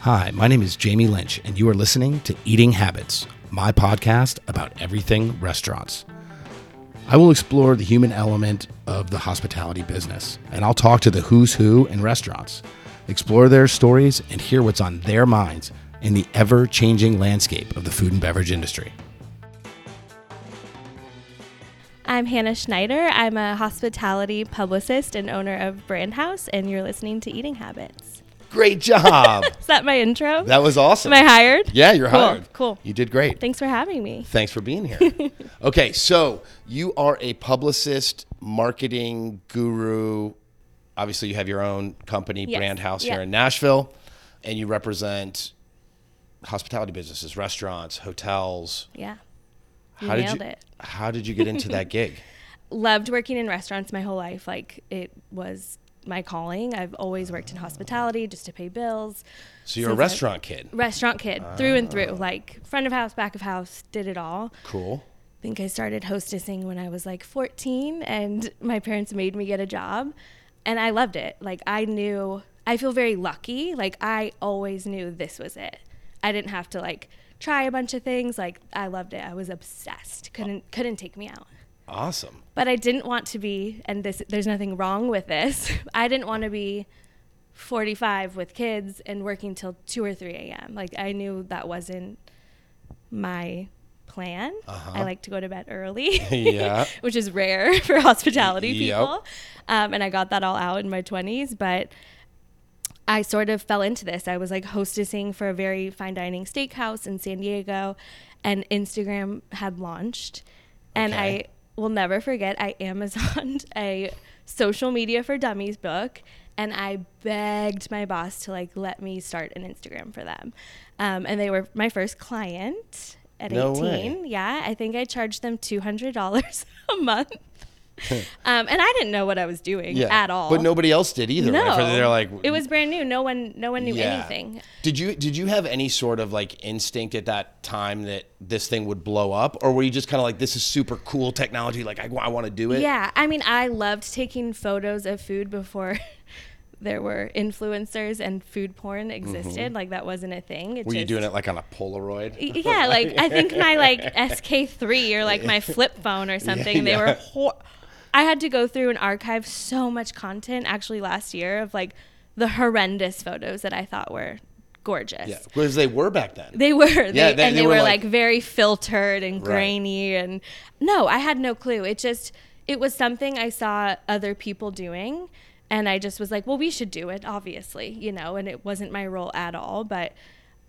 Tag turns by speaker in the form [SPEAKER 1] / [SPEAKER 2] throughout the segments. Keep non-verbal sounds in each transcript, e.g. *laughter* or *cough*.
[SPEAKER 1] Hi, my name is Jamie Lynch, and you are listening to Eating Habits, my podcast about everything restaurants. I will explore the human element of the hospitality business, and I'll talk to the who's who in restaurants, explore their stories, and hear what's on their minds in the ever changing landscape of the food and beverage industry.
[SPEAKER 2] I'm Hannah Schneider. I'm a hospitality publicist and owner of Brand House, and you're listening to Eating Habits.
[SPEAKER 1] Great
[SPEAKER 2] *laughs*
[SPEAKER 1] job!
[SPEAKER 2] Is that my intro?
[SPEAKER 1] that was awesome.
[SPEAKER 2] Am I hired?
[SPEAKER 1] yeah, you're
[SPEAKER 2] Cool,
[SPEAKER 1] hired.
[SPEAKER 2] cool.
[SPEAKER 1] You did great.
[SPEAKER 2] Thanks for having me.
[SPEAKER 1] Thanks for being
[SPEAKER 2] *laughs*
[SPEAKER 1] here. okay, so you are a publicist, marketing guru. Obviously, you have your own company,
[SPEAKER 2] Yes,
[SPEAKER 1] Brand House
[SPEAKER 2] yeah.
[SPEAKER 1] here in Nashville, and you represent hospitality businesses, restaurants, hotels.
[SPEAKER 2] Yeah.
[SPEAKER 1] How did
[SPEAKER 2] nailed
[SPEAKER 1] you
[SPEAKER 2] it.
[SPEAKER 1] How did you get into
[SPEAKER 2] *laughs*
[SPEAKER 1] that gig?
[SPEAKER 2] Loved working in restaurants my whole life. Like, it was my calling. I've always worked in hospitality just to pay bills.
[SPEAKER 1] So you're a
[SPEAKER 2] Since I-
[SPEAKER 1] restaurant Ah. kid.
[SPEAKER 2] Restaurant kid, through and through. Like, front of house, back of house, did it all.
[SPEAKER 1] Cool.
[SPEAKER 2] I think I started hostessing when I was like 14, and my parents made me get a job, and I loved it. Like, I knew, I feel very lucky. Like, I always knew this was it. I didn't have to like try a bunch of things. Like, I loved it. I was obsessed. Couldn't couldn't take me out. *laughs*
[SPEAKER 1] Awesome.
[SPEAKER 2] But I didn't want to be, and this there's nothing wrong with this. *laughs* I didn't want to be 45 with kids and working till 2 or 3 a.m. Like I knew that wasn't my plan. I like to go to bed early, *laughs*
[SPEAKER 1] Yeah.
[SPEAKER 2] which is rare *laughs* for hospitality
[SPEAKER 1] Yep.
[SPEAKER 2] people. Um, and I got that all out in my 20s, but I sort of fell into this. I was like hostessing for a very fine dining steakhouse in San Diego, and Instagram had launched. And
[SPEAKER 1] Okay.
[SPEAKER 2] I will never forget, I Amazoned *laughs* a social media for dummies book. And I begged my boss to like let me start an Instagram for them, um, and they were my first client at
[SPEAKER 1] No way.
[SPEAKER 2] eighteen. Yeah, I think I charged them two hundred dollars *laughs* a month, um, and I didn't know what I was doing
[SPEAKER 1] Yeah.
[SPEAKER 2] at all.
[SPEAKER 1] But nobody else did either. right?
[SPEAKER 2] No,
[SPEAKER 1] For- They're like
[SPEAKER 2] it was brand new. No one, no one knew
[SPEAKER 1] Yeah.
[SPEAKER 2] anything.
[SPEAKER 1] Did you did you have any sort of like instinct at that time that this thing would blow up, or were you just kind of like this is super cool technology, like I, want to do it?
[SPEAKER 2] Yeah, I mean, I loved taking photos of food before *laughs* there were influencers and food porn existed. Like that wasn't a thing. It
[SPEAKER 1] Mm-hmm. Were you
[SPEAKER 2] just-
[SPEAKER 1] doing it like on a Polaroid?
[SPEAKER 2] Yeah, like I think my like SK3 or like my flip phone or something. They were. Hor- I had to go through and archive so much content actually last year of like the horrendous photos that I thought were gorgeous.
[SPEAKER 1] Yeah, because they were back then.
[SPEAKER 2] They were. They,
[SPEAKER 1] Yeah, they-
[SPEAKER 2] and
[SPEAKER 1] they
[SPEAKER 2] they,
[SPEAKER 1] were
[SPEAKER 2] were,
[SPEAKER 1] like-
[SPEAKER 2] like, very filtered and
[SPEAKER 1] Right.
[SPEAKER 2] grainy and no, I had no clue. It just it was something I saw other people doing and I just was like, well, we should do it, obviously, you know, and it wasn't my role at all, but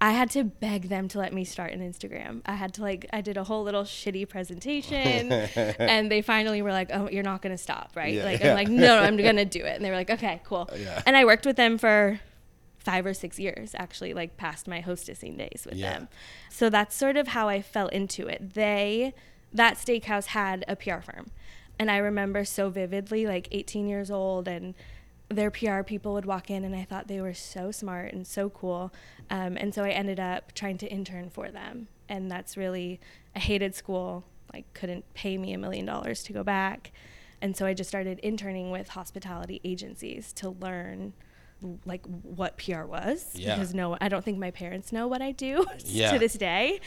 [SPEAKER 2] I had to beg them to let me start an Instagram. I had to like I did a whole little shitty presentation
[SPEAKER 1] *laughs*
[SPEAKER 2] and they finally were like, "Oh, you're not going to stop, right?"
[SPEAKER 1] Yeah,
[SPEAKER 2] like
[SPEAKER 1] yeah.
[SPEAKER 2] I'm like, "No, no, I'm going to do it." And they were like, "Okay, cool."
[SPEAKER 1] Yeah.
[SPEAKER 2] And I worked with them for five or six years actually like past my hostessing days with
[SPEAKER 1] Yeah.
[SPEAKER 2] them so that's sort of how i fell into it they that steakhouse had a pr firm and i remember so vividly like 18 years old and their pr people would walk in and i thought they were so smart and so cool um, and so i ended up trying to intern for them and that's really i hated school like couldn't pay me a million dollars to go back and so i just started interning with hospitality agencies to learn like what PR was
[SPEAKER 1] Yeah.
[SPEAKER 2] because no, I don't think my parents know what I do *laughs*
[SPEAKER 1] Yeah.
[SPEAKER 2] to this day.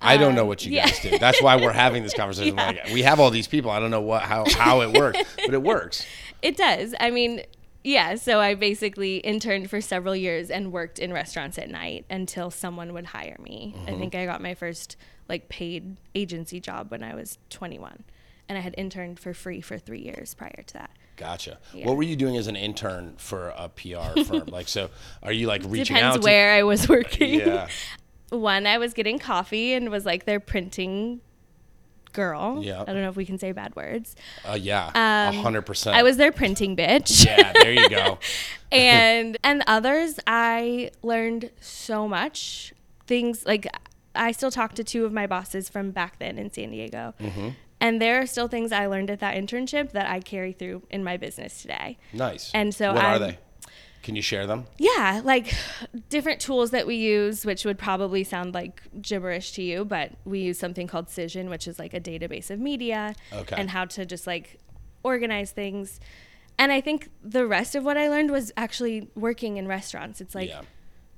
[SPEAKER 1] I don't know
[SPEAKER 2] Um,
[SPEAKER 1] what you
[SPEAKER 2] yeah.
[SPEAKER 1] guys do. That's why we're having
[SPEAKER 2] *laughs*
[SPEAKER 1] this conversation.
[SPEAKER 2] Yeah.
[SPEAKER 1] Like, we have all these people. I don't know what how how it works, but it works.
[SPEAKER 2] It does. I mean, yeah. So I basically interned for several years and worked in restaurants at night until someone would hire me. I
[SPEAKER 1] Mm-hmm.
[SPEAKER 2] think I got my first like paid agency job when I was 21, and I had interned for free for three years prior to that.
[SPEAKER 1] Gotcha.
[SPEAKER 2] Yeah.
[SPEAKER 1] What were you doing as an intern for a PR
[SPEAKER 2] *laughs*
[SPEAKER 1] firm? like, so are you like reaching
[SPEAKER 2] Depends
[SPEAKER 1] out?
[SPEAKER 2] where I was *laughs*
[SPEAKER 1] To,
[SPEAKER 2] working.
[SPEAKER 1] yeah.
[SPEAKER 2] one i was getting coffee and was like their printing girl
[SPEAKER 1] Yeah.
[SPEAKER 2] i don't know if we can say bad words
[SPEAKER 1] Uh, yeah. A
[SPEAKER 2] Um,
[SPEAKER 1] hundred percent.
[SPEAKER 2] i was their printing bitch
[SPEAKER 1] Uh. Yeah. There you go.
[SPEAKER 2] *laughs* and and others i learned so much things like i still talk to two of my bosses from back then in san diego
[SPEAKER 1] Mm-hmm.
[SPEAKER 2] and there are still things i learned at that internship that i carry through in my business today
[SPEAKER 1] Nice.
[SPEAKER 2] And so
[SPEAKER 1] what are
[SPEAKER 2] I'm-
[SPEAKER 1] they? Can you share them?
[SPEAKER 2] Yeah, like different tools that we use, which would probably sound like gibberish to you, but we use something called Cision, which is like a database of media
[SPEAKER 1] Okay.
[SPEAKER 2] and how to just like organize things. And I think the rest of what I learned was actually working in restaurants. It's like
[SPEAKER 1] yeah.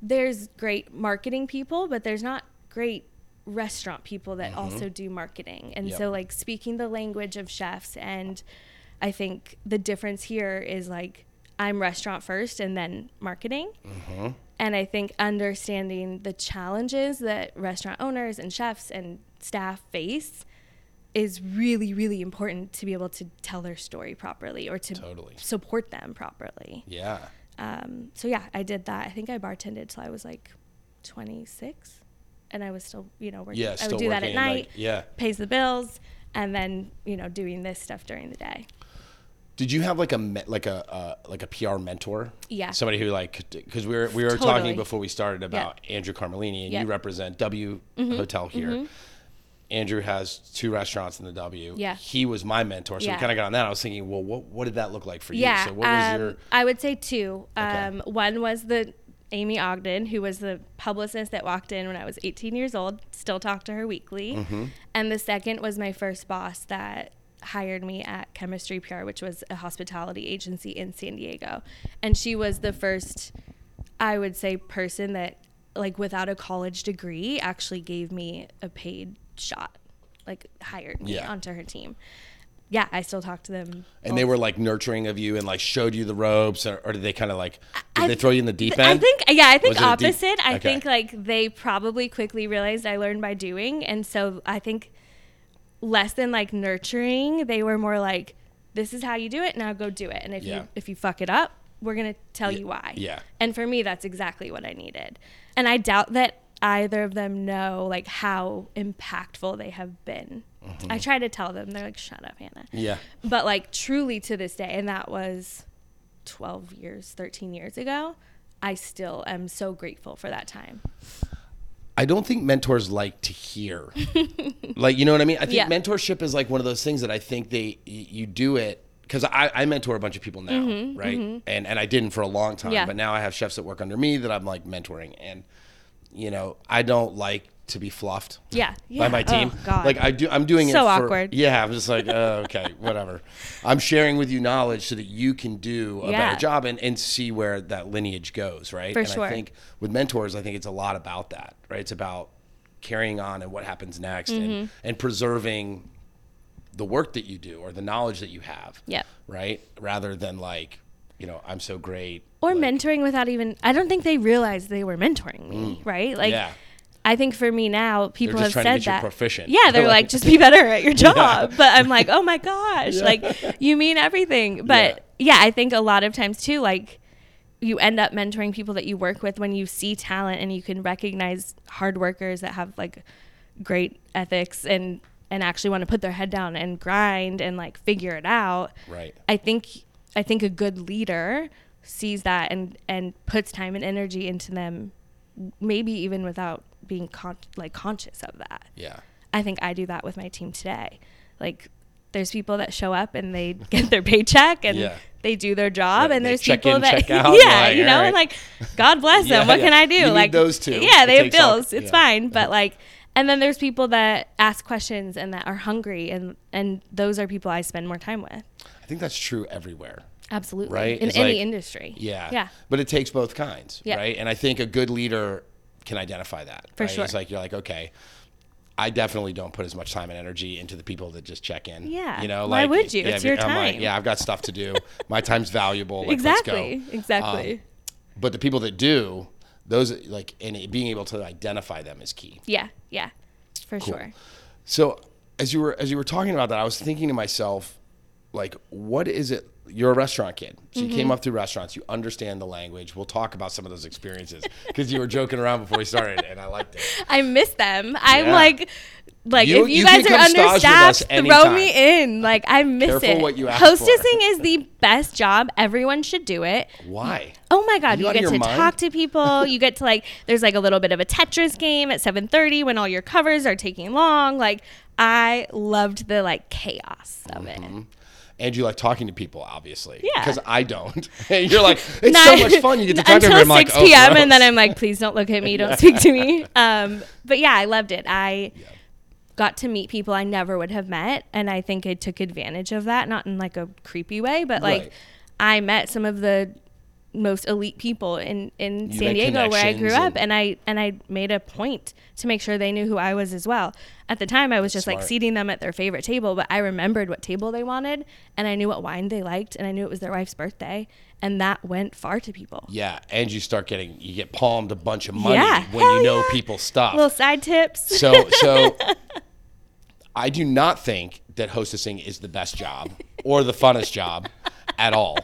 [SPEAKER 2] there's great marketing people, but there's not great restaurant people that also do marketing. And
[SPEAKER 3] Mm-hmm. Yep.
[SPEAKER 2] so like speaking the language of chefs and I think the difference here is like I'm restaurant first and then marketing.
[SPEAKER 3] Mm-hmm.
[SPEAKER 2] And I think understanding the challenges that restaurant owners and chefs and staff face is really really important to be able to tell their story properly or to
[SPEAKER 3] Totally.
[SPEAKER 2] support them properly.
[SPEAKER 3] Yeah.
[SPEAKER 2] So yeah, I did that. I think I bartended till I was like 26, and I was still, you know, working.
[SPEAKER 3] Yeah.
[SPEAKER 2] I
[SPEAKER 3] still
[SPEAKER 2] would do that at
[SPEAKER 3] working, like-
[SPEAKER 2] night,
[SPEAKER 3] yeah.
[SPEAKER 2] pays the bills, and then you know doing this stuff during the day.
[SPEAKER 3] Did you have like a me- like a uh, like a PR mentor?
[SPEAKER 2] Yeah.
[SPEAKER 3] Somebody who like because we were we were
[SPEAKER 2] Totally.
[SPEAKER 3] talking before we started about Andrew Carmelini and
[SPEAKER 2] Yeah. Mm-hmm.
[SPEAKER 3] you represent W Hotel here. Andrew has two restaurants in the W.
[SPEAKER 2] Yeah.
[SPEAKER 3] He was my mentor, so
[SPEAKER 2] Yeah.
[SPEAKER 3] we kind of got on that. I was thinking, well, what what did that look like for
[SPEAKER 2] Yeah,
[SPEAKER 3] you? So what was
[SPEAKER 2] um,
[SPEAKER 3] your
[SPEAKER 2] I would say two.
[SPEAKER 3] Okay.
[SPEAKER 2] Um, one was the Amy Ogden, who was the publicist that walked in when I was 18 years old. Still talk to her weekly.
[SPEAKER 3] Mm-hmm.
[SPEAKER 2] And the second was my first boss that hired me at Chemistry PR, which was a hospitality agency in San Diego, and she was the first, I would say, person that like without a college degree actually gave me a paid shot, like hired me
[SPEAKER 3] Yeah.
[SPEAKER 2] onto her team. Yeah, I still talk to them.
[SPEAKER 3] and they were like nurturing of you and like showed you the ropes or, or did they kind of like did
[SPEAKER 2] I-
[SPEAKER 3] they throw you in the deep end?
[SPEAKER 2] I think yeah, I think
[SPEAKER 3] Was it a deep-
[SPEAKER 2] opposite. I
[SPEAKER 3] Okay.
[SPEAKER 2] think like they probably quickly realized I learned by doing, and so I think less than like nurturing, they were more like, "This is how you do it. Now go do it." And if
[SPEAKER 3] Yeah.
[SPEAKER 2] you if you fuck it up, we're gonna tell you why.
[SPEAKER 3] yeah.
[SPEAKER 2] And for me, that's exactly what I needed, and I doubt that either of them know like how impactful they have been. I try to tell them, they're like, "Shut up, Hannah."
[SPEAKER 3] Mm-hmm. yeah.
[SPEAKER 2] but like truly to this day and that was 12 years 13 years ago i still am so grateful for that time
[SPEAKER 3] I don't think mentors like
[SPEAKER 2] *laughs*
[SPEAKER 3] to hear. like, you know what I mean? I think
[SPEAKER 2] Yeah.
[SPEAKER 3] mentorship is like one of those things that I think they y- you do it because I, I mentor a bunch of people now, right? And and I didn't for a long time,
[SPEAKER 2] Mm-hmm, Yeah.
[SPEAKER 3] but now I have chefs that work under me that I'm like mentoring, and you know I don't like to be fluffed.
[SPEAKER 2] Yeah.
[SPEAKER 3] by
[SPEAKER 2] Yeah.
[SPEAKER 3] my team.
[SPEAKER 2] Oh, God.
[SPEAKER 3] Like I do, I'm doing it
[SPEAKER 2] So
[SPEAKER 3] for-
[SPEAKER 2] awkward.
[SPEAKER 3] Yeah, I'm just like
[SPEAKER 2] *laughs*
[SPEAKER 3] oh, okay, whatever. I'm sharing with you knowledge so that you can do a
[SPEAKER 2] Yeah.
[SPEAKER 3] better job and and see where that lineage goes, right?
[SPEAKER 2] For
[SPEAKER 3] and
[SPEAKER 2] sure.
[SPEAKER 3] I think with mentors, I think it's a lot about that, right? It's about carrying on and what happens next and,
[SPEAKER 2] Mm-hmm.
[SPEAKER 3] and preserving the work that you do or the knowledge that you have.
[SPEAKER 2] Yep.
[SPEAKER 3] Right? Rather than like, you know, I'm so great.
[SPEAKER 2] or
[SPEAKER 3] like-
[SPEAKER 2] mentoring without even i don't think they realized they were mentoring me right like
[SPEAKER 3] Mm. Yeah.
[SPEAKER 2] i think for me now people
[SPEAKER 3] just
[SPEAKER 2] have
[SPEAKER 3] trying to
[SPEAKER 2] said
[SPEAKER 3] get you
[SPEAKER 2] that
[SPEAKER 3] proficient.
[SPEAKER 2] yeah they're
[SPEAKER 3] They're
[SPEAKER 2] like
[SPEAKER 3] like-
[SPEAKER 2] just
[SPEAKER 3] *laughs*
[SPEAKER 2] be better at your job but i'm like oh my gosh like you mean everything but yeah. i think a lot of times too like you end up mentoring people that you work with when you see talent and you can recognize hard workers that have like great ethics and and actually want to put their head down and grind and like figure it out
[SPEAKER 3] Right.
[SPEAKER 2] I think I think a good leader sees that and and puts time and energy into them, maybe even without being con- like conscious of that.
[SPEAKER 3] Yeah.
[SPEAKER 2] I think I do that with my team today. Like there's people that show up and they *laughs* get their paycheck and
[SPEAKER 3] Yeah.
[SPEAKER 2] they do their job
[SPEAKER 3] Right,
[SPEAKER 2] and
[SPEAKER 3] they
[SPEAKER 2] there's
[SPEAKER 3] check
[SPEAKER 2] people
[SPEAKER 3] in,
[SPEAKER 2] that *laughs*
[SPEAKER 3] check out,
[SPEAKER 2] yeah,
[SPEAKER 3] like,
[SPEAKER 2] you know,
[SPEAKER 3] all
[SPEAKER 2] and
[SPEAKER 3] right.
[SPEAKER 2] like God
[SPEAKER 3] *laughs*
[SPEAKER 2] bless them.
[SPEAKER 3] Yeah,
[SPEAKER 2] what can
[SPEAKER 3] yeah.
[SPEAKER 2] I do?
[SPEAKER 3] You need
[SPEAKER 2] like
[SPEAKER 3] those two.
[SPEAKER 2] Yeah,
[SPEAKER 3] It
[SPEAKER 2] they have
[SPEAKER 3] takes all-
[SPEAKER 2] bills. It's
[SPEAKER 3] yeah.
[SPEAKER 2] fine, but like and then there's people that ask questions and that are hungry and and those are people I spend more time with.
[SPEAKER 3] I think that's true everywhere.
[SPEAKER 2] Absolutely.
[SPEAKER 3] Right?
[SPEAKER 2] In
[SPEAKER 3] It's
[SPEAKER 2] any
[SPEAKER 3] like-
[SPEAKER 2] industry.
[SPEAKER 3] Yeah.
[SPEAKER 2] Yeah.
[SPEAKER 3] But it takes both kinds,
[SPEAKER 2] Yeah.
[SPEAKER 3] right? And I think a good leader can identify that.
[SPEAKER 2] For
[SPEAKER 3] right?
[SPEAKER 2] sure.
[SPEAKER 3] It's like you're like, okay, I definitely don't put as much time and energy into the people that just check in.
[SPEAKER 2] Yeah.
[SPEAKER 3] You know,
[SPEAKER 2] Why
[SPEAKER 3] like
[SPEAKER 2] would you? It's your
[SPEAKER 3] I'm like,
[SPEAKER 2] time.
[SPEAKER 3] yeah, I've got stuff to do. My time's valuable. Like, Let's
[SPEAKER 2] exactly.
[SPEAKER 3] go. Um,
[SPEAKER 2] Exactly.
[SPEAKER 3] But the people that do, those like and it- being able to identify them is key.
[SPEAKER 2] yeah. Yeah. For sure.
[SPEAKER 3] So as you were as you were talking about that, I was thinking to myself, like, what is it? You're a restaurant kid, so you
[SPEAKER 2] Mm-hmm.
[SPEAKER 3] came up through restaurants. You understand the language. We'll talk about some of those experiences because you were joking around before we started, and I liked it.
[SPEAKER 2] *laughs* I miss them. I'm
[SPEAKER 3] Yeah.
[SPEAKER 2] like like
[SPEAKER 3] You-
[SPEAKER 2] if you,
[SPEAKER 3] you can
[SPEAKER 2] guys are
[SPEAKER 3] come stage with us
[SPEAKER 2] understaffed, throw
[SPEAKER 3] anytime.
[SPEAKER 2] me in. Like I miss
[SPEAKER 3] Careful
[SPEAKER 2] it.
[SPEAKER 3] what you ask for.
[SPEAKER 2] Hostessing is the best job. Everyone should do it.
[SPEAKER 3] Why?
[SPEAKER 2] Oh my god,
[SPEAKER 3] you
[SPEAKER 2] you,
[SPEAKER 3] out of
[SPEAKER 2] get
[SPEAKER 3] your
[SPEAKER 2] to
[SPEAKER 3] mind?
[SPEAKER 2] talk
[SPEAKER 3] *laughs*
[SPEAKER 2] to people. you get to like there's like a little bit of a Tetris game at 7:30 when all your covers are taking long. Like I loved the like chaos of it.
[SPEAKER 3] And you like talking to people, obviously.
[SPEAKER 2] Yeah.
[SPEAKER 3] Because I don't. *laughs* And you're like, it's
[SPEAKER 2] Not-
[SPEAKER 3] so much fun. You get to
[SPEAKER 2] *laughs*
[SPEAKER 3] talk to
[SPEAKER 2] until
[SPEAKER 3] everyone. I'm
[SPEAKER 2] 6
[SPEAKER 3] like, oh,
[SPEAKER 2] p.m.
[SPEAKER 3] gross.
[SPEAKER 2] and then I'm like, please don't look at me,
[SPEAKER 3] *laughs*
[SPEAKER 2] don't speak to me. Um, but yeah, I loved it. I got to meet people I never would have met, and I think I took advantage of that, not in like a creepy way, but like
[SPEAKER 3] Right.
[SPEAKER 2] I met some of the most elite people in in
[SPEAKER 3] You
[SPEAKER 2] San
[SPEAKER 3] made
[SPEAKER 2] Diego where I grew up
[SPEAKER 3] connections
[SPEAKER 2] and I and I made a point to make sure they knew who I was as well. At the time I was just like
[SPEAKER 3] Smart.
[SPEAKER 2] seating them at their favorite table, but I remembered what table they wanted and I knew what wine they liked and I knew it was their wife's birthday and that went far to people.
[SPEAKER 3] Yeah, and you start getting you get palmed a bunch of money
[SPEAKER 2] Yeah,
[SPEAKER 3] when you
[SPEAKER 2] hell
[SPEAKER 3] know
[SPEAKER 2] yeah.
[SPEAKER 3] people stop.
[SPEAKER 2] Little side tips. *laughs*
[SPEAKER 3] *laughs* So so I do not think that hostessing is the best job or the funnest job at all.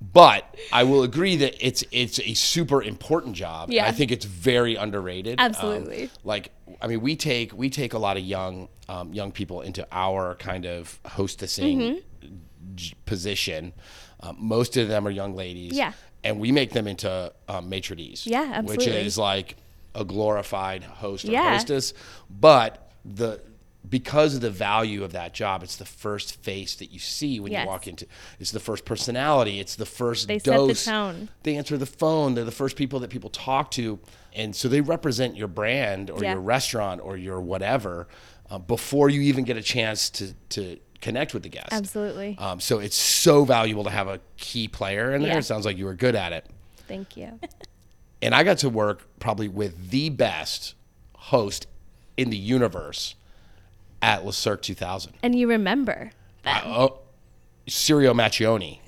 [SPEAKER 3] But I will agree that it's it's a super important job. and I
[SPEAKER 2] Yeah.
[SPEAKER 3] think it's very underrated. Um,
[SPEAKER 2] Absolutely.
[SPEAKER 3] like I mean, we take we take a lot of young um, young people into our kind of hostessing
[SPEAKER 2] Mm-hmm.
[SPEAKER 3] j- position. Um, most of them are young ladies.
[SPEAKER 2] Yeah.
[SPEAKER 3] And we make them into um, maitre d's.
[SPEAKER 2] Yeah,
[SPEAKER 3] Which
[SPEAKER 2] absolutely.
[SPEAKER 3] is is like a glorified host or
[SPEAKER 2] Yeah.
[SPEAKER 3] hostess, but the because of the value of that job, it's the first face that you see when
[SPEAKER 2] Yes.
[SPEAKER 3] you walk into. It's the first personality. It's the first
[SPEAKER 2] They set the
[SPEAKER 3] dose.
[SPEAKER 2] tone.
[SPEAKER 3] They answer the phone. They're the first people that people talk to, and so they represent your brand or
[SPEAKER 2] Yeah.
[SPEAKER 3] your restaurant or your whatever uh, before you even get a chance to to connect with the guest.
[SPEAKER 2] Absolutely.
[SPEAKER 3] Um, so it's so valuable to have a key player in there.
[SPEAKER 2] Yeah.
[SPEAKER 3] It sounds like you were good at it
[SPEAKER 2] Thank you.
[SPEAKER 3] and I got to work probably with the best host in the universe at Le Cirque 2000.
[SPEAKER 2] And you remember.
[SPEAKER 3] I- oh,
[SPEAKER 2] *laughs*
[SPEAKER 3] Sirio Macchione.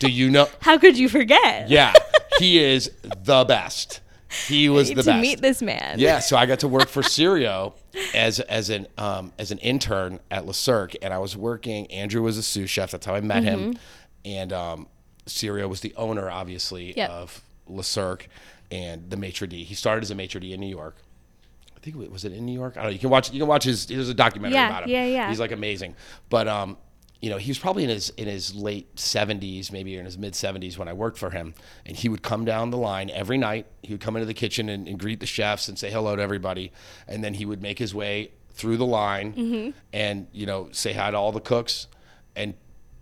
[SPEAKER 3] Do you know?
[SPEAKER 2] How could you forget?
[SPEAKER 3] Yeah, he is the best. He was the
[SPEAKER 2] to
[SPEAKER 3] best.
[SPEAKER 2] meet this man.
[SPEAKER 3] Yeah, so I got
[SPEAKER 2] *laughs*
[SPEAKER 3] to work for Sirio as as an um, as an intern at Le Cirque, and I was working. Andrew was a sous chef. That's how I met
[SPEAKER 2] Mm-hmm.
[SPEAKER 3] him, and um, Sirio was the owner, obviously,
[SPEAKER 2] Yep.
[SPEAKER 3] of Le Cirque and the maitre d. He started as a maitre d in New York. I think it was it in New York. I don't know. You can watch. You can watch his. There's a documentary
[SPEAKER 2] Yeah,
[SPEAKER 3] about him.
[SPEAKER 2] yeah, yeah.
[SPEAKER 3] He's like amazing, but um, you know, he was probably in his in his late 70s, maybe in his mid 70s when I worked for him, and he would come down the line every night. He would come into the kitchen and, and greet the chefs and say hello to everybody, and then he would make his way through the line and you know say hi to all the cooks and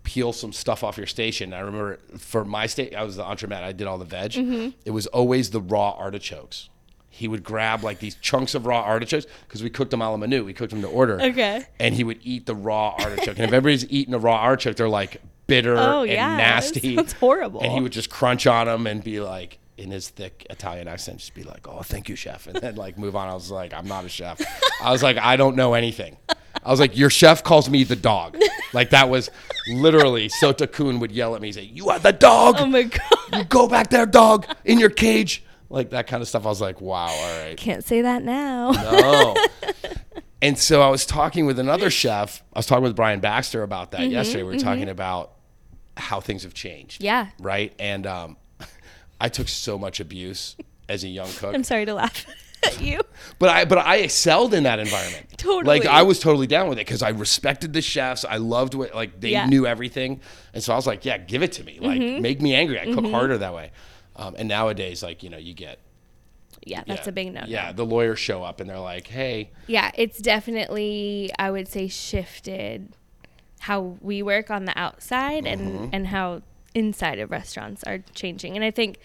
[SPEAKER 3] peel some stuff off your station. I remember for my state, I was the entremet. I did all the veg. It was always the raw artichokes. He would grab like these chunks of raw artichokes because we cooked them a la menu. We cooked them to order.
[SPEAKER 2] Okay.
[SPEAKER 3] And he would eat the raw artichoke. and if everybody's eating a raw artichoke, they're like bitter
[SPEAKER 2] Oh,
[SPEAKER 3] and
[SPEAKER 2] yeah. *laughs*
[SPEAKER 3] nasty.
[SPEAKER 2] Sounds horrible.
[SPEAKER 3] And he would just crunch on them and be like, in his thick Italian accent, just be like, "Oh, thank you, chef," and then like move on. I was like, "I'm not a chef." I was like, "I don't know anything." I was like, "Your chef calls me the dog." Like that was literally Sota Kun would yell at me, say, "You are the dog."
[SPEAKER 2] Oh my *laughs* god.
[SPEAKER 3] You go back there, dog, in your cage, like that kind of stuff. I was like, "Wow, all right."
[SPEAKER 2] Can't say that now.
[SPEAKER 3] Oh. and so I was talking with another chef. I was talking with Brian Baxter about that
[SPEAKER 2] Mm-hmm,
[SPEAKER 3] yesterday. We were talking about how things have changed.
[SPEAKER 2] Yeah.
[SPEAKER 3] Right. And um, *laughs* I took so much abuse as a young
[SPEAKER 2] *laughs*
[SPEAKER 3] cook,
[SPEAKER 2] I'm sorry to laugh *laughs* at you.
[SPEAKER 3] but I but I excelled in that environment.
[SPEAKER 2] *laughs* Totally.
[SPEAKER 3] Like I was totally down with it because I respected the chefs. I loved what like they
[SPEAKER 2] Yeah. Mm-hmm.
[SPEAKER 3] knew everything, and so I was like, yeah, give it to me. Like make me angry. I cook harder that way. Um, and nowadays, like you know, you get
[SPEAKER 2] Yeah, that's
[SPEAKER 3] yeah,
[SPEAKER 2] a big no.
[SPEAKER 3] Yeah, the lawyers show up and they're like, hey.
[SPEAKER 2] Yeah, it's definitely I would say shifted how we work on the outside
[SPEAKER 3] Mm-hmm.
[SPEAKER 2] and and how inside of restaurants are changing. And I think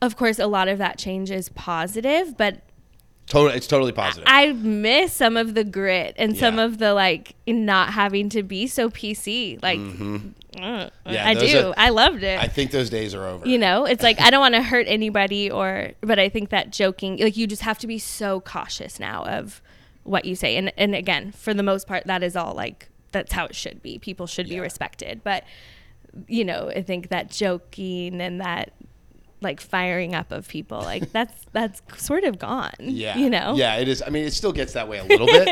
[SPEAKER 2] of course a lot of that change is positive, but
[SPEAKER 3] Totally, it's totally positive.
[SPEAKER 2] I miss some of the grit and some
[SPEAKER 3] Yeah.
[SPEAKER 2] of the like not having to be so PC. Like mm,
[SPEAKER 3] Mm-hmm. Yeah,
[SPEAKER 2] I
[SPEAKER 3] those
[SPEAKER 2] do.
[SPEAKER 3] are-
[SPEAKER 2] I loved it.
[SPEAKER 3] I think those days are over.
[SPEAKER 2] you know it's like i don't want to hurt anybody or but i think that joking like you just have to be so cautious now of what you say and and again for the most part that is all like that's how it should be people should be
[SPEAKER 3] Yeah.
[SPEAKER 2] respected but you know i think that joking and that like firing up of people *laughs* like that's that's sort of gone
[SPEAKER 3] yeah,
[SPEAKER 2] you know
[SPEAKER 3] Yeah, it is. I mean, it still gets that way a
[SPEAKER 2] *laughs*
[SPEAKER 3] little bit.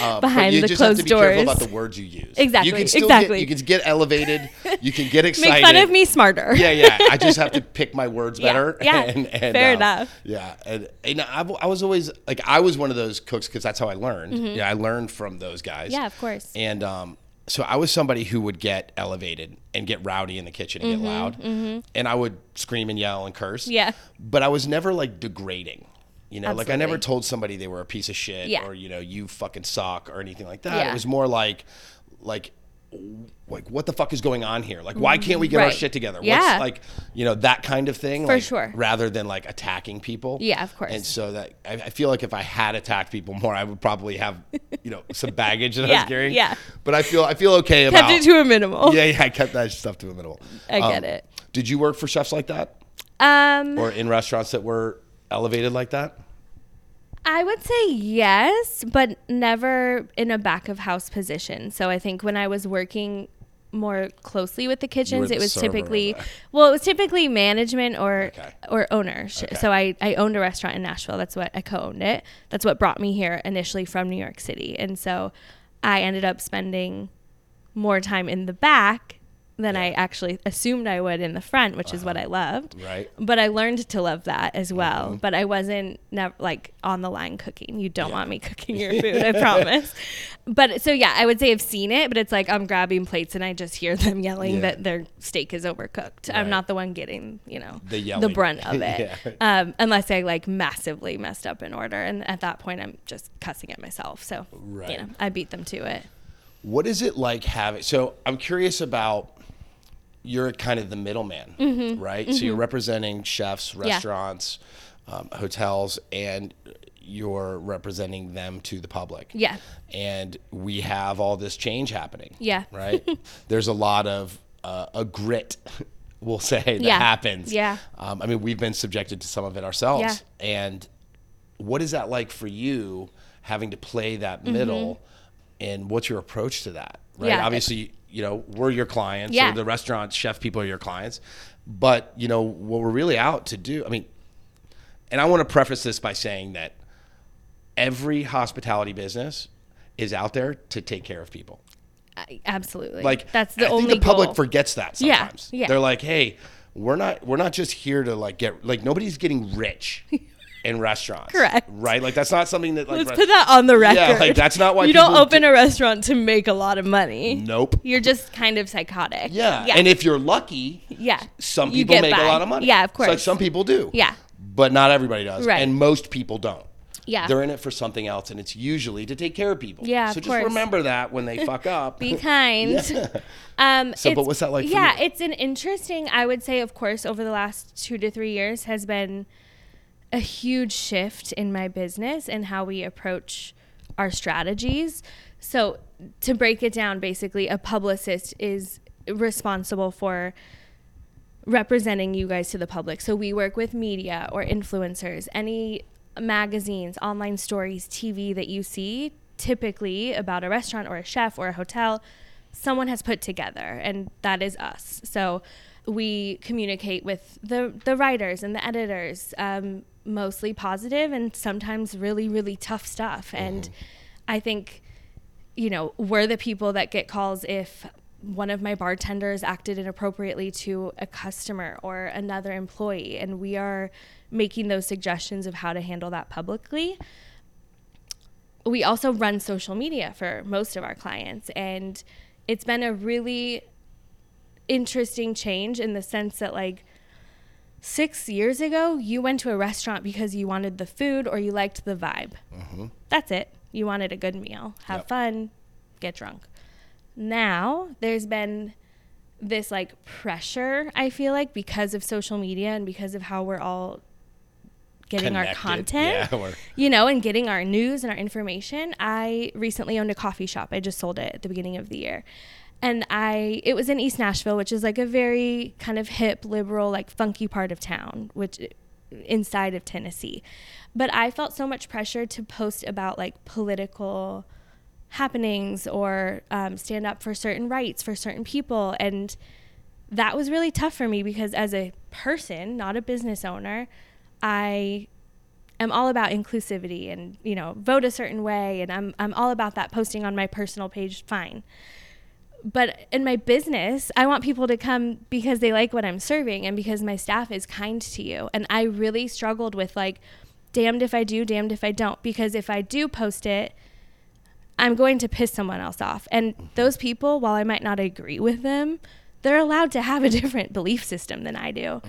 [SPEAKER 3] Um,
[SPEAKER 2] Behind
[SPEAKER 3] but you
[SPEAKER 2] the
[SPEAKER 3] just have to
[SPEAKER 2] closed
[SPEAKER 3] be careful about
[SPEAKER 2] doors.
[SPEAKER 3] the words you use.
[SPEAKER 2] Exactly,
[SPEAKER 3] You can still
[SPEAKER 2] exactly.
[SPEAKER 3] Get, you can get elevated. You can
[SPEAKER 2] *laughs*
[SPEAKER 3] get
[SPEAKER 2] make
[SPEAKER 3] excited.
[SPEAKER 2] fun of me smarter
[SPEAKER 3] Yeah, yeah. I just have to pick my
[SPEAKER 2] *laughs*
[SPEAKER 3] words
[SPEAKER 2] Yeah,
[SPEAKER 3] better. *laughs* uh,
[SPEAKER 2] yeah. Fair enough.
[SPEAKER 3] Yeah, and, and I, I was always like I was one of those cooks because that's how I learned. Yeah, I learned from those guys.
[SPEAKER 2] Mm-hmm. Yeah, of course.
[SPEAKER 3] And um, so I was somebody who would get elevated and get rowdy in the kitchen and get loud, and I would scream and yell and curse.
[SPEAKER 2] Mm-hmm, Yeah.
[SPEAKER 3] But I was never like degrading. You know, like I never
[SPEAKER 2] Absolutely.
[SPEAKER 3] told somebody they were a piece of shit
[SPEAKER 2] Yeah.
[SPEAKER 3] or you know you fucking suck or anything like that. It
[SPEAKER 2] Yeah.
[SPEAKER 3] was more like, like, w- like what the fuck is going on here? Like why can't we get our
[SPEAKER 2] Right.
[SPEAKER 3] shit together?
[SPEAKER 2] Yeah.
[SPEAKER 3] What's like you know that kind of thing
[SPEAKER 2] For
[SPEAKER 3] like,
[SPEAKER 2] sure.
[SPEAKER 3] rather than like attacking people
[SPEAKER 2] Yeah, of course.
[SPEAKER 3] and so that I, I feel like if i had attacked people more i would probably have you know some baggage that i
[SPEAKER 2] Yeah,
[SPEAKER 3] was carrying
[SPEAKER 2] yeah.
[SPEAKER 3] but i feel i feel okay
[SPEAKER 2] kept
[SPEAKER 3] about
[SPEAKER 2] it to a minimal
[SPEAKER 3] yeah yeah i kept that stuff to a minimal
[SPEAKER 2] I get it.
[SPEAKER 3] Did you work for chefs like that,
[SPEAKER 2] Um,
[SPEAKER 3] or in restaurants that were elevated like that?
[SPEAKER 2] I would say yes, but never in a back of house position. So I think when I was working more closely with the kitchens,
[SPEAKER 3] the
[SPEAKER 2] it was
[SPEAKER 3] server or
[SPEAKER 2] typically
[SPEAKER 3] what?
[SPEAKER 2] well, it was typically management or
[SPEAKER 3] Okay.
[SPEAKER 2] or ownership.
[SPEAKER 3] Okay.
[SPEAKER 2] So I I owned a restaurant in Nashville. That's what I co-owned it. That's what brought me here initially from New York City, and so I ended up spending more time in the back than I actually assumed I would in the front, which is what I loved
[SPEAKER 3] Uh-huh. Right.
[SPEAKER 2] but I learned to love that
[SPEAKER 3] Mm-hmm.
[SPEAKER 2] as well. But I wasn't never like on the line cooking. You don't want me cooking
[SPEAKER 3] *laughs*
[SPEAKER 2] your food, I promise. But so yeah, I would say I've seen it, but it's like I'm grabbing plates and I just hear them *laughs* yelling
[SPEAKER 3] Yeah.
[SPEAKER 2] that their steak is overcooked.
[SPEAKER 3] Right.
[SPEAKER 2] I'm not the one getting, you know,
[SPEAKER 3] The yelling.
[SPEAKER 2] brunt
[SPEAKER 3] *laughs*
[SPEAKER 2] of it.
[SPEAKER 3] Yeah.
[SPEAKER 2] um, unless I like massively messed up an order and at that point I'm just cussing at myself. So you
[SPEAKER 3] Right.
[SPEAKER 2] know, I beat them to it.
[SPEAKER 3] What is it like having? So I'm curious about. You're kind of the middleman, right? So you're representing chefs, restaurants, um, hotels, and you're representing them to the public.
[SPEAKER 2] Yeah.
[SPEAKER 3] And we have all this change happening.
[SPEAKER 2] Yeah. *laughs*
[SPEAKER 3] Right. There's a lot of uh, a grit, *laughs* we'll say, that
[SPEAKER 2] Yeah.
[SPEAKER 3] happens.
[SPEAKER 2] Yeah.
[SPEAKER 3] Um, I mean, we've been subjected to some of it ourselves.
[SPEAKER 2] Yeah.
[SPEAKER 3] And what is that like for you having to play that middle and what's your approach to that right
[SPEAKER 2] Mm-hmm. Yeah.
[SPEAKER 3] obviously you know we're your clients
[SPEAKER 2] Yeah.
[SPEAKER 3] or the restaurant chef people are your clients but you know what we're really out to do i mean and i want to preface this by saying that every hospitality business is out there to take care of people
[SPEAKER 2] I, absolutely.
[SPEAKER 3] like
[SPEAKER 2] that's
[SPEAKER 3] I
[SPEAKER 2] the only
[SPEAKER 3] think the public
[SPEAKER 2] goal.
[SPEAKER 3] forgets that
[SPEAKER 2] Yeah,
[SPEAKER 3] sometimes
[SPEAKER 2] yeah.
[SPEAKER 3] they're like hey we're not we're not just here to like get like nobody's
[SPEAKER 2] *laughs*
[SPEAKER 3] getting rich in restaurants
[SPEAKER 2] Correct.
[SPEAKER 3] right like that's not something that like
[SPEAKER 2] Let's
[SPEAKER 3] re-
[SPEAKER 2] put that on the record.
[SPEAKER 3] Yeah, like, that's not why
[SPEAKER 2] you don't
[SPEAKER 3] people
[SPEAKER 2] open a restaurant to make a lot of money.
[SPEAKER 3] Nope.
[SPEAKER 2] You're just kind of psychotic.
[SPEAKER 3] Yeah.
[SPEAKER 2] yeah,
[SPEAKER 3] And if you're lucky,
[SPEAKER 2] Yeah.
[SPEAKER 3] some
[SPEAKER 2] You
[SPEAKER 3] people
[SPEAKER 2] get
[SPEAKER 3] make
[SPEAKER 2] by.
[SPEAKER 3] a lot of money.
[SPEAKER 2] Yeah, of course.
[SPEAKER 3] So some people do.
[SPEAKER 2] Yeah.
[SPEAKER 3] But not everybody does.
[SPEAKER 2] Right.
[SPEAKER 3] And most people don't.
[SPEAKER 2] Yeah.
[SPEAKER 3] They're in it for something else, and it's usually to take care of people.
[SPEAKER 2] Yeah,
[SPEAKER 3] So
[SPEAKER 2] of
[SPEAKER 3] just
[SPEAKER 2] course.
[SPEAKER 3] remember that when
[SPEAKER 2] *laughs*
[SPEAKER 3] they fuck up. *laughs*
[SPEAKER 2] be kind. Um,
[SPEAKER 3] So, but
[SPEAKER 2] it's-
[SPEAKER 3] what's that like for
[SPEAKER 2] Yeah,
[SPEAKER 3] you?
[SPEAKER 2] it's an interesting. I would say, of course, over the last two to three years has been a huge shift in my business and how we approach our strategies. So, to break it down, basically, a publicist is responsible for representing you guys to the public. So we work with media or influencers, any magazines, online stories, TV that you see, typically about a restaurant or a chef or a hotel, someone has put together, and that is us. So we communicate with the the writers and the editors, um, mostly positive and sometimes really really tough stuff. And I think you know, we're the people that get calls if one of my bartenders acted inappropriately to a customer or another employee. And we are making those suggestions of how to handle that publicly. We also run social media for most of our clients. And it's been a really interesting change in the sense that, like, six years ago, you went to a restaurant because you wanted the food or you liked the vibe that's it. You wanted a good meal, have
[SPEAKER 3] Yep.
[SPEAKER 2] fun, get drunk. Now there's been this like pressure, I feel like, because of social media and because of how we're all getting our
[SPEAKER 3] Connected.
[SPEAKER 2] content,
[SPEAKER 3] Yeah, we're-
[SPEAKER 2] you know, and getting our news and our information. I recently owned a coffee shop. I just sold it at the beginning of the year. And I, it was in East Nashville, which is like a very kind of hip, liberal, like funky part of town, which inside of Tennessee. But I felt so much pressure to post about like political happenings or um, stand up for certain rights for certain people. And that was really tough for me because as a person, not a business owner, I am all about inclusivity and, you know, vote a certain way and I'm I'm all about that posting on my personal page fine. But in my business, I want people to come because they like what I'm serving and because my staff is kind to you. And I really struggled with like damned if I do, damned if I don't because if I do post it, I'm going to piss someone else off. And those people, while I might not agree with them, they're allowed to have a *laughs* different belief system than I do.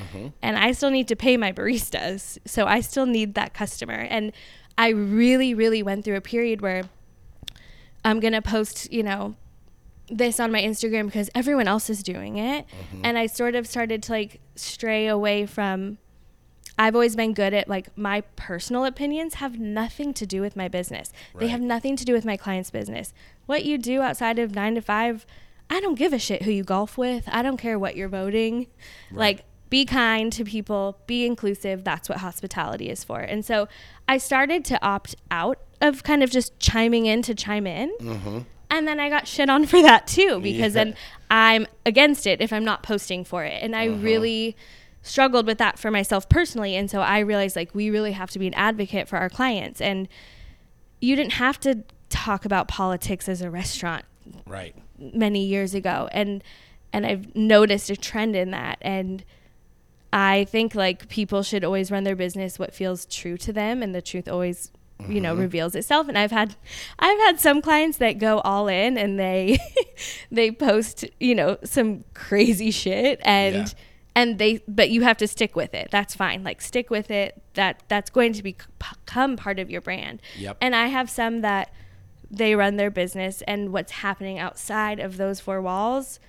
[SPEAKER 2] And I still need to pay my baristas. So I still need that customer. And I really, really went through a period where I'm going to post, you know, this on my Instagram because everyone else is doing it. And I sort of started to like stray away from I've always been good at like my personal opinions have nothing to do with my business. They
[SPEAKER 3] Right.
[SPEAKER 2] have nothing to do with my client's business. What you do outside of 9 to 5, I don't give a shit who you golf with. I don't care what you're voting. Like, be kind to people, be inclusive. That's what hospitality is for. And so I started to opt out of kind of just chiming in to chime in. And then I got shit on for that too, because
[SPEAKER 3] Yeah.
[SPEAKER 2] then I'm against it if I'm not posting for it. And I really struggled with that for myself personally. And so I realized like we really have to be an advocate for our clients. And you didn't have to talk about politics as a restaurant
[SPEAKER 3] Right.
[SPEAKER 2] many years ago and and I've noticed a trend in that and I think like people should always run their business what feels true to them and the truth always you know reveals itself and I've had I've had some clients that go all in and they *laughs* they post you know some crazy shit and
[SPEAKER 3] Yeah.
[SPEAKER 2] and they but you have to stick with it that's fine like stick with it that that's going to be- become part of your brand
[SPEAKER 3] Yep.
[SPEAKER 2] and I have some that they run their business and what's happening outside of those four walls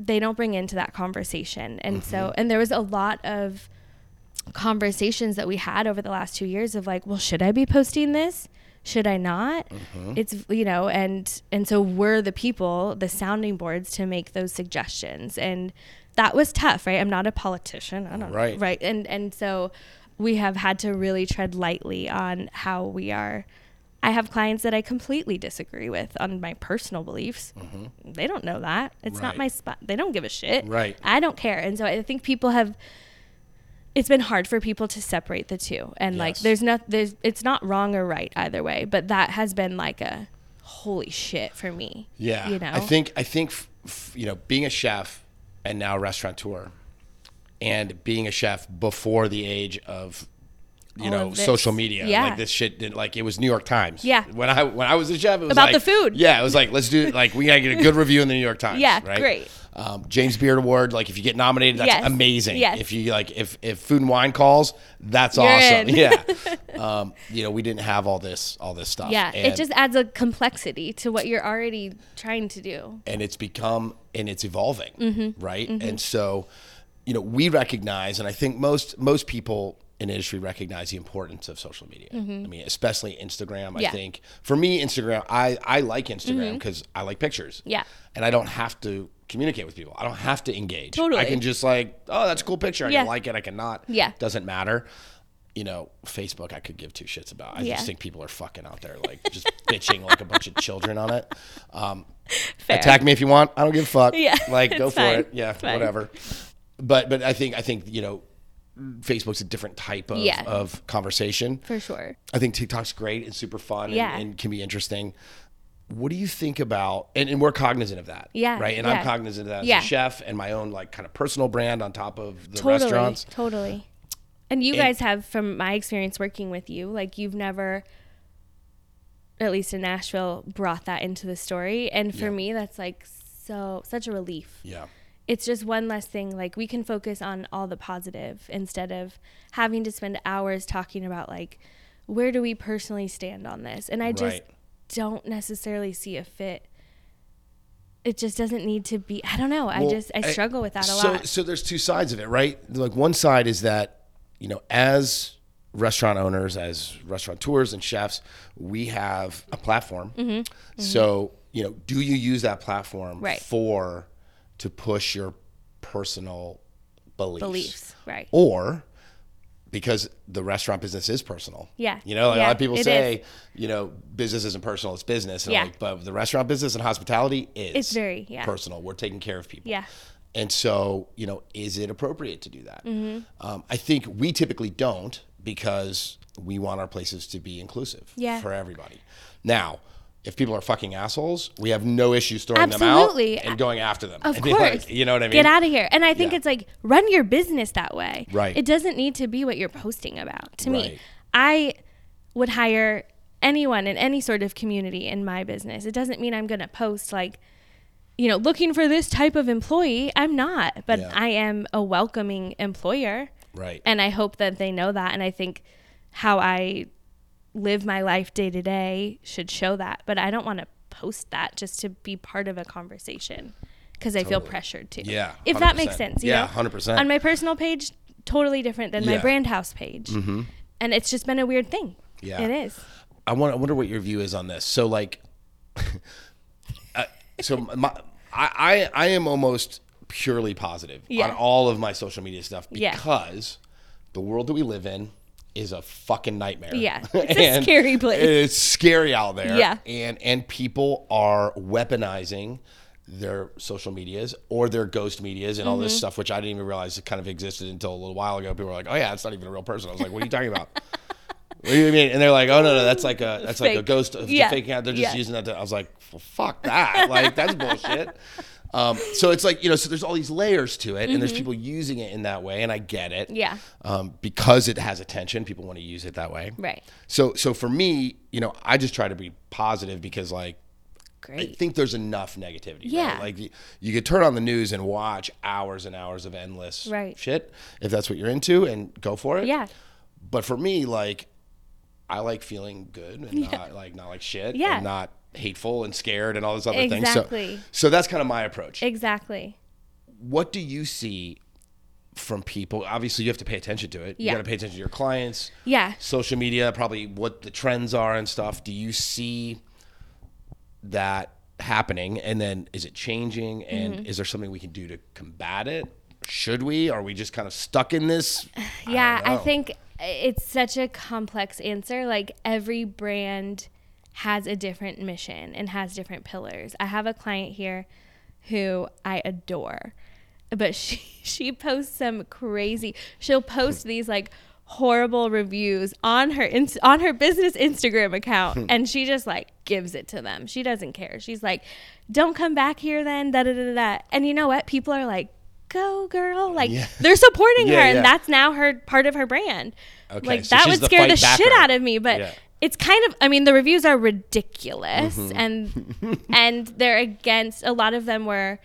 [SPEAKER 2] they don't bring into that conversation and so and there was a lot of conversations that we had over the last two years of like well should i be posting this should i not it's you know and and so we're the people the sounding boards to make those suggestions and that was tough right i'm not a politician i don't
[SPEAKER 3] Right.
[SPEAKER 2] right and and so we have had to really tread lightly on how we are I have clients that I completely disagree with on my personal beliefs. They don't know that. It's not
[SPEAKER 3] Right.
[SPEAKER 2] my spot. They don't give a shit.
[SPEAKER 3] Right.
[SPEAKER 2] I don't care. And so I think people have it's been hard for people to separate the two. And like
[SPEAKER 3] Yes.
[SPEAKER 2] there's not there's it's not wrong or right either way, but that has been like a holy shit for me.
[SPEAKER 3] Yeah.
[SPEAKER 2] You know.
[SPEAKER 3] I think I think f- f- you know being a chef and now a restaurateur, and being a chef before the age of you
[SPEAKER 2] All
[SPEAKER 3] know
[SPEAKER 2] of this.
[SPEAKER 3] social media
[SPEAKER 2] Yeah.
[SPEAKER 3] like this shit did like it was new york times
[SPEAKER 2] Yeah.
[SPEAKER 3] when i when i was a chef it was
[SPEAKER 2] About the
[SPEAKER 3] like-
[SPEAKER 2] food.
[SPEAKER 3] yeah it was like let's do like we gotta get a good review in the new york times
[SPEAKER 2] Yeah,
[SPEAKER 3] right
[SPEAKER 2] great.
[SPEAKER 3] um, james beard award like if you get nominated that's
[SPEAKER 2] Yes.
[SPEAKER 3] amazing
[SPEAKER 2] Yes.
[SPEAKER 3] if you like if if food and wine calls that's
[SPEAKER 2] You're
[SPEAKER 3] awesome
[SPEAKER 2] in.
[SPEAKER 3] yeah
[SPEAKER 2] *laughs*
[SPEAKER 3] um, you know we didn't have all this all this stuff
[SPEAKER 2] yeah,
[SPEAKER 3] And-
[SPEAKER 2] it just adds a complexity to what you're already trying to do.
[SPEAKER 3] and it's become and it's evolving
[SPEAKER 2] Mm-hmm.
[SPEAKER 3] right and so you know we recognize and i think most most people in industry recognize the importance of social media i mean especially instagram i
[SPEAKER 2] Mm-hmm. Yeah. Mm-hmm.
[SPEAKER 3] think for me instagram i i like instagram because i like pictures
[SPEAKER 2] Yeah.
[SPEAKER 3] and i don't have to communicate with people i don't have to engage i
[SPEAKER 2] Totally.
[SPEAKER 3] can just like oh that's a cool picture i
[SPEAKER 2] Yeah.
[SPEAKER 3] can like it i can not
[SPEAKER 2] Yeah.
[SPEAKER 3] doesn't matter you know, Facebook, I could give two shits about. I
[SPEAKER 2] Yeah.
[SPEAKER 3] just think people are fucking out there, like just *laughs* bitching like a bunch of children on it. Um,
[SPEAKER 2] Fair.
[SPEAKER 3] Attack me if you want. I don't give a
[SPEAKER 2] *laughs*
[SPEAKER 3] fuck.
[SPEAKER 2] Yeah,
[SPEAKER 3] like go
[SPEAKER 2] it's
[SPEAKER 3] for
[SPEAKER 2] fine.
[SPEAKER 3] it. Yeah,
[SPEAKER 2] It's fine.
[SPEAKER 3] whatever. But but I think I think you know, Facebook's a different type of
[SPEAKER 2] Yeah.
[SPEAKER 3] of conversation.
[SPEAKER 2] For sure.
[SPEAKER 3] I think TikTok's great and super fun
[SPEAKER 2] Yeah.
[SPEAKER 3] and, and can be interesting. What do you think about and, and we're cognizant of that.
[SPEAKER 2] Yeah,
[SPEAKER 3] Right. And
[SPEAKER 2] yeah.
[SPEAKER 3] I'm cognizant of that as
[SPEAKER 2] Yeah.
[SPEAKER 3] a chef and my own like kind of personal brand on top of the
[SPEAKER 2] totally,
[SPEAKER 3] restaurants.
[SPEAKER 2] Totally. And you guys have, from my experience working with you, like you've never, at least in Nashville, brought that into the story. And for me, that's like so such a relief.
[SPEAKER 3] Yeah.
[SPEAKER 2] It's just one less thing. Like we can focus on all the positive instead of having to spend hours talking about like where do we personally stand on this. And I just
[SPEAKER 3] Right.
[SPEAKER 2] don't necessarily see a fit. It just doesn't need to be. I don't know. I
[SPEAKER 3] Well,
[SPEAKER 2] just I struggle with that a
[SPEAKER 3] so,
[SPEAKER 2] lot.
[SPEAKER 3] So there's two sides of it, right? Like one side is that, you know, as restaurant owners, as restaurateurs and chefs, we have a platform.
[SPEAKER 2] Mm-hmm.
[SPEAKER 3] So, you know, do you use that platform
[SPEAKER 2] Right.
[SPEAKER 3] for to push your personal beliefs?
[SPEAKER 2] Beliefs, right?
[SPEAKER 3] Or because the restaurant business is personal.
[SPEAKER 2] Yeah.
[SPEAKER 3] You know, like a lot
[SPEAKER 2] Yeah,
[SPEAKER 3] of people
[SPEAKER 2] it
[SPEAKER 3] say, you know, business isn't personal, it's business. And I'm
[SPEAKER 2] Yeah.
[SPEAKER 3] like, but the restaurant business and hospitality is
[SPEAKER 2] It's very- yeah.
[SPEAKER 3] personal. We're taking care of people.
[SPEAKER 2] Yeah.
[SPEAKER 3] And so, you know, is it appropriate to do that?
[SPEAKER 2] Mm-hmm.
[SPEAKER 3] Um, I think we typically don't because we want our places to be inclusive
[SPEAKER 2] Yeah.
[SPEAKER 3] for everybody. Now, if people are fucking assholes, we have no issues throwing
[SPEAKER 2] Absolutely.
[SPEAKER 3] them out and going after them.
[SPEAKER 2] Of
[SPEAKER 3] *laughs* and being
[SPEAKER 2] course.
[SPEAKER 3] like, you know what I mean?
[SPEAKER 2] Get out of here. And I think
[SPEAKER 3] Yeah.
[SPEAKER 2] it's like run your business that way.
[SPEAKER 3] Right.
[SPEAKER 2] It doesn't need to be what you're posting about. To
[SPEAKER 3] Right.
[SPEAKER 2] me, I would hire anyone in any sort of community in my business. It doesn't mean I'm going to post like you know, looking for this type of employee. I'm not, but
[SPEAKER 3] Yeah.
[SPEAKER 2] I am a welcoming employer.
[SPEAKER 3] Right.
[SPEAKER 2] And I hope that they know that and I think how I live my life day to day should show that, but I don't want to post that just to be part of a conversation because I feel pressured to.
[SPEAKER 3] Yeah,
[SPEAKER 2] If that makes
[SPEAKER 3] 100%.
[SPEAKER 2] sense. you
[SPEAKER 3] Yeah,
[SPEAKER 2] know?
[SPEAKER 3] 100%.
[SPEAKER 2] On my personal page, totally different than my
[SPEAKER 3] Yeah. Mm-hmm.
[SPEAKER 2] brand house page. And it's just been a weird thing.
[SPEAKER 3] Yeah.
[SPEAKER 2] It is.
[SPEAKER 3] *laughs* I want. I wonder what your view is on this. So like, uh, so my, I, I, I am almost purely positive
[SPEAKER 2] Yeah.
[SPEAKER 3] on all of my social media stuff
[SPEAKER 2] Yeah.
[SPEAKER 3] because the world that we live in is a fucking nightmare. *laughs*
[SPEAKER 2] Yeah. It's a scary place.
[SPEAKER 3] It's scary out there.
[SPEAKER 2] Yeah.
[SPEAKER 3] And and people are weaponizing their social medias or their ghost medias and all
[SPEAKER 2] Mm-hmm.
[SPEAKER 3] this stuff, which I didn't even realize it kind of existed until a little while ago. People were like, "Oh yeah, it's not even a real person." I was like, "What are you talking about?" What do you mean? And they're like, oh no, no, that's
[SPEAKER 2] *laughs*
[SPEAKER 3] like a that's like a
[SPEAKER 2] Fake.
[SPEAKER 3] ghost of
[SPEAKER 2] Yeah.
[SPEAKER 3] the fake out. They're just
[SPEAKER 2] Yeah.
[SPEAKER 3] using that. To, I was like, well, fuck that. Like that's
[SPEAKER 2] *laughs*
[SPEAKER 3] bullshit. Um, so it's like you know, so there's all these layers to it, and there's people using it in that way, and I get it.
[SPEAKER 2] Mm-hmm. Yeah.
[SPEAKER 3] Um, because it has attention, people want to use it that way.
[SPEAKER 2] Right.
[SPEAKER 3] So so for me, you know, I just try to be positive because like I
[SPEAKER 2] Great.
[SPEAKER 3] think there's enough negativity.
[SPEAKER 2] Yeah.
[SPEAKER 3] Right? Like you, you could turn on the news and watch hours and hours of endless
[SPEAKER 2] Right.
[SPEAKER 3] shit if that's what you're into, and go for it
[SPEAKER 2] Yeah.
[SPEAKER 3] but for me like i like feeling good and not like not like shit
[SPEAKER 2] Yeah.
[SPEAKER 3] and not hateful and scared and all this other
[SPEAKER 2] Exactly.
[SPEAKER 3] things so, so that's kind of my approach
[SPEAKER 2] Exactly.
[SPEAKER 3] what do you see from people obviously you have to pay attention to it you
[SPEAKER 2] Yeah.
[SPEAKER 3] got to pay attention to your clients
[SPEAKER 2] Yeah.
[SPEAKER 3] social media probably what the trends are and stuff do you see that happening and then is it changing and
[SPEAKER 2] Mm-hmm.
[SPEAKER 3] is there something we can do to combat it should we are we just kind of stuck in this
[SPEAKER 2] *sighs* yeah, I
[SPEAKER 3] know.
[SPEAKER 2] think uh, it's such a complex answer. Like every brand has a different mission and has different pillars. I have a client here who I adore, but she *laughs* she posts some crazy. She'll post these like horrible reviews on her in, on her business Instagram
[SPEAKER 3] *laughs*
[SPEAKER 2] account and she just like gives it to them. She doesn't care. She's like, "Don't come back here then." Da da da da. da." And you know what? People are like, "Go, girl." Like they're supporting
[SPEAKER 3] *laughs* Yeah,
[SPEAKER 2] her and
[SPEAKER 3] yeah.
[SPEAKER 2] that's that's now her part of her brand.
[SPEAKER 3] Okay,
[SPEAKER 2] like
[SPEAKER 3] so
[SPEAKER 2] that
[SPEAKER 3] she's
[SPEAKER 2] would
[SPEAKER 3] the
[SPEAKER 2] scare the
[SPEAKER 3] fight backer.
[SPEAKER 2] shit out of me, but
[SPEAKER 3] Yeah.
[SPEAKER 2] it's kind of I mean the reviews are ridiculous
[SPEAKER 3] Mm-hmm. *laughs*
[SPEAKER 2] and and they're against a lot of them were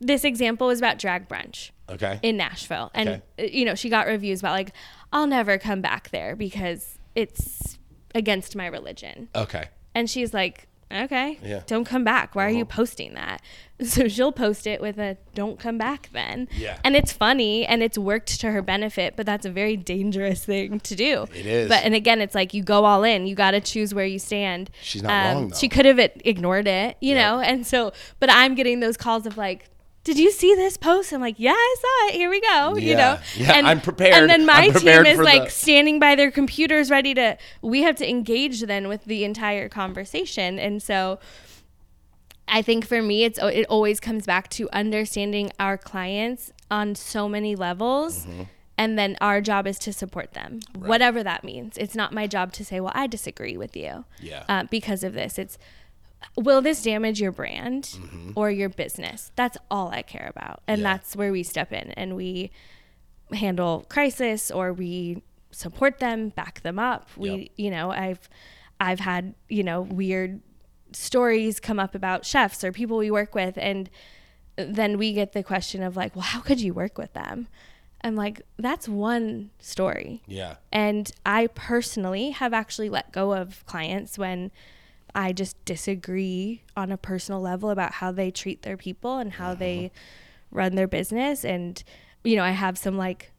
[SPEAKER 2] this example was about drag brunch
[SPEAKER 3] okay
[SPEAKER 2] in Nashville and uh, you know she got reviews about like I'll never come back there because it's against my religion.
[SPEAKER 3] okay
[SPEAKER 2] And she's like, okay,
[SPEAKER 3] Yeah. Uh-huh.
[SPEAKER 2] don't come back. Why are you posting that? *laughs* So she'll post it with a don't come back then.
[SPEAKER 3] Yeah.
[SPEAKER 2] And it's funny and it's worked to her benefit, but that's a very dangerous *laughs* thing to do.
[SPEAKER 3] It is.
[SPEAKER 2] But, and again, it's like you go all in, you got to choose where you stand. Um,
[SPEAKER 3] She's not wrong, though.
[SPEAKER 2] She could have it- ignored it, you know? And so, but I'm getting those calls of like, did you see this post? I'm like, yeah, I saw it. Here we go. You
[SPEAKER 3] Yeah.
[SPEAKER 2] know,
[SPEAKER 3] Yeah,
[SPEAKER 2] and
[SPEAKER 3] I'm prepared.
[SPEAKER 2] And then
[SPEAKER 3] I'm
[SPEAKER 2] my team
[SPEAKER 3] prepared
[SPEAKER 2] is
[SPEAKER 3] for
[SPEAKER 2] like
[SPEAKER 3] the-
[SPEAKER 2] standing by their computers, ready to. We have to engage then with the entire conversation, and so I think for me, it's oh, it always comes back to understanding our clients on so many levels.
[SPEAKER 3] Mm-hmm.
[SPEAKER 2] And then our job is to support them, whatever that means. It's not my job to say, "Well, I disagree with you
[SPEAKER 3] Yeah.
[SPEAKER 2] uh, because of this." It's will this damage your brand
[SPEAKER 3] Mm-hmm.
[SPEAKER 2] or your business? That's all I care about, and that's where we step in and we handle crisis or we support them, back them up. We,
[SPEAKER 3] Yep.
[SPEAKER 2] you know, I've I've had you know weird stories come up about chefs or people we work with and then we get the question of like well how could you work with them i'm like that's one story
[SPEAKER 3] yeah
[SPEAKER 2] and I personally have actually let go of clients when I just disagree on a personal level about how they treat their people and how they
[SPEAKER 3] Uh-huh.
[SPEAKER 2] run their business. And, you know, I have some like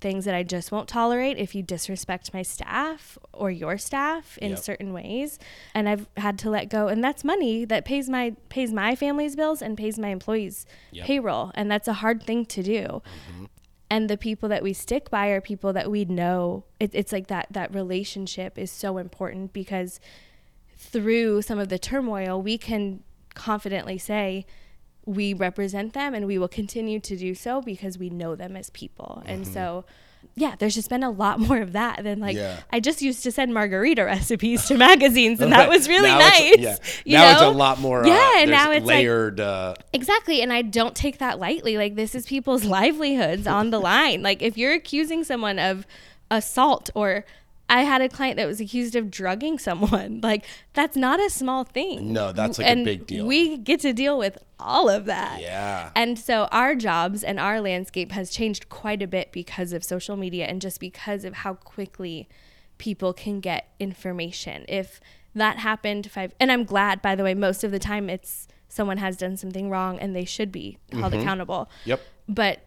[SPEAKER 2] things that I just won't tolerate if you disrespect my staff or your staff in
[SPEAKER 3] Yep.
[SPEAKER 2] certain ways. And I've had to let go and that's money that pays my pays my family's bills and pays my employees
[SPEAKER 3] Yep.
[SPEAKER 2] payroll. And that's a hard thing to do and the people that we stick by are people that we know it, it's like that that relationship is so important because through some of the turmoil we can confidently say we represent them and we will continue to do so because we know them as people and
[SPEAKER 3] Mm-hmm.
[SPEAKER 2] so yeah there's just been a lot *laughs* more of that than like
[SPEAKER 3] Yeah.
[SPEAKER 2] i just used to send margarita *laughs* recipes to magazines
[SPEAKER 3] *laughs*
[SPEAKER 2] and that was really
[SPEAKER 3] Now
[SPEAKER 2] nice
[SPEAKER 3] it's- yeah.
[SPEAKER 2] you
[SPEAKER 3] now it's
[SPEAKER 2] know?
[SPEAKER 3] a lot more.
[SPEAKER 2] yeah
[SPEAKER 3] uh,
[SPEAKER 2] and
[SPEAKER 3] there's
[SPEAKER 2] now it's like
[SPEAKER 3] layered. uh,
[SPEAKER 2] Exactly. And I don't take that lightly. Like, this is people's *laughs* livelihoods on the line. Like, if you're accusing someone of assault, or I had a client that was accused of drugging someone, *laughs* like, that's not a small thing.
[SPEAKER 3] No, that's, like, a
[SPEAKER 2] and
[SPEAKER 3] big deal.
[SPEAKER 2] We get to deal with all of that.
[SPEAKER 3] Yeah.
[SPEAKER 2] And so our jobs and our landscape has changed quite a bit because of social media and just because of how quickly people can get information. If that happened, if I've, and I'm glad, by the way, most of the time it's someone has done something wrong and they should be held accountable.
[SPEAKER 3] yep.
[SPEAKER 2] But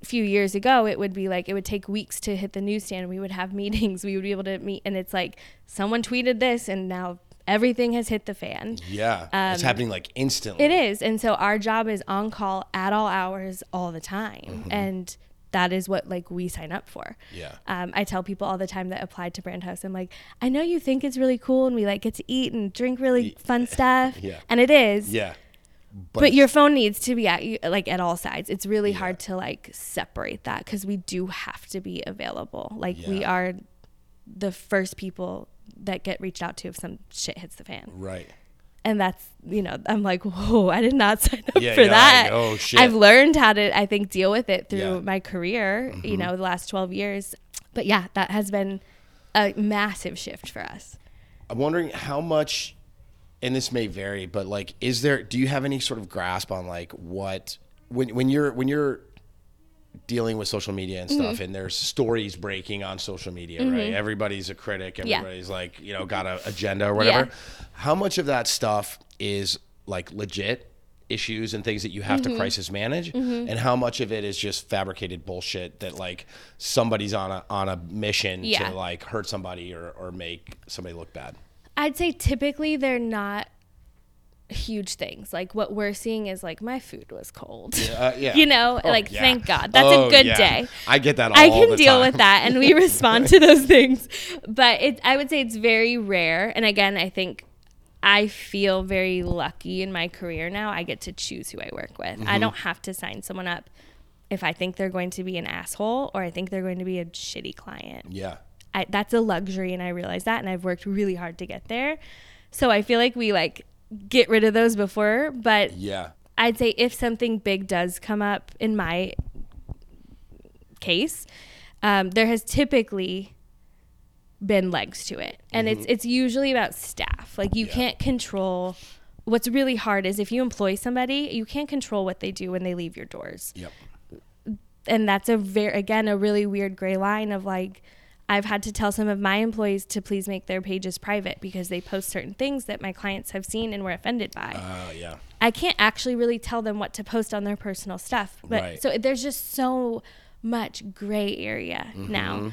[SPEAKER 2] a few years ago, it would be like it would take weeks to hit the newsstand. We would have meetings, we would be able to meet, and it's like someone tweeted this, and now everything has hit the fan.
[SPEAKER 3] Yeah. it's happening like instantly.
[SPEAKER 2] Um, It is. And so our job is on call at all hours all the time. And that is what like we sign up for.
[SPEAKER 3] Mm-hmm. Yeah.
[SPEAKER 2] Um, I tell people all the time that applied to Brand House, I'm like, I know you think it's really cool and we like get to eat and drink really fun stuff.
[SPEAKER 3] *laughs* Yeah.
[SPEAKER 2] And it is.
[SPEAKER 3] Yeah.
[SPEAKER 2] But your phone needs to be at you like at all sides. It's really hard to like separate that because we do have to be available. Like we
[SPEAKER 3] Yeah.
[SPEAKER 2] are the first people that get reached out to if some shit hits the fan
[SPEAKER 3] Right.
[SPEAKER 2] and that's you know i'm like whoa i did not *laughs* sign up
[SPEAKER 3] Yeah,
[SPEAKER 2] for
[SPEAKER 3] you're
[SPEAKER 2] that
[SPEAKER 3] like, oh, shit.
[SPEAKER 2] i've learned how to i think deal with it through
[SPEAKER 3] Yeah. Mm-hmm.
[SPEAKER 2] my career you know the last 12 years but yeah that has been a massive shift for us
[SPEAKER 3] I'm wondering how much, and this may vary, but like, is there? Do you have any sort of grasp on like what when when you're when you're dealing with social media and
[SPEAKER 2] Mm-hmm.
[SPEAKER 3] stuff, and there's stories breaking on social media, right? Everybody's a critic.
[SPEAKER 2] Yeah.
[SPEAKER 3] Everybody's like, you know, got an agenda or whatever. How much of that stuff is like legit? issues and things that you have to
[SPEAKER 2] Mm-hmm.
[SPEAKER 3] crisis manage and how much of it is just fabricated bullshit that like somebody's on a on a mission
[SPEAKER 2] Yeah.
[SPEAKER 3] to like hurt somebody or or make somebody look bad
[SPEAKER 2] i'd say typically they're not huge things like what we're seeing is like my food was cold *laughs*
[SPEAKER 3] Uh, yeah.
[SPEAKER 2] you know
[SPEAKER 3] Oh,
[SPEAKER 2] like
[SPEAKER 3] yeah.
[SPEAKER 2] thank god that's
[SPEAKER 3] Oh,
[SPEAKER 2] a good
[SPEAKER 3] yeah.
[SPEAKER 2] day
[SPEAKER 3] I get that. All
[SPEAKER 2] I can
[SPEAKER 3] the
[SPEAKER 2] deal
[SPEAKER 3] time.
[SPEAKER 2] with that, and we respond to those things. But it, I would say it's very rare. And again, I think I feel very lucky in my career now. I get to choose who I work with.
[SPEAKER 3] Mm-hmm.
[SPEAKER 2] I don't have to sign someone up if I think they're going to be an asshole or I think they're going to be a shitty client.
[SPEAKER 3] *laughs* Yeah,
[SPEAKER 2] I, that's a luxury and i realize that and i've worked really hard to get there so i feel like we like get rid of those before but
[SPEAKER 3] yeah,
[SPEAKER 2] i'd say if something big does come up in my case um, there has typically been legs to it and it's it's usually about staff like you
[SPEAKER 3] Yeah.
[SPEAKER 2] can't control what's really hard is if you employ somebody you can't control what they do when they leave your doors
[SPEAKER 3] yep,
[SPEAKER 2] and that's a very again a really weird gray line of like I've had to tell some of my employees to please make their pages private because they post certain things that my clients have seen and were offended by.
[SPEAKER 3] uh, yeah,
[SPEAKER 2] I can't actually really tell them what to post on their personal stuff. But
[SPEAKER 3] Right.
[SPEAKER 2] so there's just so much gray area now.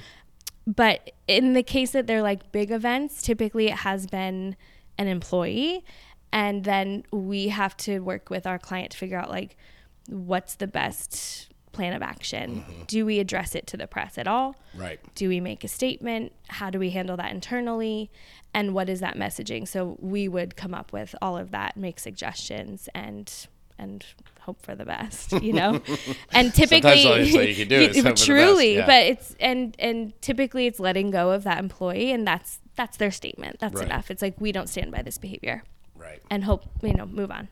[SPEAKER 2] But in the case that they're like big events, typically it has been an employee and then we have to work with our client to figure out like what's the best plan of action. Do we address it to the press at all?
[SPEAKER 3] right,
[SPEAKER 2] do we make a statement how do we handle that internally and what is that messaging so we would come up with all of that make suggestions and and hope for the best you
[SPEAKER 3] *laughs*
[SPEAKER 2] know and typically
[SPEAKER 3] all you- all
[SPEAKER 2] *laughs*
[SPEAKER 3] you can do is hope for the best,
[SPEAKER 2] truly
[SPEAKER 3] yeah.
[SPEAKER 2] but it's and and typically it's letting go of that employee and that's that's their statement that's
[SPEAKER 3] Right.
[SPEAKER 2] enough it's like we don't stand by this behavior
[SPEAKER 3] right.
[SPEAKER 2] and hope you know move on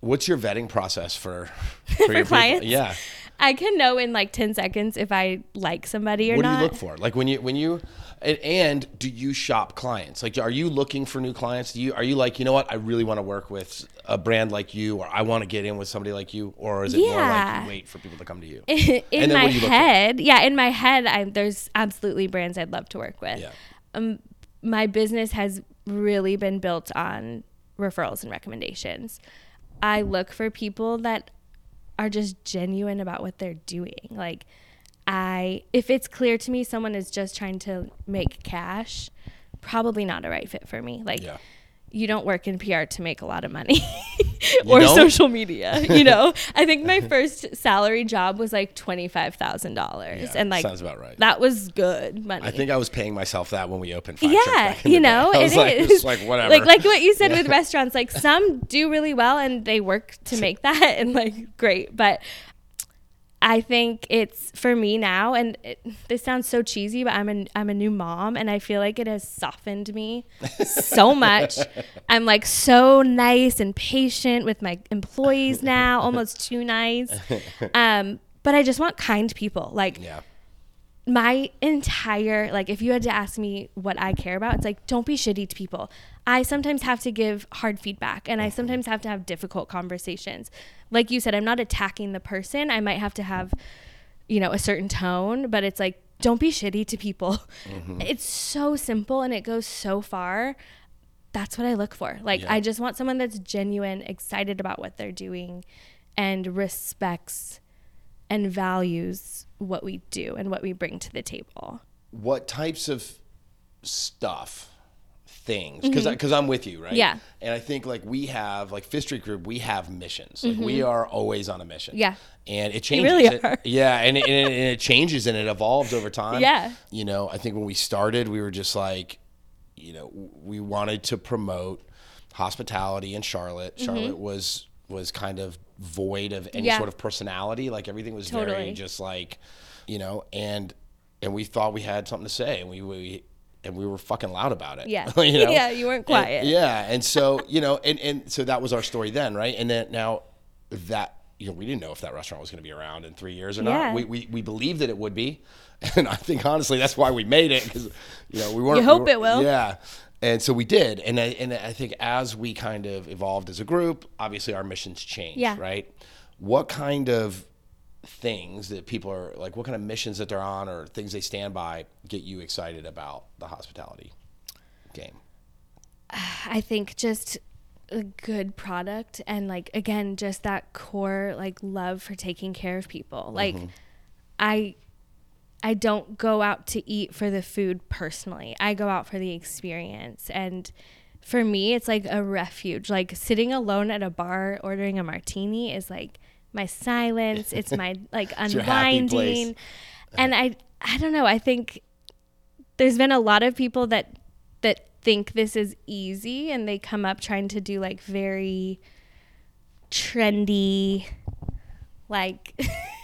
[SPEAKER 3] What's your vetting process for for, your people?
[SPEAKER 2] clients?
[SPEAKER 3] Yeah,
[SPEAKER 2] i can know in like 10 seconds if i like somebody or
[SPEAKER 3] what
[SPEAKER 2] not
[SPEAKER 3] do you look for? Like when you when you and, and do you shop clients? Like, are you looking for new clients? Do you are you like you know what? I really want to work with a brand like you, or I want to get in with somebody like you, or is it more like
[SPEAKER 2] Yeah.
[SPEAKER 3] you wait for people to come to you?
[SPEAKER 2] *laughs* in
[SPEAKER 3] then
[SPEAKER 2] my
[SPEAKER 3] what do you look for?
[SPEAKER 2] head, yeah, in my head, I'm, there's absolutely brands I'd love to work with.
[SPEAKER 3] Yeah,
[SPEAKER 2] My business has really been built on referrals and recommendations. I look for people that are just genuine about what they're doing. Like, I if it's clear to me someone is just trying to make cash, probably not a right fit for me. Like,
[SPEAKER 3] yeah,
[SPEAKER 2] you don't work in PR to make a lot of
[SPEAKER 3] *laughs*
[SPEAKER 2] money or
[SPEAKER 3] don't?
[SPEAKER 2] social media.
[SPEAKER 3] *laughs*
[SPEAKER 2] You know, I think my first salary job was like twenty five thousand dollars,
[SPEAKER 3] Yeah,
[SPEAKER 2] and like
[SPEAKER 3] sounds about right.
[SPEAKER 2] That was good money.
[SPEAKER 3] I think I was paying myself that when we opened. Five Check
[SPEAKER 2] yeah,
[SPEAKER 3] back in
[SPEAKER 2] you
[SPEAKER 3] the day.
[SPEAKER 2] know,
[SPEAKER 3] *laughs* I
[SPEAKER 2] it
[SPEAKER 3] was
[SPEAKER 2] is
[SPEAKER 3] like, It's like whatever.
[SPEAKER 2] Like like what you said
[SPEAKER 3] *laughs*
[SPEAKER 2] with restaurants, like some do really well and they work to make that, *laughs* and like great, but. I think it's for me now, and it, this sounds so cheesy, but I'm a I'm a new mom, and I feel like it has softened me so
[SPEAKER 3] *laughs*
[SPEAKER 2] much. I'm like so nice and patient with my employees now, almost too
[SPEAKER 3] *laughs*
[SPEAKER 2] nice. Um, but I just want kind people. Like
[SPEAKER 3] yeah,
[SPEAKER 2] my entire like if you had to ask me what I care about, it's like don't be shitty to people. I sometimes have to give hard feedback and I sometimes have to have difficult conversations. Like you said, I'm not attacking the person. I might have to have you know a certain tone, but it's like don't be shitty to people. *laughs* It's so simple and it goes so far. That's what I look for. Like
[SPEAKER 3] Yeah.
[SPEAKER 2] I just want someone that's genuine, excited about what they're doing and respects and values what we do and what we bring to the table.
[SPEAKER 3] what types of stuff things because because I'm with you, right?
[SPEAKER 2] Mm-hmm. Yeah.
[SPEAKER 3] And I think like we have like Fifth Street Group, we have missions. Like we are always on a mission.
[SPEAKER 2] Mm-hmm. Yeah.
[SPEAKER 3] And it changes.
[SPEAKER 2] really
[SPEAKER 3] It-
[SPEAKER 2] are.
[SPEAKER 3] yeah, and it, and, it, and it changes and it evolves
[SPEAKER 2] *laughs*
[SPEAKER 3] over time.
[SPEAKER 2] Yeah.
[SPEAKER 3] You know, I think when we started, we were just like, you know, we wanted to promote hospitality in Charlotte. Charlotte was was kind of void of any
[SPEAKER 2] Mm-hmm. Yeah.
[SPEAKER 3] sort of personality. Like everything was very
[SPEAKER 2] Totally.
[SPEAKER 3] just like, you know, and and we thought we had something to say, and we we and we were fucking loud about it.
[SPEAKER 2] Yeah.
[SPEAKER 3] *laughs* you know?
[SPEAKER 2] Yeah, you weren't
[SPEAKER 3] And-
[SPEAKER 2] quiet.
[SPEAKER 3] yeah,
[SPEAKER 2] *laughs*
[SPEAKER 3] and so you know, and and so that was our story then, right? And then now that you know, we didn't know if that restaurant was going to be around in three years or not.
[SPEAKER 2] Yeah.
[SPEAKER 3] We, we we believed that it would be, *laughs* and I think honestly that's why we made it because you know we weren't.
[SPEAKER 2] You hope
[SPEAKER 3] we were-
[SPEAKER 2] it will.
[SPEAKER 3] Yeah. And so we did, and I, and I think as we kind of evolved as a group, obviously our missions changed,
[SPEAKER 2] Yeah.
[SPEAKER 3] right? What kind of things that people are like, what kind of missions that they're on, or things they stand by, get you excited about the hospitality game?
[SPEAKER 2] I think just a good product and like again just that core like love for taking care of people.
[SPEAKER 3] Mm-hmm.
[SPEAKER 2] Like I I don't go out to eat for the food personally. I go out for the experience and for me it's like a refuge. Like sitting alone at a bar ordering a martini is like my silence, it's
[SPEAKER 3] *laughs*
[SPEAKER 2] my like
[SPEAKER 3] your happy place.
[SPEAKER 2] unwinding. And I I don't know, I think there's been a lot of people that that think this is easy and they come up trying to do like very trendy like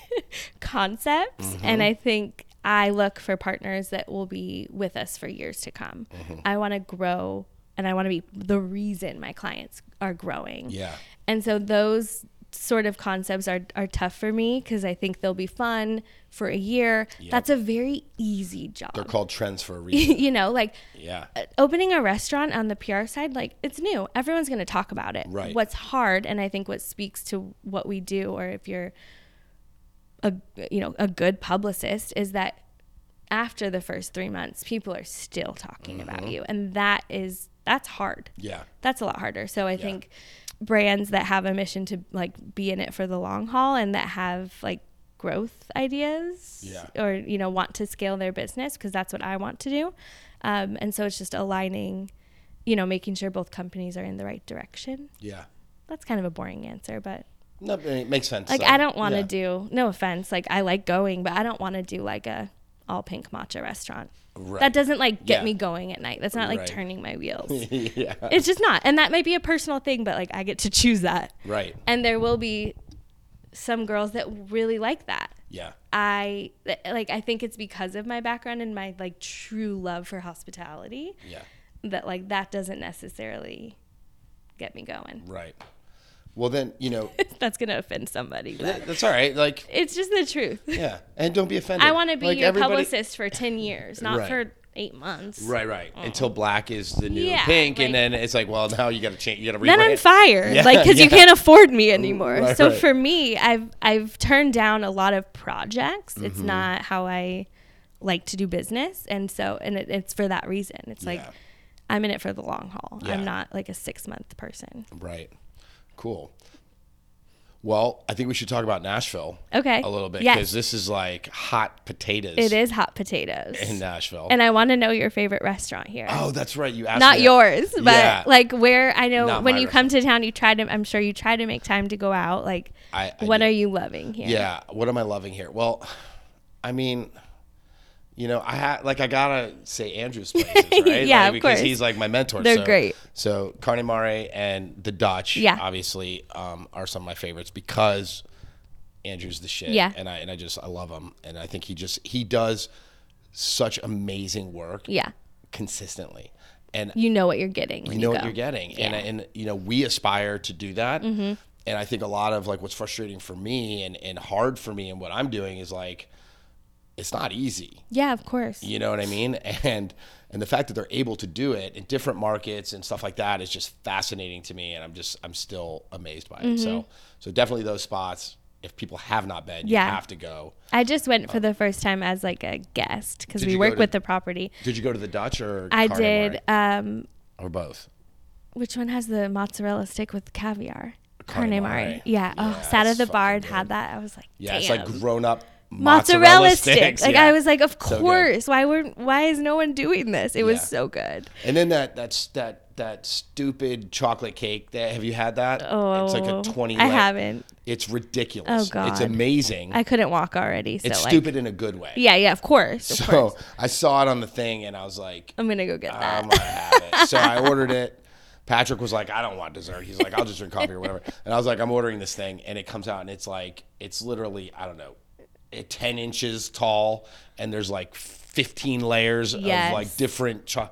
[SPEAKER 2] *laughs* concepts
[SPEAKER 3] Mm-hmm.
[SPEAKER 2] and i think i look for partners that will be with us for years to come
[SPEAKER 3] Mm-hmm.
[SPEAKER 2] i want to grow and i want to be the reason my clients are growing
[SPEAKER 3] Yeah.
[SPEAKER 2] and so those sort of concepts are, are tough for me because i think they'll be fun for a year that's a very easy job
[SPEAKER 3] They're called trends for a
[SPEAKER 2] *laughs*
[SPEAKER 3] reason.
[SPEAKER 2] you know, like uh,
[SPEAKER 3] Yeah.
[SPEAKER 2] opening a restaurant on the PR side, like it's new. Everyone's going to talk about it.
[SPEAKER 3] Right.
[SPEAKER 2] What's hard, and I think what speaks to what we do, or if you're a you know a good publicist, is that after the first three months, people are still talking about you, and that is that's hard.
[SPEAKER 3] Mm-hmm. Yeah.
[SPEAKER 2] That's a lot harder. So I think brands that have a mission to like be in it for the long haul and that have like growth ideas
[SPEAKER 3] Yeah.
[SPEAKER 2] or you know want to scale their business because that's what I want to do. Um, and so it's just aligning, you know, making sure both companies are in the right direction.
[SPEAKER 3] Yeah.
[SPEAKER 2] That's kind of a boring answer, but
[SPEAKER 3] No, but it makes sense.
[SPEAKER 2] like
[SPEAKER 3] though.
[SPEAKER 2] I don't want to
[SPEAKER 3] Yeah.
[SPEAKER 2] do no offense, like I like going, but I don't want to do like a all pink matcha restaurant.
[SPEAKER 3] Right.
[SPEAKER 2] That doesn't like get
[SPEAKER 3] Yeah.
[SPEAKER 2] me going at night. That's not like
[SPEAKER 3] Right.
[SPEAKER 2] turning my wheels.
[SPEAKER 3] *laughs* yeah.
[SPEAKER 2] It's just not. And that might be a personal thing, but like I get to choose that.
[SPEAKER 3] Right.
[SPEAKER 2] And there will be some girls that really like that.
[SPEAKER 3] Yeah.
[SPEAKER 2] I th- like I think it's because of my background and my like true love for hospitality
[SPEAKER 3] Yeah.
[SPEAKER 2] that like that doesn't necessarily get me going. *laughs*
[SPEAKER 3] Right. Well, then you know
[SPEAKER 2] That's going to offend somebody, but
[SPEAKER 3] that- that's all right. Like
[SPEAKER 2] it's just the truth.
[SPEAKER 3] *laughs* yeah, and don't be offended.
[SPEAKER 2] I want to be
[SPEAKER 3] Like,
[SPEAKER 2] your
[SPEAKER 3] everybody-
[SPEAKER 2] publicist for 10 years, not
[SPEAKER 3] Right.
[SPEAKER 2] for 8 months.
[SPEAKER 3] Right. Right. Until black is the new
[SPEAKER 2] Mm. Yeah,
[SPEAKER 3] pink, and
[SPEAKER 2] like-
[SPEAKER 3] then it's like, well, now you got to change. You got to rebrand.
[SPEAKER 2] then I'm fired,
[SPEAKER 3] Yeah,
[SPEAKER 2] Like 'cause like because
[SPEAKER 3] yeah.
[SPEAKER 2] you can't afford me anymore.
[SPEAKER 3] Right,
[SPEAKER 2] so
[SPEAKER 3] right.
[SPEAKER 2] for me, I've I've turned down a lot of projects.
[SPEAKER 3] Mm-hmm.
[SPEAKER 2] It's not how I like to do business, and so and it, it's for that reason. It's like
[SPEAKER 3] Yeah.
[SPEAKER 2] I'm in it for the long haul.
[SPEAKER 3] Yeah.
[SPEAKER 2] I'm not like a six month person.
[SPEAKER 3] Right. Cool. Well, I think we should talk about Nashville.
[SPEAKER 2] Okay.
[SPEAKER 3] A little bit
[SPEAKER 2] Yes.
[SPEAKER 3] because this is like hot potatoes.
[SPEAKER 2] It is hot potatoes,
[SPEAKER 3] in Nashville.
[SPEAKER 2] and I want to know your favorite restaurant here.
[SPEAKER 3] uh, oh, that's right. You asked.
[SPEAKER 2] Not
[SPEAKER 3] me that.
[SPEAKER 2] yours, but
[SPEAKER 3] Yeah.
[SPEAKER 2] like where I know
[SPEAKER 3] Not
[SPEAKER 2] when
[SPEAKER 3] my
[SPEAKER 2] you come to town, you try to. I'm sure you try to make time to go out. Like,
[SPEAKER 3] I- I
[SPEAKER 2] what
[SPEAKER 3] do.
[SPEAKER 2] are you loving here?
[SPEAKER 3] Yeah. What am I loving here? Well, I mean, you know, I had like I gotta say Andrew's places,
[SPEAKER 2] *laughs*
[SPEAKER 3] right?
[SPEAKER 2] Yeah,
[SPEAKER 3] Like,
[SPEAKER 2] of
[SPEAKER 3] because
[SPEAKER 2] course.
[SPEAKER 3] he's like my mentor.
[SPEAKER 2] They're
[SPEAKER 3] so,
[SPEAKER 2] great.
[SPEAKER 3] So Carne Mare and the Dutch,
[SPEAKER 2] Yeah.
[SPEAKER 3] obviously, um, are some of my favorites because Andrew's the shit.
[SPEAKER 2] Yeah.
[SPEAKER 3] And I and I just I love him, and I think he just he does such amazing work.
[SPEAKER 2] Yeah.
[SPEAKER 3] Consistently, and
[SPEAKER 2] You know what you're getting. When
[SPEAKER 3] you know what
[SPEAKER 2] go.
[SPEAKER 3] you're getting and and you know we aspire to do that
[SPEAKER 2] Mm-hmm.
[SPEAKER 3] and i think a lot of like what's frustrating for me and and hard for me and what i'm doing is like it's not easy
[SPEAKER 2] Yeah, of course.
[SPEAKER 3] you know what i mean *laughs* and and the fact that they're able to do it in different markets and stuff like that is just fascinating to me and i'm just i'm still amazed by it so so definitely those spots if people have not been you
[SPEAKER 2] Mm-hmm. Yeah.
[SPEAKER 3] have to go
[SPEAKER 2] I just went for the first time as like a guest because
[SPEAKER 3] Did
[SPEAKER 2] we
[SPEAKER 3] you go
[SPEAKER 2] work
[SPEAKER 3] to-
[SPEAKER 2] with the property.
[SPEAKER 3] did you go to the dutch or
[SPEAKER 2] I
[SPEAKER 3] Carne
[SPEAKER 2] did. Um,
[SPEAKER 3] Mare? or both
[SPEAKER 2] which one has the mozzarella stick with caviar?
[SPEAKER 3] Carne
[SPEAKER 2] Carne
[SPEAKER 3] Mare.
[SPEAKER 2] Mare. Yeah.
[SPEAKER 3] Yeah,
[SPEAKER 2] Oh, sat
[SPEAKER 3] it's
[SPEAKER 2] at the bar and
[SPEAKER 3] fucking
[SPEAKER 2] had that. I was like,
[SPEAKER 3] yeah
[SPEAKER 2] damn.
[SPEAKER 3] it's like grown up
[SPEAKER 2] mozzarella, sticks. Like
[SPEAKER 3] yeah.
[SPEAKER 2] I was like, of
[SPEAKER 3] good.
[SPEAKER 2] course. why were why is no one doing this? It was
[SPEAKER 3] Yeah.
[SPEAKER 2] so good.
[SPEAKER 3] And then that that's that that stupid chocolate cake. That have you had that?
[SPEAKER 2] Oh,
[SPEAKER 3] it's like a twenty.
[SPEAKER 2] I
[SPEAKER 3] lek-
[SPEAKER 2] haven't.
[SPEAKER 3] It's ridiculous.
[SPEAKER 2] Oh,
[SPEAKER 3] it's
[SPEAKER 2] God.
[SPEAKER 3] amazing.
[SPEAKER 2] I couldn't walk already. So
[SPEAKER 3] it's
[SPEAKER 2] like,
[SPEAKER 3] stupid in a good way.
[SPEAKER 2] yeah, yeah, of course. Of course.
[SPEAKER 3] *laughs* So I saw it on the thing and I was like,
[SPEAKER 2] I'm gonna go get that.
[SPEAKER 3] I'm gonna have it. So I ordered it. Patrick was like, I don't want dessert. He's like, I'll just drink coffee or whatever. And I was like, I'm ordering this thing, and it comes out, and it's like, it's literally, I don't know, eh, ten inches tall, and there's like 15 layers
[SPEAKER 2] Yes.
[SPEAKER 3] of like different. Cho-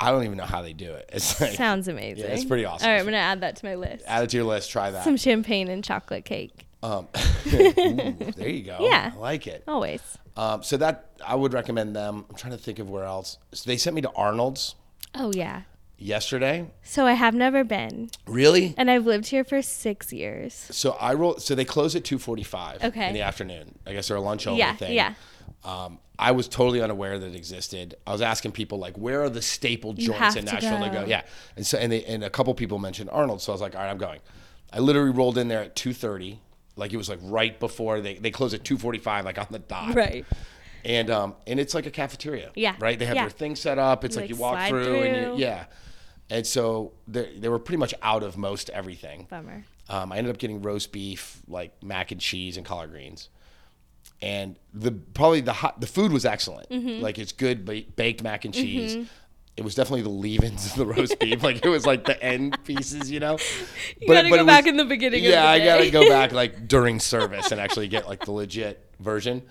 [SPEAKER 3] I don't even know how they do it. It's like,
[SPEAKER 2] Sounds amazing.
[SPEAKER 3] it's pretty awesome.
[SPEAKER 2] All right, I'm gonna add that to my list.
[SPEAKER 3] add it to your list. Try that.
[SPEAKER 2] Some champagne and chocolate cake.
[SPEAKER 3] Um, ooh, there you go.
[SPEAKER 2] *laughs* Yeah.
[SPEAKER 3] I like it.
[SPEAKER 2] Always.
[SPEAKER 3] Um, so that I would recommend them. I'm trying to think of where else. So they sent me to Arnold's
[SPEAKER 2] Oh yeah.
[SPEAKER 3] yesterday.
[SPEAKER 2] So I have never been,
[SPEAKER 3] Really?
[SPEAKER 2] and I've lived here for six years.
[SPEAKER 3] So I roll. So they close at two forty-five
[SPEAKER 2] Okay.
[SPEAKER 3] in the afternoon. I guess they're a lunch only
[SPEAKER 2] Yeah,
[SPEAKER 3] thing.
[SPEAKER 2] yeah.
[SPEAKER 3] Um, I was totally unaware that it existed. I was asking people like, where are the staple joints
[SPEAKER 2] have
[SPEAKER 3] in
[SPEAKER 2] to
[SPEAKER 3] Nashville to
[SPEAKER 2] go.
[SPEAKER 3] go? Yeah. And so and they, and a couple people mentioned Arnold, so I was like, all right, I'm going. I literally rolled in there at two thirty. Like it was like right before they they close at two forty-five, like on the dot.
[SPEAKER 2] Right.
[SPEAKER 3] And um and it's like a cafeteria.
[SPEAKER 2] Yeah,
[SPEAKER 3] Right. They have
[SPEAKER 2] yeah.
[SPEAKER 3] their thing set up. It's
[SPEAKER 2] You,
[SPEAKER 3] like,
[SPEAKER 2] like,
[SPEAKER 3] you walk
[SPEAKER 2] slide
[SPEAKER 3] through, and
[SPEAKER 2] through.
[SPEAKER 3] you, yeah. And so they they were pretty much out of most everything.
[SPEAKER 2] Bummer.
[SPEAKER 3] Um, I ended up getting roast beef, like mac and cheese and collard greens, and the probably the hot, the food was excellent.
[SPEAKER 2] Mm-hmm.
[SPEAKER 3] Like it's good ba- baked mac and cheese. It was definitely the leavings of the roast
[SPEAKER 2] *laughs*
[SPEAKER 3] beef. Like it was like the end pieces, you know. You
[SPEAKER 2] gotta go back in the beginning of
[SPEAKER 3] Yeah,
[SPEAKER 2] the
[SPEAKER 3] I gotta
[SPEAKER 2] day. *laughs*
[SPEAKER 3] go back like during service and actually get like the legit version.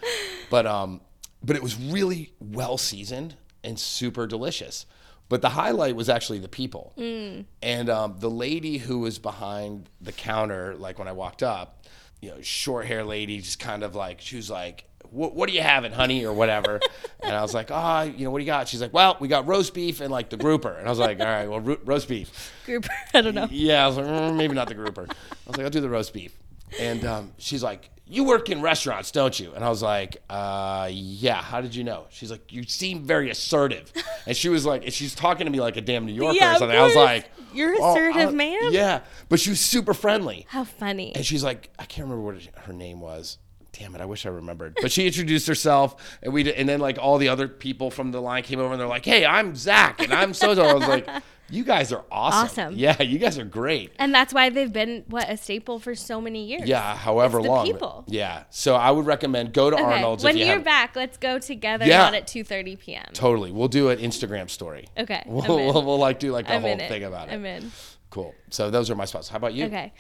[SPEAKER 3] But um, but it was really well seasoned and super delicious. But the highlight was actually the people.
[SPEAKER 2] Mm.
[SPEAKER 3] And um, the lady who was behind the counter, like when I walked up, you know, short hair lady, just kind of like, she was like, "Wh- what are you having, honey, or whatever? *laughs* and I was like, ah, you know, what do you got? She's like, well, we got roast beef and like the grouper. And I was like, all right, well, ro- roast beef.
[SPEAKER 2] Group. *laughs* I don't know.
[SPEAKER 3] Yeah, I was like, "Mm, maybe not the grouper. I was like, I'll do the roast beef. And um, she's like, you work in restaurants, don't you? And I was like, uh, yeah. How did you know? She's like, you seem very assertive. And she was like, and she's talking to me like a damn New Yorker
[SPEAKER 2] Yeah,
[SPEAKER 3] or
[SPEAKER 2] of
[SPEAKER 3] something. I was
[SPEAKER 2] course.
[SPEAKER 3] like,
[SPEAKER 2] You're
[SPEAKER 3] "Oh,
[SPEAKER 2] assertive,
[SPEAKER 3] I-
[SPEAKER 2] ma'am."
[SPEAKER 3] Yeah, but she was super friendly.
[SPEAKER 2] How funny.
[SPEAKER 3] And she's like, I can't remember what it- her name was. Damn it, I wish I remembered. But she introduced herself, and we did, and then like all the other people from the line came over, and they're like, "Hey, I'm Zach, and I'm so." I
[SPEAKER 2] *laughs*
[SPEAKER 3] was like, "You guys are awesome.
[SPEAKER 2] Awesome.
[SPEAKER 3] Yeah, you guys are great.
[SPEAKER 2] And that's why they've been what a staple for so many years.
[SPEAKER 3] Yeah, however
[SPEAKER 2] It's the
[SPEAKER 3] long.
[SPEAKER 2] people.
[SPEAKER 3] Yeah. So I would recommend go to
[SPEAKER 2] Okay.
[SPEAKER 3] Arnold's
[SPEAKER 2] when
[SPEAKER 3] if you
[SPEAKER 2] are
[SPEAKER 3] haven't-
[SPEAKER 2] back, let's go together.
[SPEAKER 3] Yeah.
[SPEAKER 2] Not at 2:30 p.m.
[SPEAKER 3] Totally. We'll do an Instagram story.
[SPEAKER 2] Okay, I'm
[SPEAKER 3] We'll,
[SPEAKER 2] in.
[SPEAKER 3] we'll, we'll like do like the
[SPEAKER 2] I'm
[SPEAKER 3] whole
[SPEAKER 2] in it.
[SPEAKER 3] thing about it.
[SPEAKER 2] I'm in.
[SPEAKER 3] Cool. So those are my spots. How about you?
[SPEAKER 2] Okay.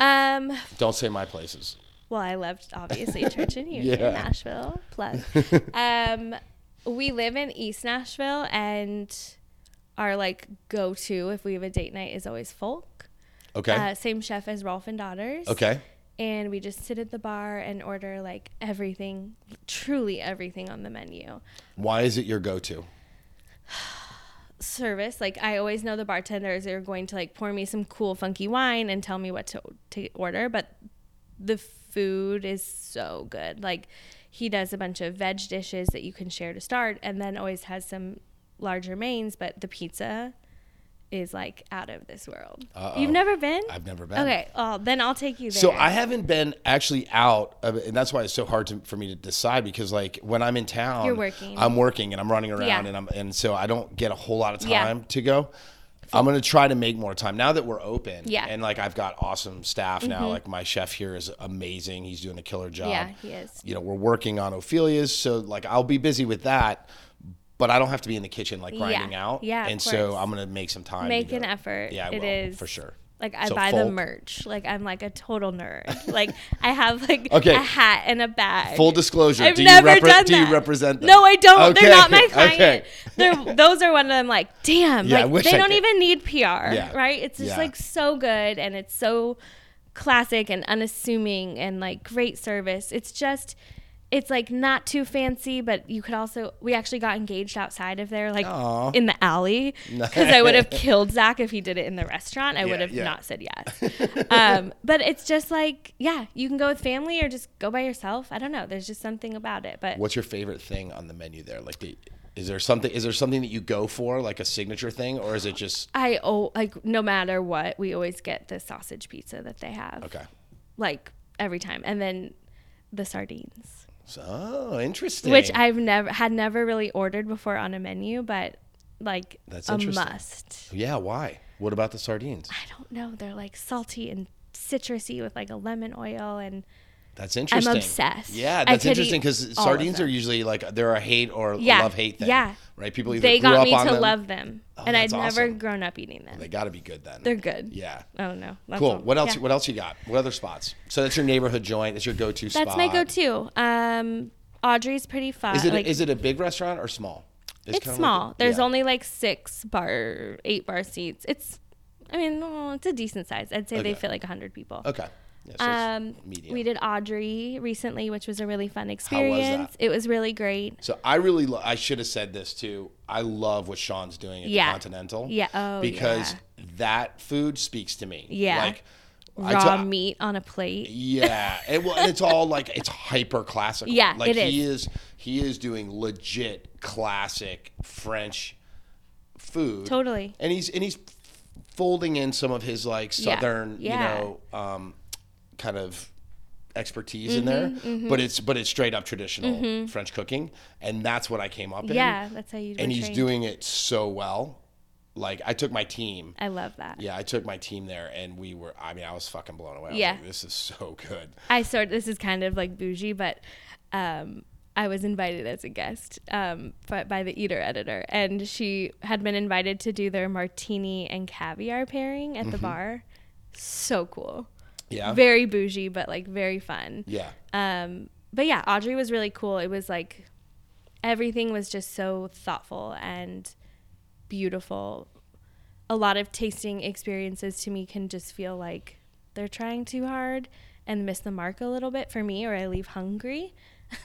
[SPEAKER 2] Um.
[SPEAKER 3] Don't say my places.
[SPEAKER 2] Well, I loved
[SPEAKER 3] *laughs*
[SPEAKER 2] obviously Church and Union,
[SPEAKER 3] Yeah.
[SPEAKER 2] Nashville.
[SPEAKER 3] *laughs*
[SPEAKER 2] Plus, um, we live in East Nashville, and our like go-to if we have a date night is always folk.
[SPEAKER 3] Okay.
[SPEAKER 2] Uh, same chef as Rolf and Daughters.
[SPEAKER 3] okay.
[SPEAKER 2] And we just sit at the bar and order like everything, truly everything on the menu.
[SPEAKER 3] Why is it your go-to?
[SPEAKER 2] service like i always know the bartenders are going to like pour me some cool funky wine and tell me what to, to order but the food is so good like he does a bunch of veg dishes that you can share to start and then always has some larger mains but the pizza is like out of this world you've never been
[SPEAKER 3] I've never been.
[SPEAKER 2] okay well then i'll take you there
[SPEAKER 3] So I haven't been actually out, of, and that's why it's so hard to, for me to decide because like when I'm in town,
[SPEAKER 2] You're working.
[SPEAKER 3] I'm working and I'm running around,
[SPEAKER 2] Yeah.
[SPEAKER 3] and I'm and so I don't get a whole lot of
[SPEAKER 2] Yeah.
[SPEAKER 3] time to go. I'm gonna try to make more time now that we're open.
[SPEAKER 2] Yeah. Mm-hmm.
[SPEAKER 3] and like I've got awesome staff now. Like my chef here is amazing; he's doing a killer job.
[SPEAKER 2] Yeah, he is.
[SPEAKER 3] You know, we're working on Ophelia's, so like I'll be busy with that, but I don't have to be in the kitchen like grinding out.
[SPEAKER 2] Yeah, of
[SPEAKER 3] and so
[SPEAKER 2] course.
[SPEAKER 3] I'm gonna make some time. to
[SPEAKER 2] make an
[SPEAKER 3] go.
[SPEAKER 2] effort
[SPEAKER 3] Yeah, I
[SPEAKER 2] It
[SPEAKER 3] will,
[SPEAKER 2] is
[SPEAKER 3] for sure.
[SPEAKER 2] like i
[SPEAKER 3] So
[SPEAKER 2] buy the
[SPEAKER 3] folk-
[SPEAKER 2] merch like i'm like a total nerd like i have like
[SPEAKER 3] *laughs* Okay.
[SPEAKER 2] a hat and a bag
[SPEAKER 3] Full disclosure,
[SPEAKER 2] I've
[SPEAKER 3] do,
[SPEAKER 2] never
[SPEAKER 3] you repre-
[SPEAKER 2] done
[SPEAKER 3] do
[SPEAKER 2] that.
[SPEAKER 3] you represent them?
[SPEAKER 2] No, I don't.
[SPEAKER 3] Okay,
[SPEAKER 2] They're not my client.
[SPEAKER 3] okay. *laughs*
[SPEAKER 2] They're, those are one of them. Like, damn,
[SPEAKER 3] Yeah, I
[SPEAKER 2] like
[SPEAKER 3] wish
[SPEAKER 2] they
[SPEAKER 3] I
[SPEAKER 2] don't
[SPEAKER 3] could.
[SPEAKER 2] even need PR,
[SPEAKER 3] Yeah.
[SPEAKER 2] right? It's just
[SPEAKER 3] Yeah.
[SPEAKER 2] like so good, and it's so classic and unassuming, and like great service. It's just. It's like not too fancy, but you could also. We actually got engaged outside of there, like
[SPEAKER 3] Aw.
[SPEAKER 2] in the alley, because I would
[SPEAKER 3] *laughs*
[SPEAKER 2] have killed Zach if he did it in the restaurant. I would
[SPEAKER 3] Yeah,
[SPEAKER 2] have
[SPEAKER 3] yeah.
[SPEAKER 2] not said yes.
[SPEAKER 3] *laughs*
[SPEAKER 2] um, but it's just like, yeah, you can go with family or just go by yourself. I don't know. There's just something about it. But
[SPEAKER 3] What's your favorite thing on the menu there? Like, the, is there something? Is there something that you go for, like a signature thing, or is it just
[SPEAKER 2] I oh like no matter what, we always get the sausage pizza that they have.
[SPEAKER 3] okay?
[SPEAKER 2] Like every time. And then the sardines.
[SPEAKER 3] So, oh, interesting.
[SPEAKER 2] which I've never had never really ordered before on a menu, but like
[SPEAKER 3] That's
[SPEAKER 2] a
[SPEAKER 3] interesting.
[SPEAKER 2] must.
[SPEAKER 3] yeah, why? What about the sardines?
[SPEAKER 2] I don't know. They're like salty and citrusy with like a lemon oil and
[SPEAKER 3] That's interesting.
[SPEAKER 2] obsessed.
[SPEAKER 3] Yeah,
[SPEAKER 2] I
[SPEAKER 3] that's
[SPEAKER 2] could
[SPEAKER 3] interesting
[SPEAKER 2] eat
[SPEAKER 3] because
[SPEAKER 2] all of
[SPEAKER 3] sardines are
[SPEAKER 2] them.
[SPEAKER 3] usually like they're a hate or
[SPEAKER 2] Yeah,
[SPEAKER 3] love hate thing.
[SPEAKER 2] yeah.
[SPEAKER 3] Right? People either
[SPEAKER 2] they
[SPEAKER 3] grew
[SPEAKER 2] got
[SPEAKER 3] up
[SPEAKER 2] me
[SPEAKER 3] on
[SPEAKER 2] to
[SPEAKER 3] them. Oh,
[SPEAKER 2] love them, and I'd
[SPEAKER 3] that's
[SPEAKER 2] never
[SPEAKER 3] awesome.
[SPEAKER 2] grown up eating them.
[SPEAKER 3] They got to be good then.
[SPEAKER 2] They're good.
[SPEAKER 3] yeah.
[SPEAKER 2] Oh no. That's
[SPEAKER 3] Cool.
[SPEAKER 2] all.
[SPEAKER 3] What else?
[SPEAKER 2] Yeah.
[SPEAKER 3] What else you got? What other spots? So that's your neighborhood joint. That's your go-to spot.
[SPEAKER 2] That's my go-to. Um, Audrey's pretty fun.
[SPEAKER 3] Is it is
[SPEAKER 2] Uh, like,
[SPEAKER 3] it a big restaurant or small?
[SPEAKER 2] it's
[SPEAKER 3] kinda like a-
[SPEAKER 2] small. There's
[SPEAKER 3] yeah.
[SPEAKER 2] only like six bar, eight bar seats. It's, I mean, oh, it's a decent size. I'd say
[SPEAKER 3] Okay.
[SPEAKER 2] they fit like hundred people.
[SPEAKER 3] okay. Yeah, so
[SPEAKER 2] Um,
[SPEAKER 3] it's medium.
[SPEAKER 2] we did Audrey recently, which was a really fun
[SPEAKER 3] How was
[SPEAKER 2] experience.
[SPEAKER 3] that?
[SPEAKER 2] It was really great.
[SPEAKER 3] So I really, lo- I should have said this too. I love what Sean's doing at the
[SPEAKER 2] Yeah.
[SPEAKER 3] Continental.
[SPEAKER 2] Yeah. Oh,
[SPEAKER 3] because that food speaks to me.
[SPEAKER 2] Yeah.
[SPEAKER 3] Like I
[SPEAKER 2] Raw
[SPEAKER 3] t-
[SPEAKER 2] meat on a plate.
[SPEAKER 3] Yeah, and, well, and it's all like it's hyper classical.
[SPEAKER 2] Yeah,
[SPEAKER 3] like
[SPEAKER 2] it is.
[SPEAKER 3] he is he is doing legit classic French food.
[SPEAKER 2] Totally.
[SPEAKER 3] and he's and he's folding in some of his like
[SPEAKER 2] Yeah,
[SPEAKER 3] southern,
[SPEAKER 2] yeah.
[SPEAKER 3] you know, um, kind of expertise
[SPEAKER 2] Mm-hmm,
[SPEAKER 3] in there. But it's but it's straight up traditional French cooking, and that's what I came up in.
[SPEAKER 2] Yeah, that's how you.
[SPEAKER 3] and he's doing it so well. Like I took my team.
[SPEAKER 2] I love that.
[SPEAKER 3] Yeah, I took my team there, and we were. I mean, I was fucking blown away. I was
[SPEAKER 2] Yeah.
[SPEAKER 3] like, this is so good.
[SPEAKER 2] I sort. This is kind of like bougie, but um, I was invited as a guest, um, but by the Eater editor, and she had been invited to do their martini and caviar pairing at the bar. So cool.
[SPEAKER 3] Yeah.
[SPEAKER 2] Very bougie, but like very fun.
[SPEAKER 3] Yeah.
[SPEAKER 2] Um, but yeah, Audrey was really cool. It was like everything was just so thoughtful and beautiful. A lot of tasting experiences to me can just feel like they're trying too hard and miss the mark a little bit for me, or I leave hungry. *laughs*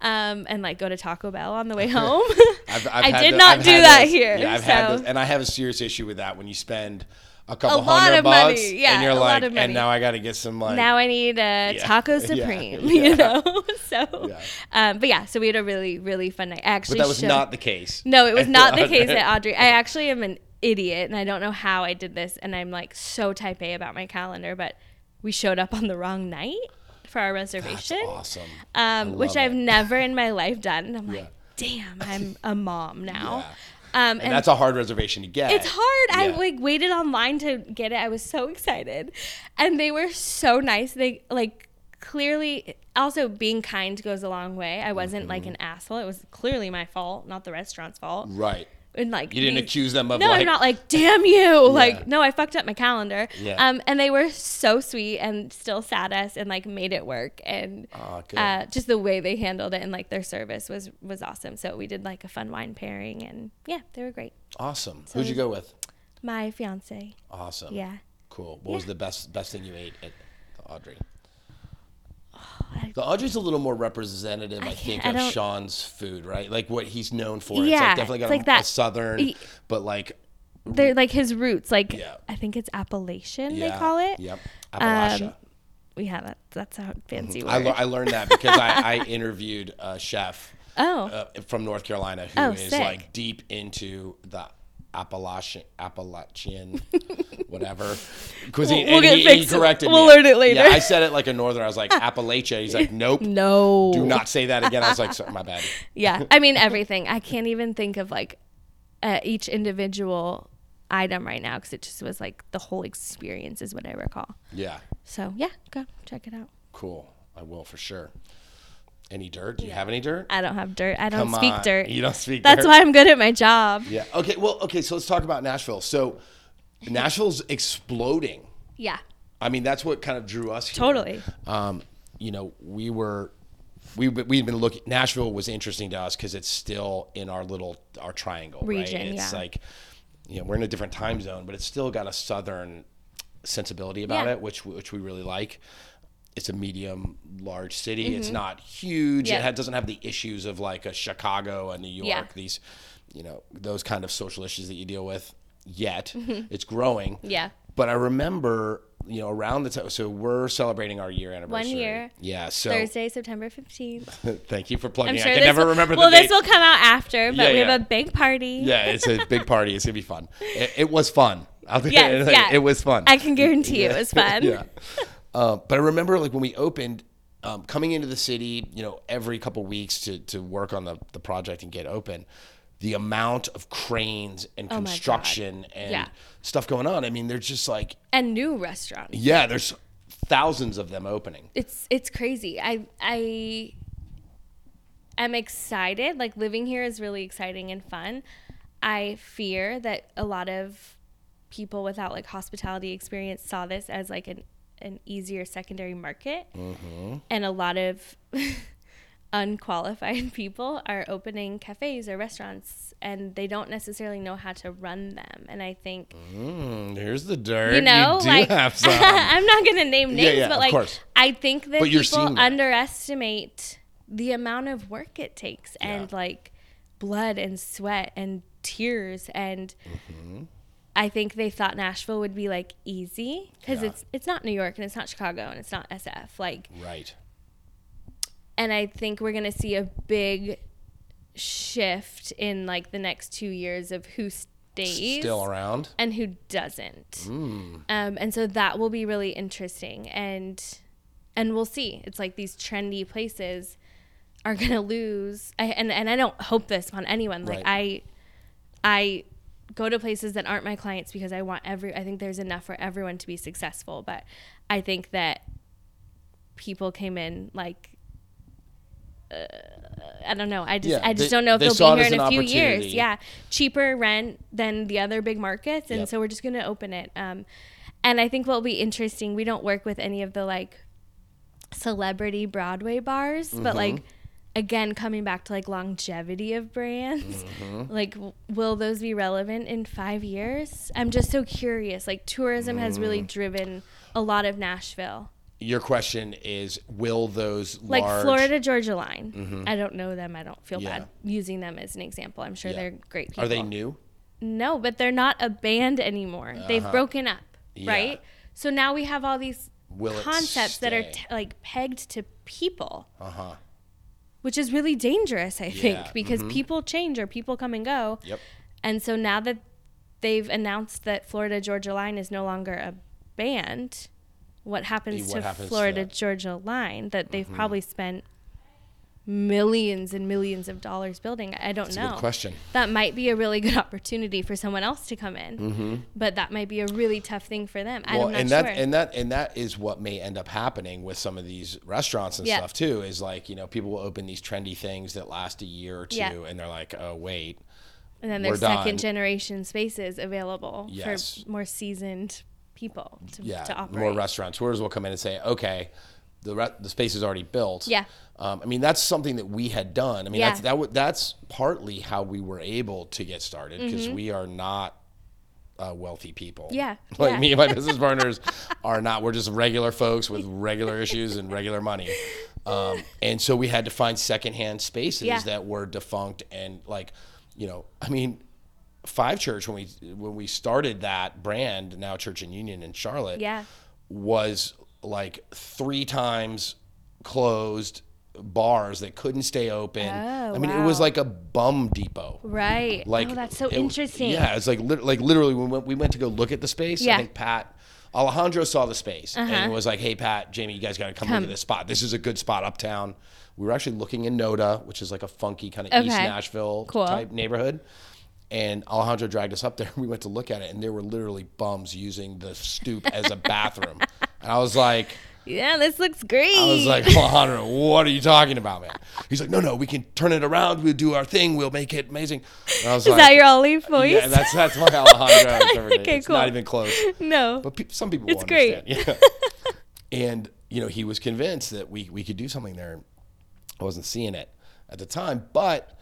[SPEAKER 2] um, and like go to Taco Bell on
[SPEAKER 3] *laughs*
[SPEAKER 2] the way home. *laughs*
[SPEAKER 3] I've,
[SPEAKER 2] I
[SPEAKER 3] had
[SPEAKER 2] did
[SPEAKER 3] tho-
[SPEAKER 2] not
[SPEAKER 3] I've
[SPEAKER 2] do
[SPEAKER 3] had
[SPEAKER 2] that
[SPEAKER 3] those-
[SPEAKER 2] here.
[SPEAKER 3] Yeah, I've
[SPEAKER 2] so.
[SPEAKER 3] had those, uh, and I have a serious issue with that when you spend a couple
[SPEAKER 2] A lot
[SPEAKER 3] hundred
[SPEAKER 2] of money,
[SPEAKER 3] bucks
[SPEAKER 2] yeah,
[SPEAKER 3] and you're
[SPEAKER 2] a lot
[SPEAKER 3] like,
[SPEAKER 2] of
[SPEAKER 3] and
[SPEAKER 2] money.
[SPEAKER 3] now I got to get some like.
[SPEAKER 2] now I need a
[SPEAKER 3] *laughs* Yeah.
[SPEAKER 2] taco
[SPEAKER 3] Yeah.
[SPEAKER 2] supreme,
[SPEAKER 3] Yeah.
[SPEAKER 2] you know. *laughs* so,
[SPEAKER 3] Yeah.
[SPEAKER 2] um, but yeah, so we had a really, really fun night. I
[SPEAKER 3] but
[SPEAKER 2] Actually,
[SPEAKER 3] that was
[SPEAKER 2] showed-
[SPEAKER 3] not the case.
[SPEAKER 2] No, it was not
[SPEAKER 3] *laughs*
[SPEAKER 2] the
[SPEAKER 3] Audrey.
[SPEAKER 2] case at Audrey. I actually am an idiot, and I don't know how I did this. And I'm like so type A about my calendar, but we showed up on the wrong night for our
[SPEAKER 3] That's
[SPEAKER 2] reservation,
[SPEAKER 3] awesome.
[SPEAKER 2] um, which
[SPEAKER 3] love
[SPEAKER 2] I've
[SPEAKER 3] it.
[SPEAKER 2] never in my life done. And I'm
[SPEAKER 3] Yeah.
[SPEAKER 2] like,
[SPEAKER 3] *laughs*
[SPEAKER 2] damn, I'm a mom now.
[SPEAKER 3] Yeah.
[SPEAKER 2] Um,
[SPEAKER 3] And
[SPEAKER 2] and
[SPEAKER 3] that's a hard reservation to get.
[SPEAKER 2] it's hard.
[SPEAKER 3] Yeah.
[SPEAKER 2] I like waited online to get it. I was so excited, and they were so nice. They like clearly also being kind goes a long way. I wasn't
[SPEAKER 3] Mm-hmm.
[SPEAKER 2] like an asshole. It was clearly my fault, not the restaurant's fault.
[SPEAKER 3] Right.
[SPEAKER 2] And like
[SPEAKER 3] You didn't
[SPEAKER 2] these-
[SPEAKER 3] accuse them of
[SPEAKER 2] no,
[SPEAKER 3] like.
[SPEAKER 2] I'm not like, damn you. Like, no, I fucked up my calendar.
[SPEAKER 3] Yeah.
[SPEAKER 2] Um, and they were so sweet and still sat us and like made it work. And
[SPEAKER 3] Aw, good.
[SPEAKER 2] uh, just the way they handled it and like their service was was awesome. So we did like a fun wine pairing and yeah, they were great.
[SPEAKER 3] awesome. Who'd you go with?
[SPEAKER 2] My fiance.
[SPEAKER 3] Awesome.
[SPEAKER 2] Yeah.
[SPEAKER 3] Cool. What was the best best thing you ate at the Audrey?
[SPEAKER 2] Oh, I-
[SPEAKER 3] The Audrey's a little more representative, I, think,
[SPEAKER 2] I
[SPEAKER 3] of
[SPEAKER 2] don't-
[SPEAKER 3] Sean's food, right? Like what he's known for. it's
[SPEAKER 2] Yeah,
[SPEAKER 3] like definitely got
[SPEAKER 2] it's
[SPEAKER 3] a,
[SPEAKER 2] like that-
[SPEAKER 3] a southern,
[SPEAKER 2] y-
[SPEAKER 3] but like
[SPEAKER 2] They're like his roots, like
[SPEAKER 3] Yeah.
[SPEAKER 2] I think it's Appalachian
[SPEAKER 3] yeah,
[SPEAKER 2] they call it.
[SPEAKER 3] Yep, Appalachia.
[SPEAKER 2] We have that that's a fancy
[SPEAKER 3] Mm-hmm. I,
[SPEAKER 2] word.
[SPEAKER 3] lear- I learned that
[SPEAKER 2] *laughs*
[SPEAKER 3] because I, I interviewed a chef
[SPEAKER 2] oh.
[SPEAKER 3] uh, from North Carolina who
[SPEAKER 2] Oh,
[SPEAKER 3] is
[SPEAKER 2] sick.
[SPEAKER 3] like deep into the Appalachian Appalachian *laughs* whatever
[SPEAKER 2] We'll-
[SPEAKER 3] cuisine.
[SPEAKER 2] we'll
[SPEAKER 3] and
[SPEAKER 2] get
[SPEAKER 3] he, he
[SPEAKER 2] fixed.
[SPEAKER 3] corrected
[SPEAKER 2] We'll
[SPEAKER 3] me.
[SPEAKER 2] learn it later.
[SPEAKER 3] Yeah, I said it like a northerner. I was like Appalachia. He's
[SPEAKER 2] *laughs*
[SPEAKER 3] like, nope,
[SPEAKER 2] no.
[SPEAKER 3] do not say that again. I was like, "Sorry,
[SPEAKER 2] *laughs*
[SPEAKER 3] my bad.
[SPEAKER 2] Yeah. I
[SPEAKER 3] *laughs*
[SPEAKER 2] mean, everything. I can't even think of like uh, each individual item right now because it just was like the whole experience is what I recall.
[SPEAKER 3] Yeah,
[SPEAKER 2] So, yeah, go check it out.
[SPEAKER 3] cool. I will for sure. Any dirt? Do you have any dirt?
[SPEAKER 2] I don't have dirt. I don't
[SPEAKER 3] Come
[SPEAKER 2] speak
[SPEAKER 3] on.
[SPEAKER 2] dirt.
[SPEAKER 3] You don't speak
[SPEAKER 2] That's
[SPEAKER 3] dirt.
[SPEAKER 2] why I'm good at my job.
[SPEAKER 3] Yeah. Okay. Well, okay. So let's talk about Nashville. So Nashville's exploding.
[SPEAKER 2] Yeah.
[SPEAKER 3] I mean, that's what kind of drew us here.
[SPEAKER 2] Totally.
[SPEAKER 3] Um, you know, we were. We we had been looking. Nashville was interesting to us because it's still in our little our triangle
[SPEAKER 2] Region,
[SPEAKER 3] Right? It's
[SPEAKER 2] yeah.
[SPEAKER 3] like, you know, we're in a different time zone, but it's still got a southern sensibility about
[SPEAKER 2] Yeah.
[SPEAKER 3] it, which which we really like. It's a medium large city. It's not huge. It
[SPEAKER 2] Mm-hmm. Yeah.
[SPEAKER 3] ha- doesn't have the issues of like a Chicago and New York.
[SPEAKER 2] Yeah.
[SPEAKER 3] These, you know, those kind of social issues that you deal with. Yet it's growing.
[SPEAKER 2] Mm-hmm. Yeah.
[SPEAKER 3] But I remember, you know, around the time, so we're celebrating our year anniversary.
[SPEAKER 2] year.
[SPEAKER 3] Yeah. So
[SPEAKER 2] Thursday, September 15th.
[SPEAKER 3] *laughs* thank you for plugging.
[SPEAKER 2] I'm
[SPEAKER 3] I
[SPEAKER 2] sure
[SPEAKER 3] can
[SPEAKER 2] this
[SPEAKER 3] never
[SPEAKER 2] will,
[SPEAKER 3] remember the
[SPEAKER 2] Well,
[SPEAKER 3] date.
[SPEAKER 2] this will come out after, but
[SPEAKER 3] Yeah,
[SPEAKER 2] we
[SPEAKER 3] yeah.
[SPEAKER 2] have a big party.
[SPEAKER 3] yeah, it's a big party. It's gonna be fun. It, it was fun. *laughs* I'll be-
[SPEAKER 2] Yes,
[SPEAKER 3] like,
[SPEAKER 2] yeah.
[SPEAKER 3] It was fun. *laughs*
[SPEAKER 2] I can guarantee you it was fun.
[SPEAKER 3] yeah. Uh, but I remember, like when we opened, um, coming into the city, you know, every couple weeks to to work on the the project and get open, the amount of cranes and
[SPEAKER 2] Oh my God.
[SPEAKER 3] construction and
[SPEAKER 2] Yeah.
[SPEAKER 3] stuff going on. I mean, they're just like,
[SPEAKER 2] and new restaurants.
[SPEAKER 3] yeah, there's thousands of them opening.
[SPEAKER 2] It's it's crazy. I I am excited. Like living here is really exciting and fun. I fear that a lot of people without like hospitality experience saw this as like an an easier secondary market, and a lot of *laughs* unqualified people are opening cafes or restaurants and they don't necessarily know how to run them and i think
[SPEAKER 3] There's the dirt.
[SPEAKER 2] you know,
[SPEAKER 3] do
[SPEAKER 2] like *laughs*
[SPEAKER 3] have some.
[SPEAKER 2] I'm not gonna name names,
[SPEAKER 3] yeah,
[SPEAKER 2] but
[SPEAKER 3] of
[SPEAKER 2] like
[SPEAKER 3] course.
[SPEAKER 2] I think that
[SPEAKER 3] But you're seeing
[SPEAKER 2] people
[SPEAKER 3] that.
[SPEAKER 2] underestimate the amount of work it takes and like blood and sweat and tears and
[SPEAKER 3] Mm-hmm.
[SPEAKER 2] I think they thought Nashville would be like easy because
[SPEAKER 3] Yeah.
[SPEAKER 2] it's it's not New York and it's not Chicago and it's not SF like
[SPEAKER 3] right.
[SPEAKER 2] and I think we're gonna see a big shift in like the next two years of who stays
[SPEAKER 3] Still around.
[SPEAKER 2] and who doesn't. Um, and so that will be really interesting, and and we'll see. It's like these trendy places are gonna lose, I, and and I don't hope this on anyone. Like I, I go to places that aren't my clients because I want every. I think there's enough for everyone to be successful, but I think that people came in like. Uh, I don't know. I just
[SPEAKER 3] Yeah,
[SPEAKER 2] I just
[SPEAKER 3] they-
[SPEAKER 2] don't know if
[SPEAKER 3] they
[SPEAKER 2] they'll
[SPEAKER 3] saw it
[SPEAKER 2] be here
[SPEAKER 3] as
[SPEAKER 2] in
[SPEAKER 3] an
[SPEAKER 2] a few years.
[SPEAKER 3] opportunity.
[SPEAKER 2] Yeah, yeah, cheaper rent than the other big markets, and
[SPEAKER 3] Yep.
[SPEAKER 2] so we're just going to open it. Um, and I think what'll be interesting, we don't work with any of the like celebrity Broadway bars, but
[SPEAKER 3] Mm-hmm.
[SPEAKER 2] like again, coming back to like longevity of brands,
[SPEAKER 3] Mm-hmm.
[SPEAKER 2] like w- will those be relevant in five years? I'm just so curious. Like tourism has really
[SPEAKER 3] Mm.
[SPEAKER 2] driven a lot of Nashville.
[SPEAKER 3] Your question is, will those
[SPEAKER 2] Like
[SPEAKER 3] large Mm-hmm.
[SPEAKER 2] Florida Georgia Line. I don't know them. I don't feel
[SPEAKER 3] Yeah.
[SPEAKER 2] bad using them as an example. I'm sure
[SPEAKER 3] Yeah.
[SPEAKER 2] they're great people.
[SPEAKER 3] are they new?
[SPEAKER 2] No, but they're not a band anymore. They've broken up,
[SPEAKER 3] Uh-huh. Yeah.
[SPEAKER 2] right? So now we have all these
[SPEAKER 3] Will it
[SPEAKER 2] concepts that are
[SPEAKER 3] stay?
[SPEAKER 2] t- like pegged to people. Uh-huh. Which is really dangerous, I
[SPEAKER 3] Yeah, Mm-hmm.
[SPEAKER 2] think, because people change or people come and go.
[SPEAKER 3] Yep.
[SPEAKER 2] And so now that they've announced that Florida Georgia Line is no longer a band, what happens
[SPEAKER 3] E, What
[SPEAKER 2] to
[SPEAKER 3] happens to
[SPEAKER 2] Florida
[SPEAKER 3] that? Mm-hmm.
[SPEAKER 2] Georgia Line that they've probably spent millions and millions of dollars building? I don't
[SPEAKER 3] a
[SPEAKER 2] know.
[SPEAKER 3] good question.
[SPEAKER 2] That might be a really good *laughs* opportunity for someone else to come in, but that might be a really tough thing for them. I'm not
[SPEAKER 3] Mm-hmm. and
[SPEAKER 2] sure.
[SPEAKER 3] that and that and that is what may end up happening with some of these restaurants and
[SPEAKER 2] Yeah.
[SPEAKER 3] stuff too. Is like you know people will open these trendy things that last a year or two,
[SPEAKER 2] Yeah.
[SPEAKER 3] and they're like, oh wait,
[SPEAKER 2] And then there's
[SPEAKER 3] We're done.
[SPEAKER 2] second generation spaces available
[SPEAKER 3] Yes.
[SPEAKER 2] for more seasoned people to,
[SPEAKER 3] yeah,
[SPEAKER 2] to operate.
[SPEAKER 3] more restaurateurs will come in and say, okay, the re- the space is already built.
[SPEAKER 2] Yeah.
[SPEAKER 3] Um, I mean that's something that we had done. I mean
[SPEAKER 2] Yeah.
[SPEAKER 3] that's that w- that's partly how we were able to get started because we are not uh, wealthy people.
[SPEAKER 2] Mm-hmm. Yeah,
[SPEAKER 3] *laughs* Like
[SPEAKER 2] yeah.
[SPEAKER 3] me and
[SPEAKER 2] *laughs*
[SPEAKER 3] my business partners are not. We're just regular folks with regular issues and regular money. Um, and so we had to find secondhand spaces
[SPEAKER 2] Yeah.
[SPEAKER 3] that were defunct and like, you know, I mean, Five Church when we when we started that brand now Church and Union in Charlotte
[SPEAKER 2] Yeah.
[SPEAKER 3] was like three times closed bars that couldn't stay open.
[SPEAKER 2] Oh,
[SPEAKER 3] I mean, it was
[SPEAKER 2] wow.
[SPEAKER 3] like a bum depot.
[SPEAKER 2] Right.
[SPEAKER 3] Like
[SPEAKER 2] oh, that's so
[SPEAKER 3] it-
[SPEAKER 2] interesting.
[SPEAKER 3] Yeah, it's like lit- like literally we went we went to go look at the space. I
[SPEAKER 2] Yeah. Uh-huh.
[SPEAKER 3] think Pat Alejandro saw the space and was like, "Hey Pat, Jamie, you guys got to come, look
[SPEAKER 2] Come.
[SPEAKER 3] at this spot. This is a good spot uptown." We were actually looking in Noda, which is like a funky kind of East
[SPEAKER 2] Okay.
[SPEAKER 3] Nashville
[SPEAKER 2] Cool.
[SPEAKER 3] type neighborhood. And Alejandro dragged us up there. *laughs* We went to look at it, and there were literally bums using the stoop as
[SPEAKER 2] *laughs*
[SPEAKER 3] a bathroom. And I was like,
[SPEAKER 2] Yeah, this looks great.
[SPEAKER 3] I was like, Alejandro, what are you talking about, man? He's like, no, no, we can turn it around. We'll do our thing. We'll make it amazing. And I
[SPEAKER 2] *laughs*
[SPEAKER 3] was
[SPEAKER 2] Is
[SPEAKER 3] like,
[SPEAKER 2] that your olive voice?
[SPEAKER 3] yeah, that's that's my
[SPEAKER 2] *laughs*
[SPEAKER 3] Alejandro. interpretation.
[SPEAKER 2] Okay,
[SPEAKER 3] it's not
[SPEAKER 2] cool.
[SPEAKER 3] even close.
[SPEAKER 2] *laughs* no.
[SPEAKER 3] But pe- some people
[SPEAKER 2] It's
[SPEAKER 3] will
[SPEAKER 2] great.
[SPEAKER 3] understand. Yeah.
[SPEAKER 2] *laughs*
[SPEAKER 3] and you know, he was convinced that we we could do something there. I wasn't seeing it at the time, but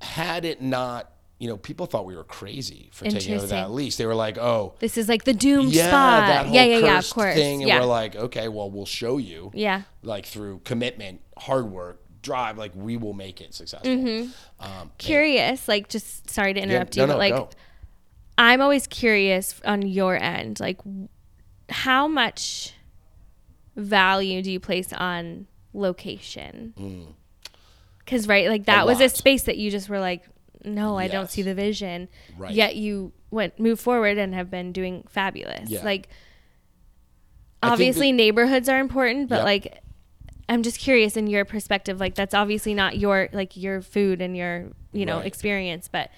[SPEAKER 3] had it not, you know, people thought we were crazy for taking over that
[SPEAKER 2] Interesting.
[SPEAKER 3] lease. They were like, "Oh,
[SPEAKER 2] This is like the doomed
[SPEAKER 3] yeah,
[SPEAKER 2] spot.
[SPEAKER 3] that whole
[SPEAKER 2] yeah, yeah, yeah, of
[SPEAKER 3] cursed
[SPEAKER 2] course.
[SPEAKER 3] thing." And
[SPEAKER 2] yeah.
[SPEAKER 3] we're like, "Okay, well, we'll show you."
[SPEAKER 2] yeah.
[SPEAKER 3] Like through commitment, hard work, drive, like we will make it successful. Um,
[SPEAKER 2] Curious, like just sorry to
[SPEAKER 3] yeah,
[SPEAKER 2] Mm-hmm. interrupt
[SPEAKER 3] no,
[SPEAKER 2] you,
[SPEAKER 3] no,
[SPEAKER 2] but like
[SPEAKER 3] go.
[SPEAKER 2] I'm always curious on your end, like w- how much value do you place on location? Because right, like that was a
[SPEAKER 3] Mm. lot.
[SPEAKER 2] space that you just were like, no, I don't
[SPEAKER 3] Yes.
[SPEAKER 2] see the vision.
[SPEAKER 3] Right.
[SPEAKER 2] Yet you went move forward and have been doing fabulous.
[SPEAKER 3] Yeah.
[SPEAKER 2] Like
[SPEAKER 3] I think
[SPEAKER 2] obviously neighborhoods are important, but
[SPEAKER 3] Yep.
[SPEAKER 2] like I'm just curious in your perspective. Like that's obviously not your like your food and your you know
[SPEAKER 3] Right.
[SPEAKER 2] experience, but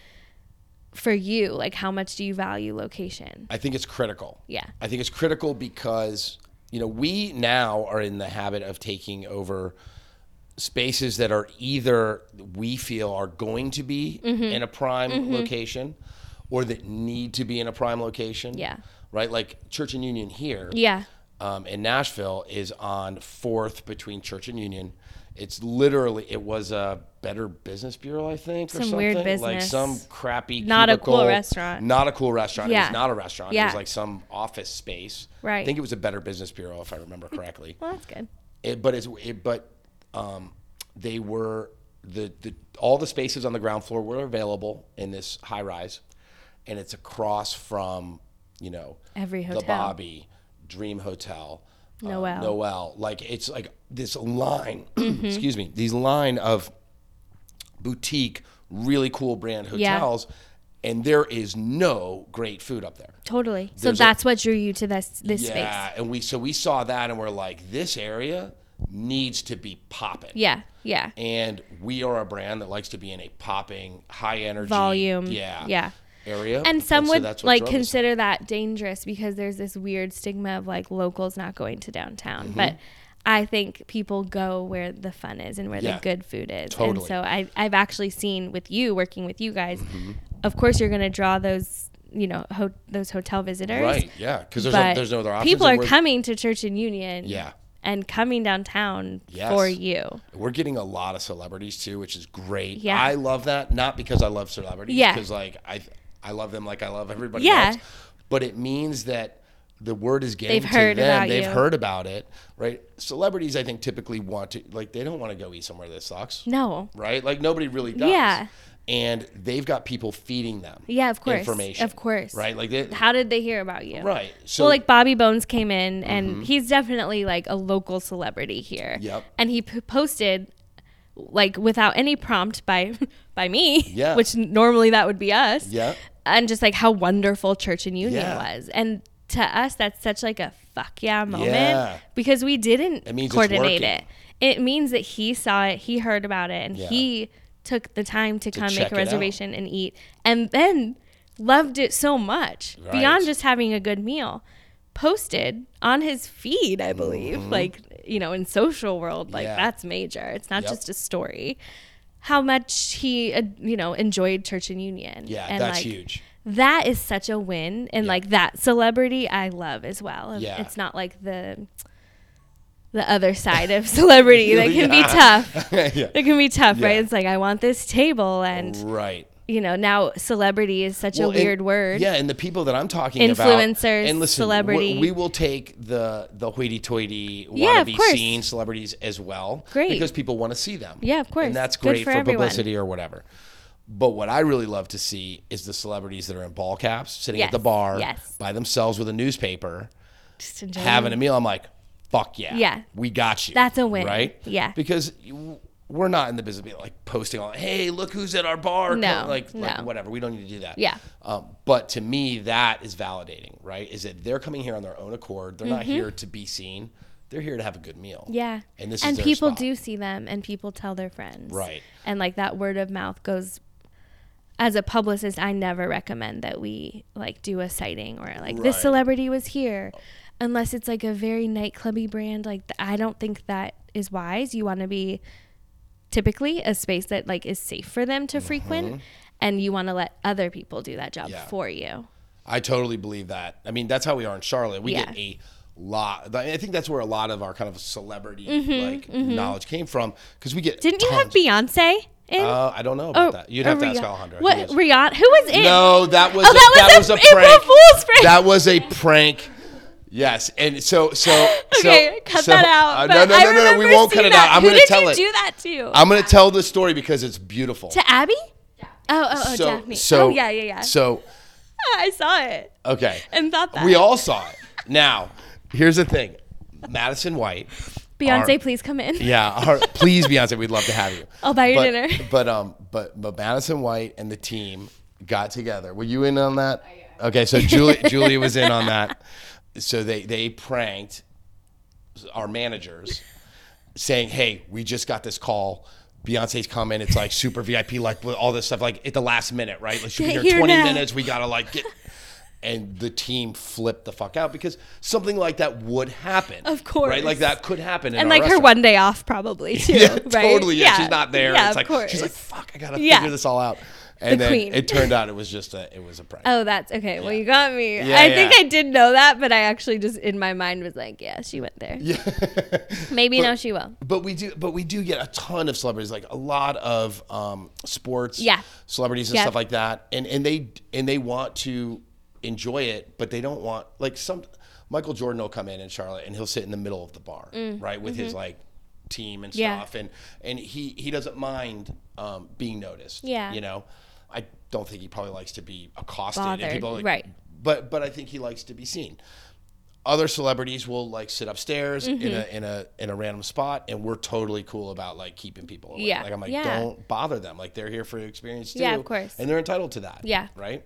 [SPEAKER 2] for you, like how much do you value location?
[SPEAKER 3] I think it's critical.
[SPEAKER 2] Yeah.
[SPEAKER 3] I think it's critical because, you know, we now are in the habit of taking over spaces that are either we feel are going to be
[SPEAKER 2] Mm-hmm.
[SPEAKER 3] in a prime location or that need to be in a prime location.
[SPEAKER 2] Yeah.
[SPEAKER 3] Right? Like Church and Union here
[SPEAKER 2] Yeah.
[SPEAKER 3] um, in Nashville is on Fourth between Church and Union. It's literally it was a Better Business Bureau, I think, or
[SPEAKER 2] Some
[SPEAKER 3] something
[SPEAKER 2] weird
[SPEAKER 3] like
[SPEAKER 2] business.
[SPEAKER 3] some crappy,
[SPEAKER 2] Not a cool
[SPEAKER 3] cubicle-
[SPEAKER 2] restaurant.
[SPEAKER 3] Not a cool restaurant. It
[SPEAKER 2] Yeah.
[SPEAKER 3] was not a restaurant. It
[SPEAKER 2] Yeah.
[SPEAKER 3] was like some office space.
[SPEAKER 2] Right.
[SPEAKER 3] I think it was a Better Business Bureau, if I remember correctly.
[SPEAKER 2] Well, that's good.
[SPEAKER 3] It, but it's it, but um, they were the, the all the spaces on the ground floor were available in this high rise, and it's across from you know
[SPEAKER 2] Every
[SPEAKER 3] the
[SPEAKER 2] hotel.
[SPEAKER 3] Bobby Dream Hotel. um,
[SPEAKER 2] Noel. Mm-hmm.
[SPEAKER 3] Noel. Like it's like this line. *clears throat* excuse me. These line of boutique, really cool brand
[SPEAKER 2] Yeah.
[SPEAKER 3] hotels, and there is no great food up there.
[SPEAKER 2] Totally. so
[SPEAKER 3] There's a-
[SPEAKER 2] that's what drew you to this this
[SPEAKER 3] Yeah,
[SPEAKER 2] space.
[SPEAKER 3] and we so we saw that and we're like, this area needs to be popping.
[SPEAKER 2] Yeah. Yeah.
[SPEAKER 3] And we are a brand that likes to be in a popping, high energy
[SPEAKER 2] Volume.
[SPEAKER 3] Yeah.
[SPEAKER 2] Yeah.
[SPEAKER 3] Area.
[SPEAKER 2] And some
[SPEAKER 3] so
[SPEAKER 2] would
[SPEAKER 3] that's what
[SPEAKER 2] like
[SPEAKER 3] drove us.
[SPEAKER 2] consider that dangerous because there's this weird stigma of like locals not going to downtown.
[SPEAKER 3] Mm-hmm.
[SPEAKER 2] But I think people go where the fun is and where
[SPEAKER 3] Yeah.
[SPEAKER 2] the good food is. And
[SPEAKER 3] Totally.
[SPEAKER 2] so I, I've actually seen with you working with you guys,
[SPEAKER 3] Mm-hmm.
[SPEAKER 2] of course you're going to draw those you know ho- those hotel visitors.
[SPEAKER 3] Right. Yeah. Because there's no,
[SPEAKER 2] But
[SPEAKER 3] there's no other options.
[SPEAKER 2] people
[SPEAKER 3] and
[SPEAKER 2] are
[SPEAKER 3] we're-
[SPEAKER 2] coming to Church and Union.
[SPEAKER 3] Yeah.
[SPEAKER 2] And coming downtown
[SPEAKER 3] Yes.
[SPEAKER 2] for you.
[SPEAKER 3] We're getting a lot of celebrities too, which is great.
[SPEAKER 2] Yeah.
[SPEAKER 3] I love that, not because I love celebrities,
[SPEAKER 2] Yeah.
[SPEAKER 3] because like I, I love them like I love everybody
[SPEAKER 2] Yeah.
[SPEAKER 3] else. But it means that the word is getting
[SPEAKER 2] They've
[SPEAKER 3] to
[SPEAKER 2] heard
[SPEAKER 3] them.
[SPEAKER 2] about
[SPEAKER 3] They've
[SPEAKER 2] you.
[SPEAKER 3] heard about it, right? Celebrities, I think, typically want to like they don't want to go eat somewhere that sucks,
[SPEAKER 2] No.
[SPEAKER 3] right? Like nobody really does.
[SPEAKER 2] Yeah.
[SPEAKER 3] And they've got people feeding them.
[SPEAKER 2] Yeah, of course.
[SPEAKER 3] Information,
[SPEAKER 2] Of course.
[SPEAKER 3] Right. Like they,
[SPEAKER 2] How did they hear about you?
[SPEAKER 3] right. So Mm-hmm.
[SPEAKER 2] well, like Bobby Bones came in, and he's definitely like a local celebrity here.
[SPEAKER 3] Yep.
[SPEAKER 2] And he p- posted, like without any prompt by *laughs* by me.
[SPEAKER 3] Yeah.
[SPEAKER 2] Which normally that would be us.
[SPEAKER 3] Yeah.
[SPEAKER 2] And just like how wonderful Church and Union
[SPEAKER 3] Yeah.
[SPEAKER 2] was, and to us that's such like a fuck yeah moment
[SPEAKER 3] Yeah.
[SPEAKER 2] because we didn't
[SPEAKER 3] It means it's
[SPEAKER 2] coordinate
[SPEAKER 3] working.
[SPEAKER 2] it. It means that he saw it, he heard about it, and
[SPEAKER 3] Yeah.
[SPEAKER 2] he took the time to, come
[SPEAKER 3] check
[SPEAKER 2] make a
[SPEAKER 3] it out.
[SPEAKER 2] reservation and eat, and then loved it so much beyond
[SPEAKER 3] Right.
[SPEAKER 2] just having a good meal posted on his feed i believe like you know in social world like
[SPEAKER 3] Mm-hmm. Yeah.
[SPEAKER 2] that's major it's not
[SPEAKER 3] Yep.
[SPEAKER 2] just a story how much he uh, you know enjoyed church and union
[SPEAKER 3] yeah,
[SPEAKER 2] and
[SPEAKER 3] that's
[SPEAKER 2] like, *laughs*
[SPEAKER 3] huge.
[SPEAKER 2] that is such a win and like that celebrity i love as well Of-
[SPEAKER 3] Yeah.
[SPEAKER 2] it's not like the the other side of *laughs*
[SPEAKER 3] *laughs*
[SPEAKER 2] celebrity that can be
[SPEAKER 3] Yeah. *laughs*
[SPEAKER 2] tough
[SPEAKER 3] yeah.
[SPEAKER 2] it can be tough right
[SPEAKER 3] Yeah.
[SPEAKER 2] it's like i want this table and
[SPEAKER 3] Right.
[SPEAKER 2] you know now celebrity is such
[SPEAKER 3] Well,
[SPEAKER 2] a
[SPEAKER 3] and-
[SPEAKER 2] weird word
[SPEAKER 3] Yeah, and the people that I'm talking about,
[SPEAKER 2] Influencers,
[SPEAKER 3] and listen,
[SPEAKER 2] celebrity.
[SPEAKER 3] We, we will take the the hoity-toity
[SPEAKER 2] Yeah, of
[SPEAKER 3] wannabe
[SPEAKER 2] course.
[SPEAKER 3] seen celebrities as well,
[SPEAKER 2] Great.
[SPEAKER 3] because people want to see them.
[SPEAKER 2] Yeah, of course.
[SPEAKER 3] and that's
[SPEAKER 2] Good
[SPEAKER 3] great
[SPEAKER 2] for
[SPEAKER 3] for,
[SPEAKER 2] everyone.
[SPEAKER 3] publicity or whatever. But what I really love to see is the celebrities that are in ball caps, sitting
[SPEAKER 2] Yes,
[SPEAKER 3] at the bar
[SPEAKER 2] yes.
[SPEAKER 3] by themselves with a newspaper,
[SPEAKER 2] Just enjoy
[SPEAKER 3] having a meal. I'm like, fuck yeah,
[SPEAKER 2] Yeah.
[SPEAKER 3] we got you.
[SPEAKER 2] That's a win.
[SPEAKER 3] right?
[SPEAKER 2] Yeah.
[SPEAKER 3] because. You, we're not in the business of being like posting on, hey, look who's at our bar.
[SPEAKER 2] No,
[SPEAKER 3] like, like
[SPEAKER 2] no.
[SPEAKER 3] whatever. We don't need to do that.
[SPEAKER 2] Yeah.
[SPEAKER 3] Um, but to me, that is validating, right? Is that they're coming here on their own accord. They're not here to be seen. They're here to have a good meal.
[SPEAKER 2] Mm-hmm. Yeah.
[SPEAKER 3] And this is
[SPEAKER 2] and
[SPEAKER 3] their
[SPEAKER 2] people
[SPEAKER 3] spot.
[SPEAKER 2] do see them and people tell their friends.
[SPEAKER 3] Right.
[SPEAKER 2] And like that word of mouth goes as a publicist, I never recommend that we like do a sighting or like this
[SPEAKER 3] Right.
[SPEAKER 2] celebrity was here unless it's like a very nightclubby brand like th- I don't think that is wise. You want to be typically a space that like is safe for them to frequent and you want to let other people do that job
[SPEAKER 3] Mm-hmm. Yeah.
[SPEAKER 2] for you.
[SPEAKER 3] I totally believe that. I mean, that's how we are in Charlotte. We get
[SPEAKER 2] Yeah.
[SPEAKER 3] a lot. I think that's where a lot of our kind of celebrity
[SPEAKER 2] Mm-hmm.
[SPEAKER 3] like knowledge came from because we get.
[SPEAKER 2] Didn't you have
[SPEAKER 3] tons-
[SPEAKER 2] Beyonce in
[SPEAKER 3] Uh, I don't know about that. You'd
[SPEAKER 2] or
[SPEAKER 3] have to
[SPEAKER 2] Rih-
[SPEAKER 3] ask Alejandra.
[SPEAKER 2] Oh, What
[SPEAKER 3] He is-
[SPEAKER 2] Rihanna? Who was in?
[SPEAKER 3] No, that was
[SPEAKER 2] Oh,
[SPEAKER 3] a,
[SPEAKER 2] that was
[SPEAKER 3] that
[SPEAKER 2] a
[SPEAKER 3] was a
[SPEAKER 2] April
[SPEAKER 3] prank.
[SPEAKER 2] Fool's prank.
[SPEAKER 3] That was a prank. Yes, and so so
[SPEAKER 2] *laughs* Okay,
[SPEAKER 3] so,
[SPEAKER 2] cut
[SPEAKER 3] so-
[SPEAKER 2] that out.
[SPEAKER 3] uh,
[SPEAKER 2] but
[SPEAKER 3] no, no,
[SPEAKER 2] I
[SPEAKER 3] no, no, no. We
[SPEAKER 2] remember
[SPEAKER 3] won't cut
[SPEAKER 2] seeing
[SPEAKER 3] it out. I'm
[SPEAKER 2] Who
[SPEAKER 3] going to
[SPEAKER 2] did
[SPEAKER 3] tell
[SPEAKER 2] you
[SPEAKER 3] it.
[SPEAKER 2] Do that to
[SPEAKER 3] I'm going to tell the story because it's beautiful.
[SPEAKER 2] to Abby. Oh, oh, oh,
[SPEAKER 3] so,
[SPEAKER 2] Daphne.
[SPEAKER 3] So,
[SPEAKER 2] oh, yeah, yeah, yeah.
[SPEAKER 3] So,
[SPEAKER 2] I saw it
[SPEAKER 3] okay,
[SPEAKER 2] and thought that.
[SPEAKER 3] we all saw it. Now, here's the thing: Madison White,
[SPEAKER 2] Beyonce,
[SPEAKER 3] our-
[SPEAKER 2] please come in.
[SPEAKER 3] Yeah, our- please, Beyonce, we'd love to have you.
[SPEAKER 2] I'll buy your
[SPEAKER 3] but,
[SPEAKER 2] dinner. *laughs*
[SPEAKER 3] But um, but but Madison White and the team got together. Were you in on that? Okay,
[SPEAKER 2] *laughs*
[SPEAKER 3] so Julie Julie was in on that. So they they pranked our managers. saying, "Hey, we just got this call. Beyonce's coming. It's like super VIP, like with all this stuff, like at the last minute, right? Like she'll be
[SPEAKER 2] Get
[SPEAKER 3] here
[SPEAKER 2] here
[SPEAKER 3] in 20
[SPEAKER 2] now.
[SPEAKER 3] minutes. We gotta like
[SPEAKER 2] *laughs*
[SPEAKER 3] get." And the team flipped the fuck out because something like that would happen.
[SPEAKER 2] Of course.
[SPEAKER 3] right? Like that could happen. In
[SPEAKER 2] and
[SPEAKER 3] our
[SPEAKER 2] like her
[SPEAKER 3] restaurant.
[SPEAKER 2] one day off probably
[SPEAKER 3] *laughs*
[SPEAKER 2] too.
[SPEAKER 3] Yeah,
[SPEAKER 2] right?
[SPEAKER 3] totally. Yeah, she's not there.
[SPEAKER 2] Yeah,
[SPEAKER 3] it's like
[SPEAKER 2] of course.
[SPEAKER 3] she's like, "Fuck, I gotta
[SPEAKER 2] Yeah.
[SPEAKER 3] figure this all out." And
[SPEAKER 2] The
[SPEAKER 3] then
[SPEAKER 2] queen. *laughs*
[SPEAKER 3] it turned out it was just a it was a prank.
[SPEAKER 2] Oh, that's okay. Well, you got me.
[SPEAKER 3] Yeah,
[SPEAKER 2] I think
[SPEAKER 3] yeah.
[SPEAKER 2] I did know that, but I actually just in my mind was like, yeah, she went there. Yeah. Maybe now she will.
[SPEAKER 3] But we do, but we do get a ton of celebrities, like a lot of um, sports,
[SPEAKER 2] Yeah.
[SPEAKER 3] celebrities and
[SPEAKER 2] Yeah.
[SPEAKER 3] stuff like that, and and they and they want to enjoy it, but they don't want like some Michael Jordan will come in in Charlotte and he'll sit in the middle of the bar, right, with his like team and
[SPEAKER 2] Mm. Mm-hmm. Yeah.
[SPEAKER 3] stuff, and and he he doesn't mind um, being noticed,
[SPEAKER 2] Yeah.
[SPEAKER 3] you know, I don't think he probably likes to be accosted,
[SPEAKER 2] Bothered,
[SPEAKER 3] and people like,
[SPEAKER 2] right.
[SPEAKER 3] but but I think he likes to be seen other celebrities will like sit upstairs in
[SPEAKER 2] Mm-hmm.
[SPEAKER 3] a in a in a random spot, and we're totally cool about like keeping people away.
[SPEAKER 2] Yeah.
[SPEAKER 3] Like I'm like,
[SPEAKER 2] Yeah.
[SPEAKER 3] don't bother them. Like they're here for an experience too.
[SPEAKER 2] Yeah, of course.
[SPEAKER 3] And they're entitled to that.
[SPEAKER 2] Yeah.
[SPEAKER 3] Right.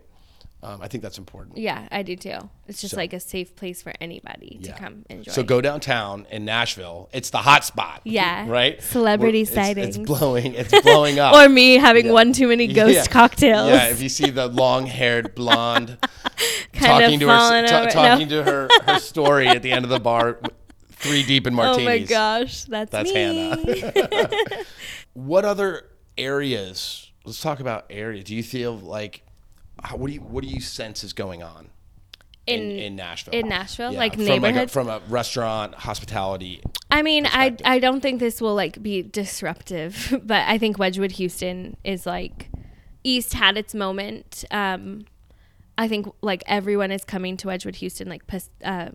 [SPEAKER 3] Um, I think that's important.
[SPEAKER 2] Yeah, I do too. It's just like a safe place for anybody
[SPEAKER 3] Yeah.
[SPEAKER 2] to come enjoy.
[SPEAKER 3] So go downtown in Nashville. It's the hot spot.
[SPEAKER 2] Yeah.
[SPEAKER 3] *laughs* Right.
[SPEAKER 2] Celebrity
[SPEAKER 3] We're- it's- It's,
[SPEAKER 2] sightings. *laughs*
[SPEAKER 3] blowing. It's blowing up.
[SPEAKER 2] or me having one too many ghost
[SPEAKER 3] *laughs* Yeah.
[SPEAKER 2] cocktails.
[SPEAKER 3] Yeah. If you see the
[SPEAKER 2] *laughs*
[SPEAKER 3] long-haired blonde
[SPEAKER 2] Kind
[SPEAKER 3] talking
[SPEAKER 2] of
[SPEAKER 3] to her
[SPEAKER 2] falling
[SPEAKER 3] ta-
[SPEAKER 2] over-
[SPEAKER 3] talking
[SPEAKER 2] no.
[SPEAKER 3] to her her story at the end of the
[SPEAKER 2] *laughs*
[SPEAKER 3] bar, three deep in
[SPEAKER 2] oh
[SPEAKER 3] martinis.
[SPEAKER 2] my gosh, that's,
[SPEAKER 3] That's
[SPEAKER 2] me.
[SPEAKER 3] Hannah. what other areas let's talk about areas do you feel like how, what do you what do you sense is going on
[SPEAKER 2] *laughs*
[SPEAKER 3] in
[SPEAKER 2] In-
[SPEAKER 3] in nashville
[SPEAKER 2] in Nashville? Like
[SPEAKER 3] from a,
[SPEAKER 2] neighborhoods?
[SPEAKER 3] from a restaurant hospitality
[SPEAKER 2] I mean, I I don't think this will like be disruptive, *laughs* but I think Wedgewood Houston is like East had its moment. Um, I think like everyone is coming to Wedgewood Houston. Like pas- uh,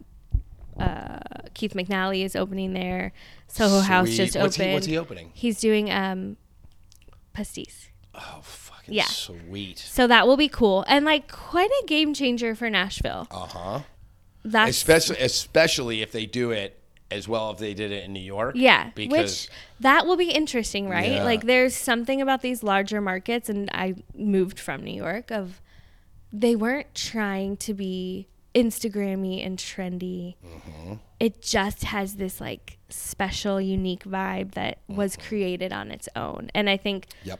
[SPEAKER 2] uh, Keith McNally is opening there. Soho House
[SPEAKER 3] Sweet.
[SPEAKER 2] just opened.
[SPEAKER 3] What's he- what's he opening?
[SPEAKER 2] He's doing um, pastis.
[SPEAKER 3] oh fucking
[SPEAKER 2] Yeah.
[SPEAKER 3] sweet
[SPEAKER 2] So that will be cool and like quite a game changer for Nashville.
[SPEAKER 3] uh-huh
[SPEAKER 2] That's
[SPEAKER 3] especially especially if they do it as well if they did it in new york
[SPEAKER 2] Yeah,
[SPEAKER 3] because
[SPEAKER 2] which that will be interesting, right?
[SPEAKER 3] Yeah.
[SPEAKER 2] Like there's something about these larger markets and I moved from New York of they weren't trying to be Instagrammy and trendy.
[SPEAKER 3] Mm-hmm.
[SPEAKER 2] It just has this like special unique vibe that was
[SPEAKER 3] Mm-hmm.
[SPEAKER 2] created on its own. And I think
[SPEAKER 3] yep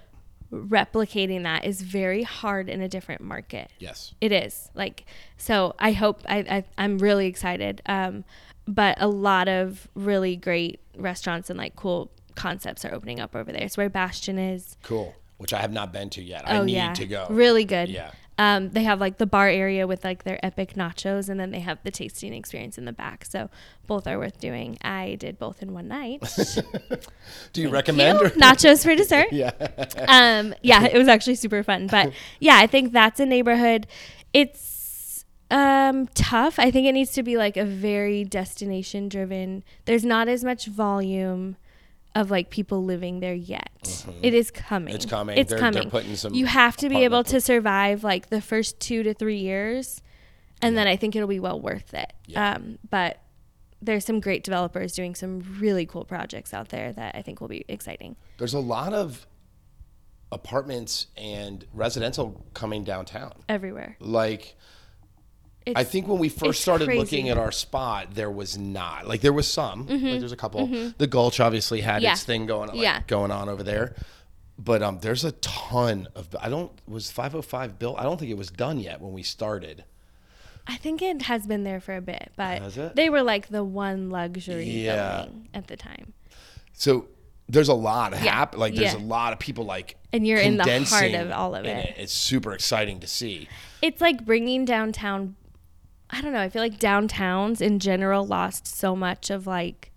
[SPEAKER 2] replicating that is very hard in a different market.
[SPEAKER 3] yes
[SPEAKER 2] It is like so. I hope I, I I'm really excited. Um, but a lot of really great restaurants and like cool concepts are opening up over there. It's where Bastion is. Oh,
[SPEAKER 3] cool which i have not been to yet i need
[SPEAKER 2] yeah,
[SPEAKER 3] to go
[SPEAKER 2] Really good.
[SPEAKER 3] Yeah.
[SPEAKER 2] Um, they have like the bar area with like their epic nachos, and then they have the tasting experience in the back. So both are worth doing. I did both in one
[SPEAKER 3] *laughs*
[SPEAKER 2] night.
[SPEAKER 3] do you recommend or-
[SPEAKER 2] *laughs* nachos for
[SPEAKER 3] *laughs*
[SPEAKER 2] dessert. yeah. Um, yeah, it was actually super fun. But yeah, I think that's a neighborhood. It's um, tough. I think it needs to be like a very destination driven. There's not as much volume of like people living there yet. It is coming.
[SPEAKER 3] Mm-hmm. It's coming.
[SPEAKER 2] It's
[SPEAKER 3] They're- they're
[SPEAKER 2] coming.
[SPEAKER 3] putting some
[SPEAKER 2] you have to be able
[SPEAKER 3] apartment-
[SPEAKER 2] to survive like the first two to three years, and then I think it'll be well worth it. Um, but there's some great developers doing some really cool projects out there that I think will be exciting.
[SPEAKER 3] There's a lot of apartments and residential coming downtown.
[SPEAKER 2] everywhere.
[SPEAKER 3] Like I
[SPEAKER 2] It's-
[SPEAKER 3] think when we first
[SPEAKER 2] it's
[SPEAKER 3] started
[SPEAKER 2] crazy.
[SPEAKER 3] looking at our spot, there was not. Like there was some. Like there's a couple. The Gulch obviously had
[SPEAKER 2] Mm-hmm. Yeah.
[SPEAKER 3] its thing going like,
[SPEAKER 2] Yeah.
[SPEAKER 3] going on over there. But um, there's a ton of. I don't was 505 built. I don't think it was done yet when we started.
[SPEAKER 2] I think it has been there for a bit, but
[SPEAKER 3] Has it?
[SPEAKER 2] they were like the one luxury
[SPEAKER 3] Yeah.
[SPEAKER 2] building at the time.
[SPEAKER 3] So there's a lot happen. Like there's
[SPEAKER 2] Yeah.
[SPEAKER 3] a lot of people like.
[SPEAKER 2] And you're in the heart
[SPEAKER 3] condensing
[SPEAKER 2] of all of
[SPEAKER 3] in
[SPEAKER 2] it.
[SPEAKER 3] It's super exciting to see.
[SPEAKER 2] It's like bringing downtown. I don't know. I feel like downtowns in general lost so much of like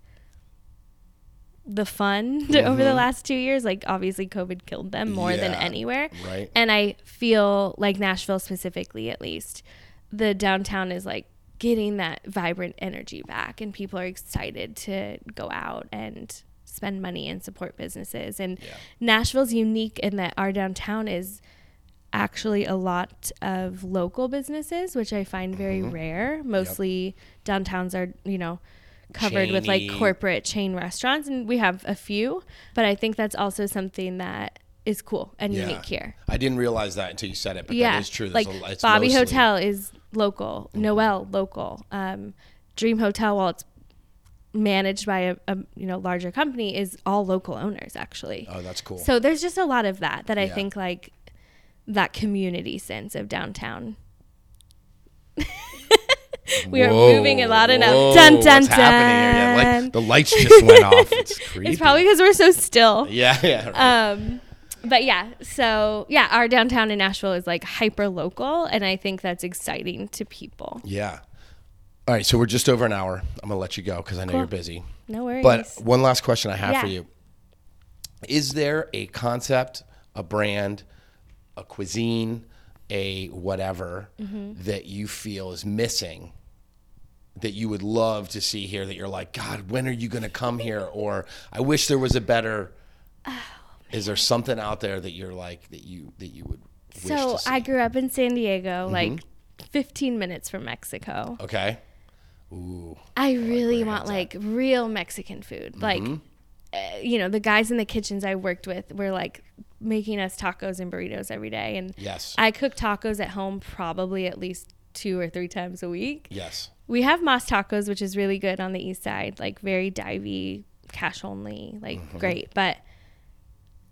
[SPEAKER 2] the fun *laughs* over the last two years. Like obviously, COVID killed them more than
[SPEAKER 3] Mm-hmm. Yeah,
[SPEAKER 2] anywhere.
[SPEAKER 3] right.
[SPEAKER 2] And I feel like Nashville specifically, at least, the downtown is like getting that vibrant energy back, and people are excited to go out and spend money and support businesses. And Nashville's unique in that our downtown is actually a lot of local businesses, which I find very
[SPEAKER 3] Mm-hmm.
[SPEAKER 2] rare. Mostly downtowns are, you know, covered with like
[SPEAKER 3] Chainy.
[SPEAKER 2] corporate chain restaurants, and we have a few. But I think that's also something that is cool and
[SPEAKER 3] Yeah.
[SPEAKER 2] unique here.
[SPEAKER 3] I didn't realize that until you said it, but
[SPEAKER 2] yeah,
[SPEAKER 3] that is true. There's
[SPEAKER 2] Like
[SPEAKER 3] a, it's
[SPEAKER 2] Bobby
[SPEAKER 3] mostly- Mm-hmm.
[SPEAKER 2] Hotel is local, Noel local, um, Dream Hotel. While it's managed by a, a you know larger company is all local owners actually.
[SPEAKER 3] Oh, that's cool.
[SPEAKER 2] So there's just a lot of that that I
[SPEAKER 3] Yeah.
[SPEAKER 2] think like that community sense of downtown. *laughs* we are moving a lot
[SPEAKER 3] Whoa,
[SPEAKER 2] enough.
[SPEAKER 3] whoa,
[SPEAKER 2] Dun dun
[SPEAKER 3] what's happening here? Yeah,
[SPEAKER 2] dun.
[SPEAKER 3] like, the lights
[SPEAKER 2] *laughs*
[SPEAKER 3] just went off. It's creepy.
[SPEAKER 2] it's probably because we're so still.
[SPEAKER 3] yeah, yeah. right.
[SPEAKER 2] Um, but yeah, so yeah, our downtown in Nashville is like hyper local, and I think that's exciting to people.
[SPEAKER 3] Yeah. All right, so we're just over an hour. I'm gonna let you go because I know you're busy.
[SPEAKER 2] No worries.
[SPEAKER 3] But one last question I have for
[SPEAKER 2] Yeah.
[SPEAKER 3] you: Is there a concept, a brand, a cuisine, a whatever
[SPEAKER 2] Mm-hmm.
[SPEAKER 3] that you feel is missing? That you would love to see here, that you're like, God, when are you gonna
[SPEAKER 2] *laughs*
[SPEAKER 3] come here? Or I wish there was a better.
[SPEAKER 2] Oh,
[SPEAKER 3] is there something out there that you're like that you that you would wish
[SPEAKER 2] so
[SPEAKER 3] to see? Mm-hmm.
[SPEAKER 2] I grew up in San Diego, like 15 minutes from Mexico.
[SPEAKER 3] okay. Ooh.
[SPEAKER 2] I really want like real Mexican food.
[SPEAKER 3] Mm-hmm.
[SPEAKER 2] Like, uh, you know, the guys in the kitchens I worked with were like making us tacos and burritos every day. And
[SPEAKER 3] Yes.
[SPEAKER 2] I cook tacos at home probably at least two or three times a week.
[SPEAKER 3] yes.
[SPEAKER 2] We have Mas Tacos, which is really good on the east side, like very divey, cash only, like
[SPEAKER 3] Mm-hmm.
[SPEAKER 2] great. But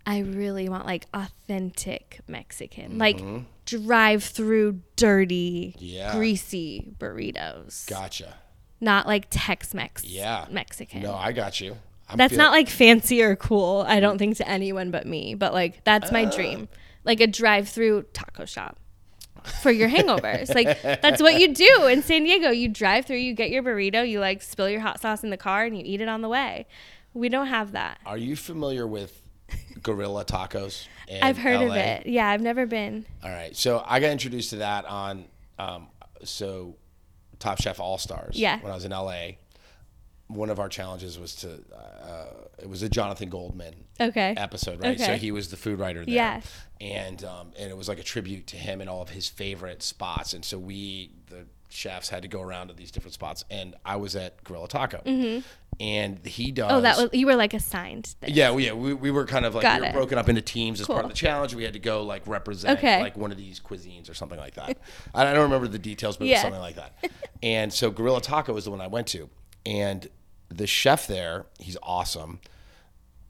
[SPEAKER 2] I really want like authentic
[SPEAKER 3] Mm-hmm.
[SPEAKER 2] Mexican, like drive through, dirty,
[SPEAKER 3] Yeah.
[SPEAKER 2] greasy burritos,
[SPEAKER 3] Gotcha.
[SPEAKER 2] not like Tex Mex
[SPEAKER 3] Yeah.
[SPEAKER 2] Mexican.
[SPEAKER 3] No, I got you. I'm
[SPEAKER 2] that's
[SPEAKER 3] feeling-
[SPEAKER 2] not like fancy or cool, I don't think, to anyone but me, but like that's my dream. Like a drive through taco shop for your hangovers. like that's what you do in San Diego. You drive through, you get your burrito, you like spill your hot sauce in the car and you eat it on the way. We don't have that.
[SPEAKER 3] Are you familiar with Gorilla Tacos? in
[SPEAKER 2] I've heard of
[SPEAKER 3] LA?
[SPEAKER 2] it. Yeah, I've never been.
[SPEAKER 3] All right. So I got introduced to that on um, so Top Chef All Stars.
[SPEAKER 2] Yeah.
[SPEAKER 3] When I was in LA, one of our challenges was to uh, it was a Jonathan Goldman
[SPEAKER 2] Okay.
[SPEAKER 3] episode, right? So
[SPEAKER 2] Okay.
[SPEAKER 3] he was the food writer there.
[SPEAKER 2] Yeah.
[SPEAKER 3] And um, and it was like a tribute to him and all of his favorite spots. And so we the chefs had to go around to these different spots, and I was at Gorilla Taco. And he does.
[SPEAKER 2] Mm-hmm. Oh, that was you were like assigned. There.
[SPEAKER 3] Yeah, we- yeah, we, we were kind of like
[SPEAKER 2] Got
[SPEAKER 3] we were
[SPEAKER 2] it.
[SPEAKER 3] broken up into teams as part
[SPEAKER 2] Cool.
[SPEAKER 3] of the challenge. We had to go like represent
[SPEAKER 2] Okay.
[SPEAKER 3] like one of these cuisines or something like that. I I don't remember the details, but it was
[SPEAKER 2] Yeah.
[SPEAKER 3] something like that. *laughs* and so Gorilla Taco was the one I went to, and the chef there, he's awesome.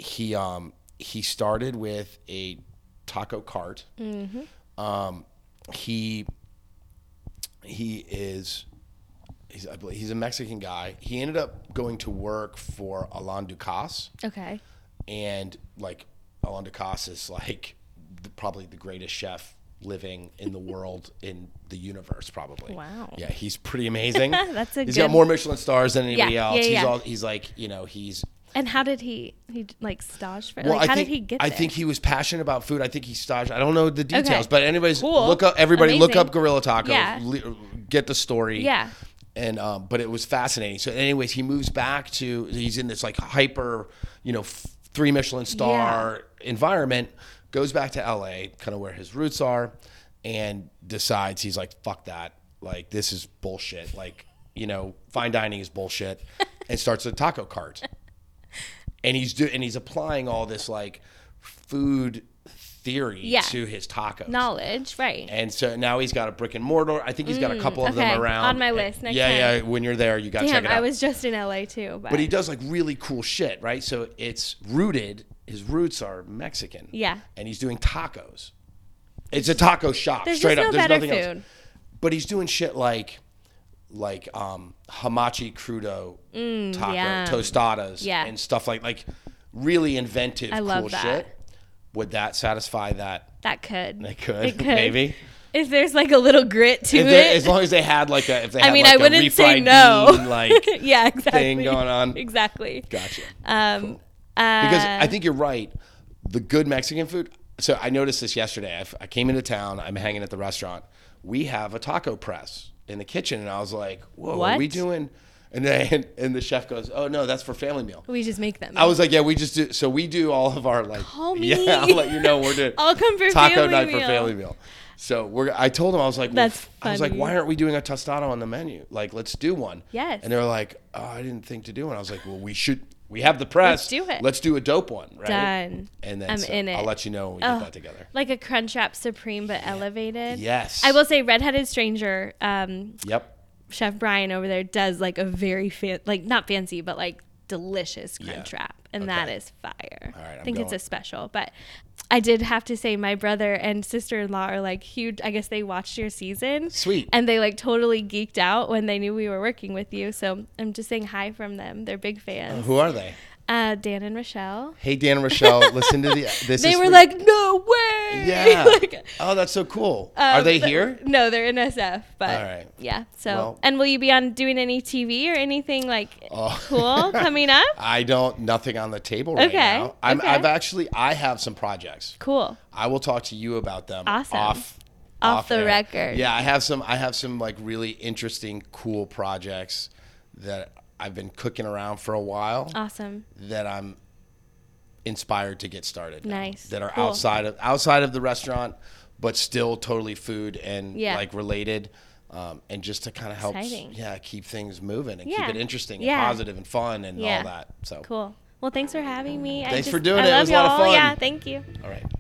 [SPEAKER 3] He um he started with a taco cart.
[SPEAKER 2] Mm-hmm.
[SPEAKER 3] Um, he he is he's I believe, he's a Mexican guy. He ended up going to work for Alain Ducasse
[SPEAKER 2] Okay.
[SPEAKER 3] and like Alain Ducasse is like the, probably the greatest chef living in the world in the universe probably
[SPEAKER 2] Wow.
[SPEAKER 3] yeah he's pretty
[SPEAKER 2] *laughs*
[SPEAKER 3] amazing
[SPEAKER 2] That's a
[SPEAKER 3] He's
[SPEAKER 2] good-
[SPEAKER 3] got more michelin stars than anybody
[SPEAKER 2] Yeah,
[SPEAKER 3] else
[SPEAKER 2] yeah,
[SPEAKER 3] he's
[SPEAKER 2] yeah.
[SPEAKER 3] all he's like you know he's
[SPEAKER 2] And how did he he like stage for
[SPEAKER 3] well,
[SPEAKER 2] like
[SPEAKER 3] I
[SPEAKER 2] how
[SPEAKER 3] think,
[SPEAKER 2] did he get
[SPEAKER 3] I
[SPEAKER 2] there?
[SPEAKER 3] think he was passionate about food. I think he staged. I don't know the details,
[SPEAKER 2] Okay.
[SPEAKER 3] but anyways,
[SPEAKER 2] Cool.
[SPEAKER 3] look up everybody. Look
[SPEAKER 2] Amazing.
[SPEAKER 3] up Gorilla Tacos.
[SPEAKER 2] Yeah.
[SPEAKER 3] le- get the story.
[SPEAKER 2] Yeah.
[SPEAKER 3] And um, but it was fascinating. So, anyways, he moves back to he's in this like hyper, you know, f- three Michelin star environment. Goes back to L.A., kind of where his roots are, and decides he's like, fuck that. Like this is bullshit. Like you know, fine dining is
[SPEAKER 2] *laughs*
[SPEAKER 3] bullshit, and starts a taco cart and he's do and he's applying all this like food theory
[SPEAKER 2] Yeah.
[SPEAKER 3] to his tacos.
[SPEAKER 2] knowledge, right?
[SPEAKER 3] And so now he's got a brick and mortar. I think he's got a couple of
[SPEAKER 2] Mm, okay.
[SPEAKER 3] them around.
[SPEAKER 2] On my
[SPEAKER 3] And-
[SPEAKER 2] list next
[SPEAKER 3] yeah,
[SPEAKER 2] time.
[SPEAKER 3] yeah. When you're there, you got to check
[SPEAKER 2] Damn,
[SPEAKER 3] it out.
[SPEAKER 2] I was just in LA too, but,
[SPEAKER 3] but he does like really cool shit, right? So it's rooted. His roots are Mexican.
[SPEAKER 2] Yeah.
[SPEAKER 3] And he's doing tacos. It's a taco shop.
[SPEAKER 2] There's
[SPEAKER 3] straight
[SPEAKER 2] just
[SPEAKER 3] up.
[SPEAKER 2] no
[SPEAKER 3] There's
[SPEAKER 2] better
[SPEAKER 3] nothing else.
[SPEAKER 2] food.
[SPEAKER 3] But he's doing shit like, like um, hamachi crudo taco
[SPEAKER 2] yum.
[SPEAKER 3] tostadas
[SPEAKER 2] Mm, Yeah.
[SPEAKER 3] and stuff like like really inventive
[SPEAKER 2] I
[SPEAKER 3] cool
[SPEAKER 2] love that.
[SPEAKER 3] shit. Would that satisfy that?
[SPEAKER 2] that could.
[SPEAKER 3] It could,
[SPEAKER 2] It could.
[SPEAKER 3] maybe.
[SPEAKER 2] If there's like a little grit to
[SPEAKER 3] If they-
[SPEAKER 2] it.
[SPEAKER 3] as long as they had like a, if they
[SPEAKER 2] I
[SPEAKER 3] had
[SPEAKER 2] mean,
[SPEAKER 3] like
[SPEAKER 2] I
[SPEAKER 3] a
[SPEAKER 2] wouldn't say
[SPEAKER 3] refried
[SPEAKER 2] no.
[SPEAKER 3] bean,
[SPEAKER 2] *laughs*
[SPEAKER 3] like
[SPEAKER 2] yeah, exactly.
[SPEAKER 3] going on.
[SPEAKER 2] Exactly.
[SPEAKER 3] gotcha.
[SPEAKER 2] Um,
[SPEAKER 3] because
[SPEAKER 2] uh,
[SPEAKER 3] I think you're right. The good Mexican food. So I noticed this yesterday. I, f- I came into town. I'm hanging at the restaurant. We have a taco press in the kitchen, and I was like, "Whoa, are we
[SPEAKER 2] What?
[SPEAKER 3] doing?" And then *laughs* and the chef goes, "Oh no, that's for family meal."
[SPEAKER 2] we just make them.
[SPEAKER 3] I was like, "Yeah, we just do." So we do all of our like,
[SPEAKER 2] Call me.
[SPEAKER 3] *laughs* yeah, I'll let you know we're doing.
[SPEAKER 2] I'll come for
[SPEAKER 3] taco
[SPEAKER 2] family
[SPEAKER 3] night for
[SPEAKER 2] meal.
[SPEAKER 3] family meal. So we're. I told him I was like, well,
[SPEAKER 2] That's
[SPEAKER 3] f- I was like,
[SPEAKER 2] funny.
[SPEAKER 3] why aren't we doing a tostado on the menu? Like, let's do one.
[SPEAKER 2] Yes.
[SPEAKER 3] And they're like, oh, I didn't think to do one. I was like, well, we should. We have the press.
[SPEAKER 2] do it.
[SPEAKER 3] Let's do a dope one, right?
[SPEAKER 2] Done.
[SPEAKER 3] And then
[SPEAKER 2] I'm
[SPEAKER 3] so
[SPEAKER 2] in it.
[SPEAKER 3] I'll let you know when we
[SPEAKER 2] Oh.
[SPEAKER 3] get that together.
[SPEAKER 2] like a Crunchwrap Supreme, but elevated.
[SPEAKER 3] Yes.
[SPEAKER 2] I will say, Redheaded Stranger. Um,
[SPEAKER 3] Yep.
[SPEAKER 2] Chef Brian over there does like a very fan, like not fancy, but like delicious crunch
[SPEAKER 3] Yeah.
[SPEAKER 2] wrap, and that
[SPEAKER 3] Okay.
[SPEAKER 2] is fire.
[SPEAKER 3] All right, I'm
[SPEAKER 2] I think it's
[SPEAKER 3] going.
[SPEAKER 2] a special, but I did have to say my brother and sister-in-law are like huge. I guess they watched your season,
[SPEAKER 3] Sweet.
[SPEAKER 2] and they like totally geeked out when they knew we were working with you. So I'm just saying hi from them. They're big fans.
[SPEAKER 3] Who are they?
[SPEAKER 2] Uh, Dan and Rochelle.
[SPEAKER 3] Hey, Dan and Rochelle, listen to the. This
[SPEAKER 2] They
[SPEAKER 3] is
[SPEAKER 2] were
[SPEAKER 3] for-
[SPEAKER 2] like, *laughs* no way.
[SPEAKER 3] yeah.
[SPEAKER 2] *laughs* Like,
[SPEAKER 3] oh, that's so cool. are
[SPEAKER 2] Um,
[SPEAKER 3] they
[SPEAKER 2] but-
[SPEAKER 3] here?
[SPEAKER 2] No, they're in SF. But
[SPEAKER 3] All right.
[SPEAKER 2] yeah. So,
[SPEAKER 3] Well- Oh.
[SPEAKER 2] and will you be on doing any TV or anything like
[SPEAKER 3] *laughs*
[SPEAKER 2] cool coming up?
[SPEAKER 3] I don't. Nothing on the table right
[SPEAKER 2] Okay,
[SPEAKER 3] now. I'm,
[SPEAKER 2] okay.
[SPEAKER 3] I've actually. I have some projects.
[SPEAKER 2] Cool.
[SPEAKER 3] I will talk to you about them.
[SPEAKER 2] Awesome.
[SPEAKER 3] Off.
[SPEAKER 2] Off the
[SPEAKER 3] air.
[SPEAKER 2] record.
[SPEAKER 3] Yeah, I have some. I have some like really interesting, cool projects that I've been cooking around for a while.
[SPEAKER 2] Awesome.
[SPEAKER 3] that I'm inspired to get started. now,
[SPEAKER 2] Nice.
[SPEAKER 3] That are
[SPEAKER 2] Cool.
[SPEAKER 3] outside of outside of the restaurant, but still totally food and
[SPEAKER 2] Yeah.
[SPEAKER 3] like related. Um, and just to kind of help,
[SPEAKER 2] Exciting.
[SPEAKER 3] yeah, keep things moving and
[SPEAKER 2] Yeah.
[SPEAKER 3] keep it interesting and
[SPEAKER 2] Yeah.
[SPEAKER 3] positive and fun and
[SPEAKER 2] Yeah.
[SPEAKER 3] all that. So,
[SPEAKER 2] Cool. Well, thanks for having me. I
[SPEAKER 3] Thanks
[SPEAKER 2] just-
[SPEAKER 3] for doing
[SPEAKER 2] I
[SPEAKER 3] it. It
[SPEAKER 2] love
[SPEAKER 3] was a lot of
[SPEAKER 2] y'all.
[SPEAKER 3] fun.
[SPEAKER 2] Yeah. Thank you.
[SPEAKER 3] all right.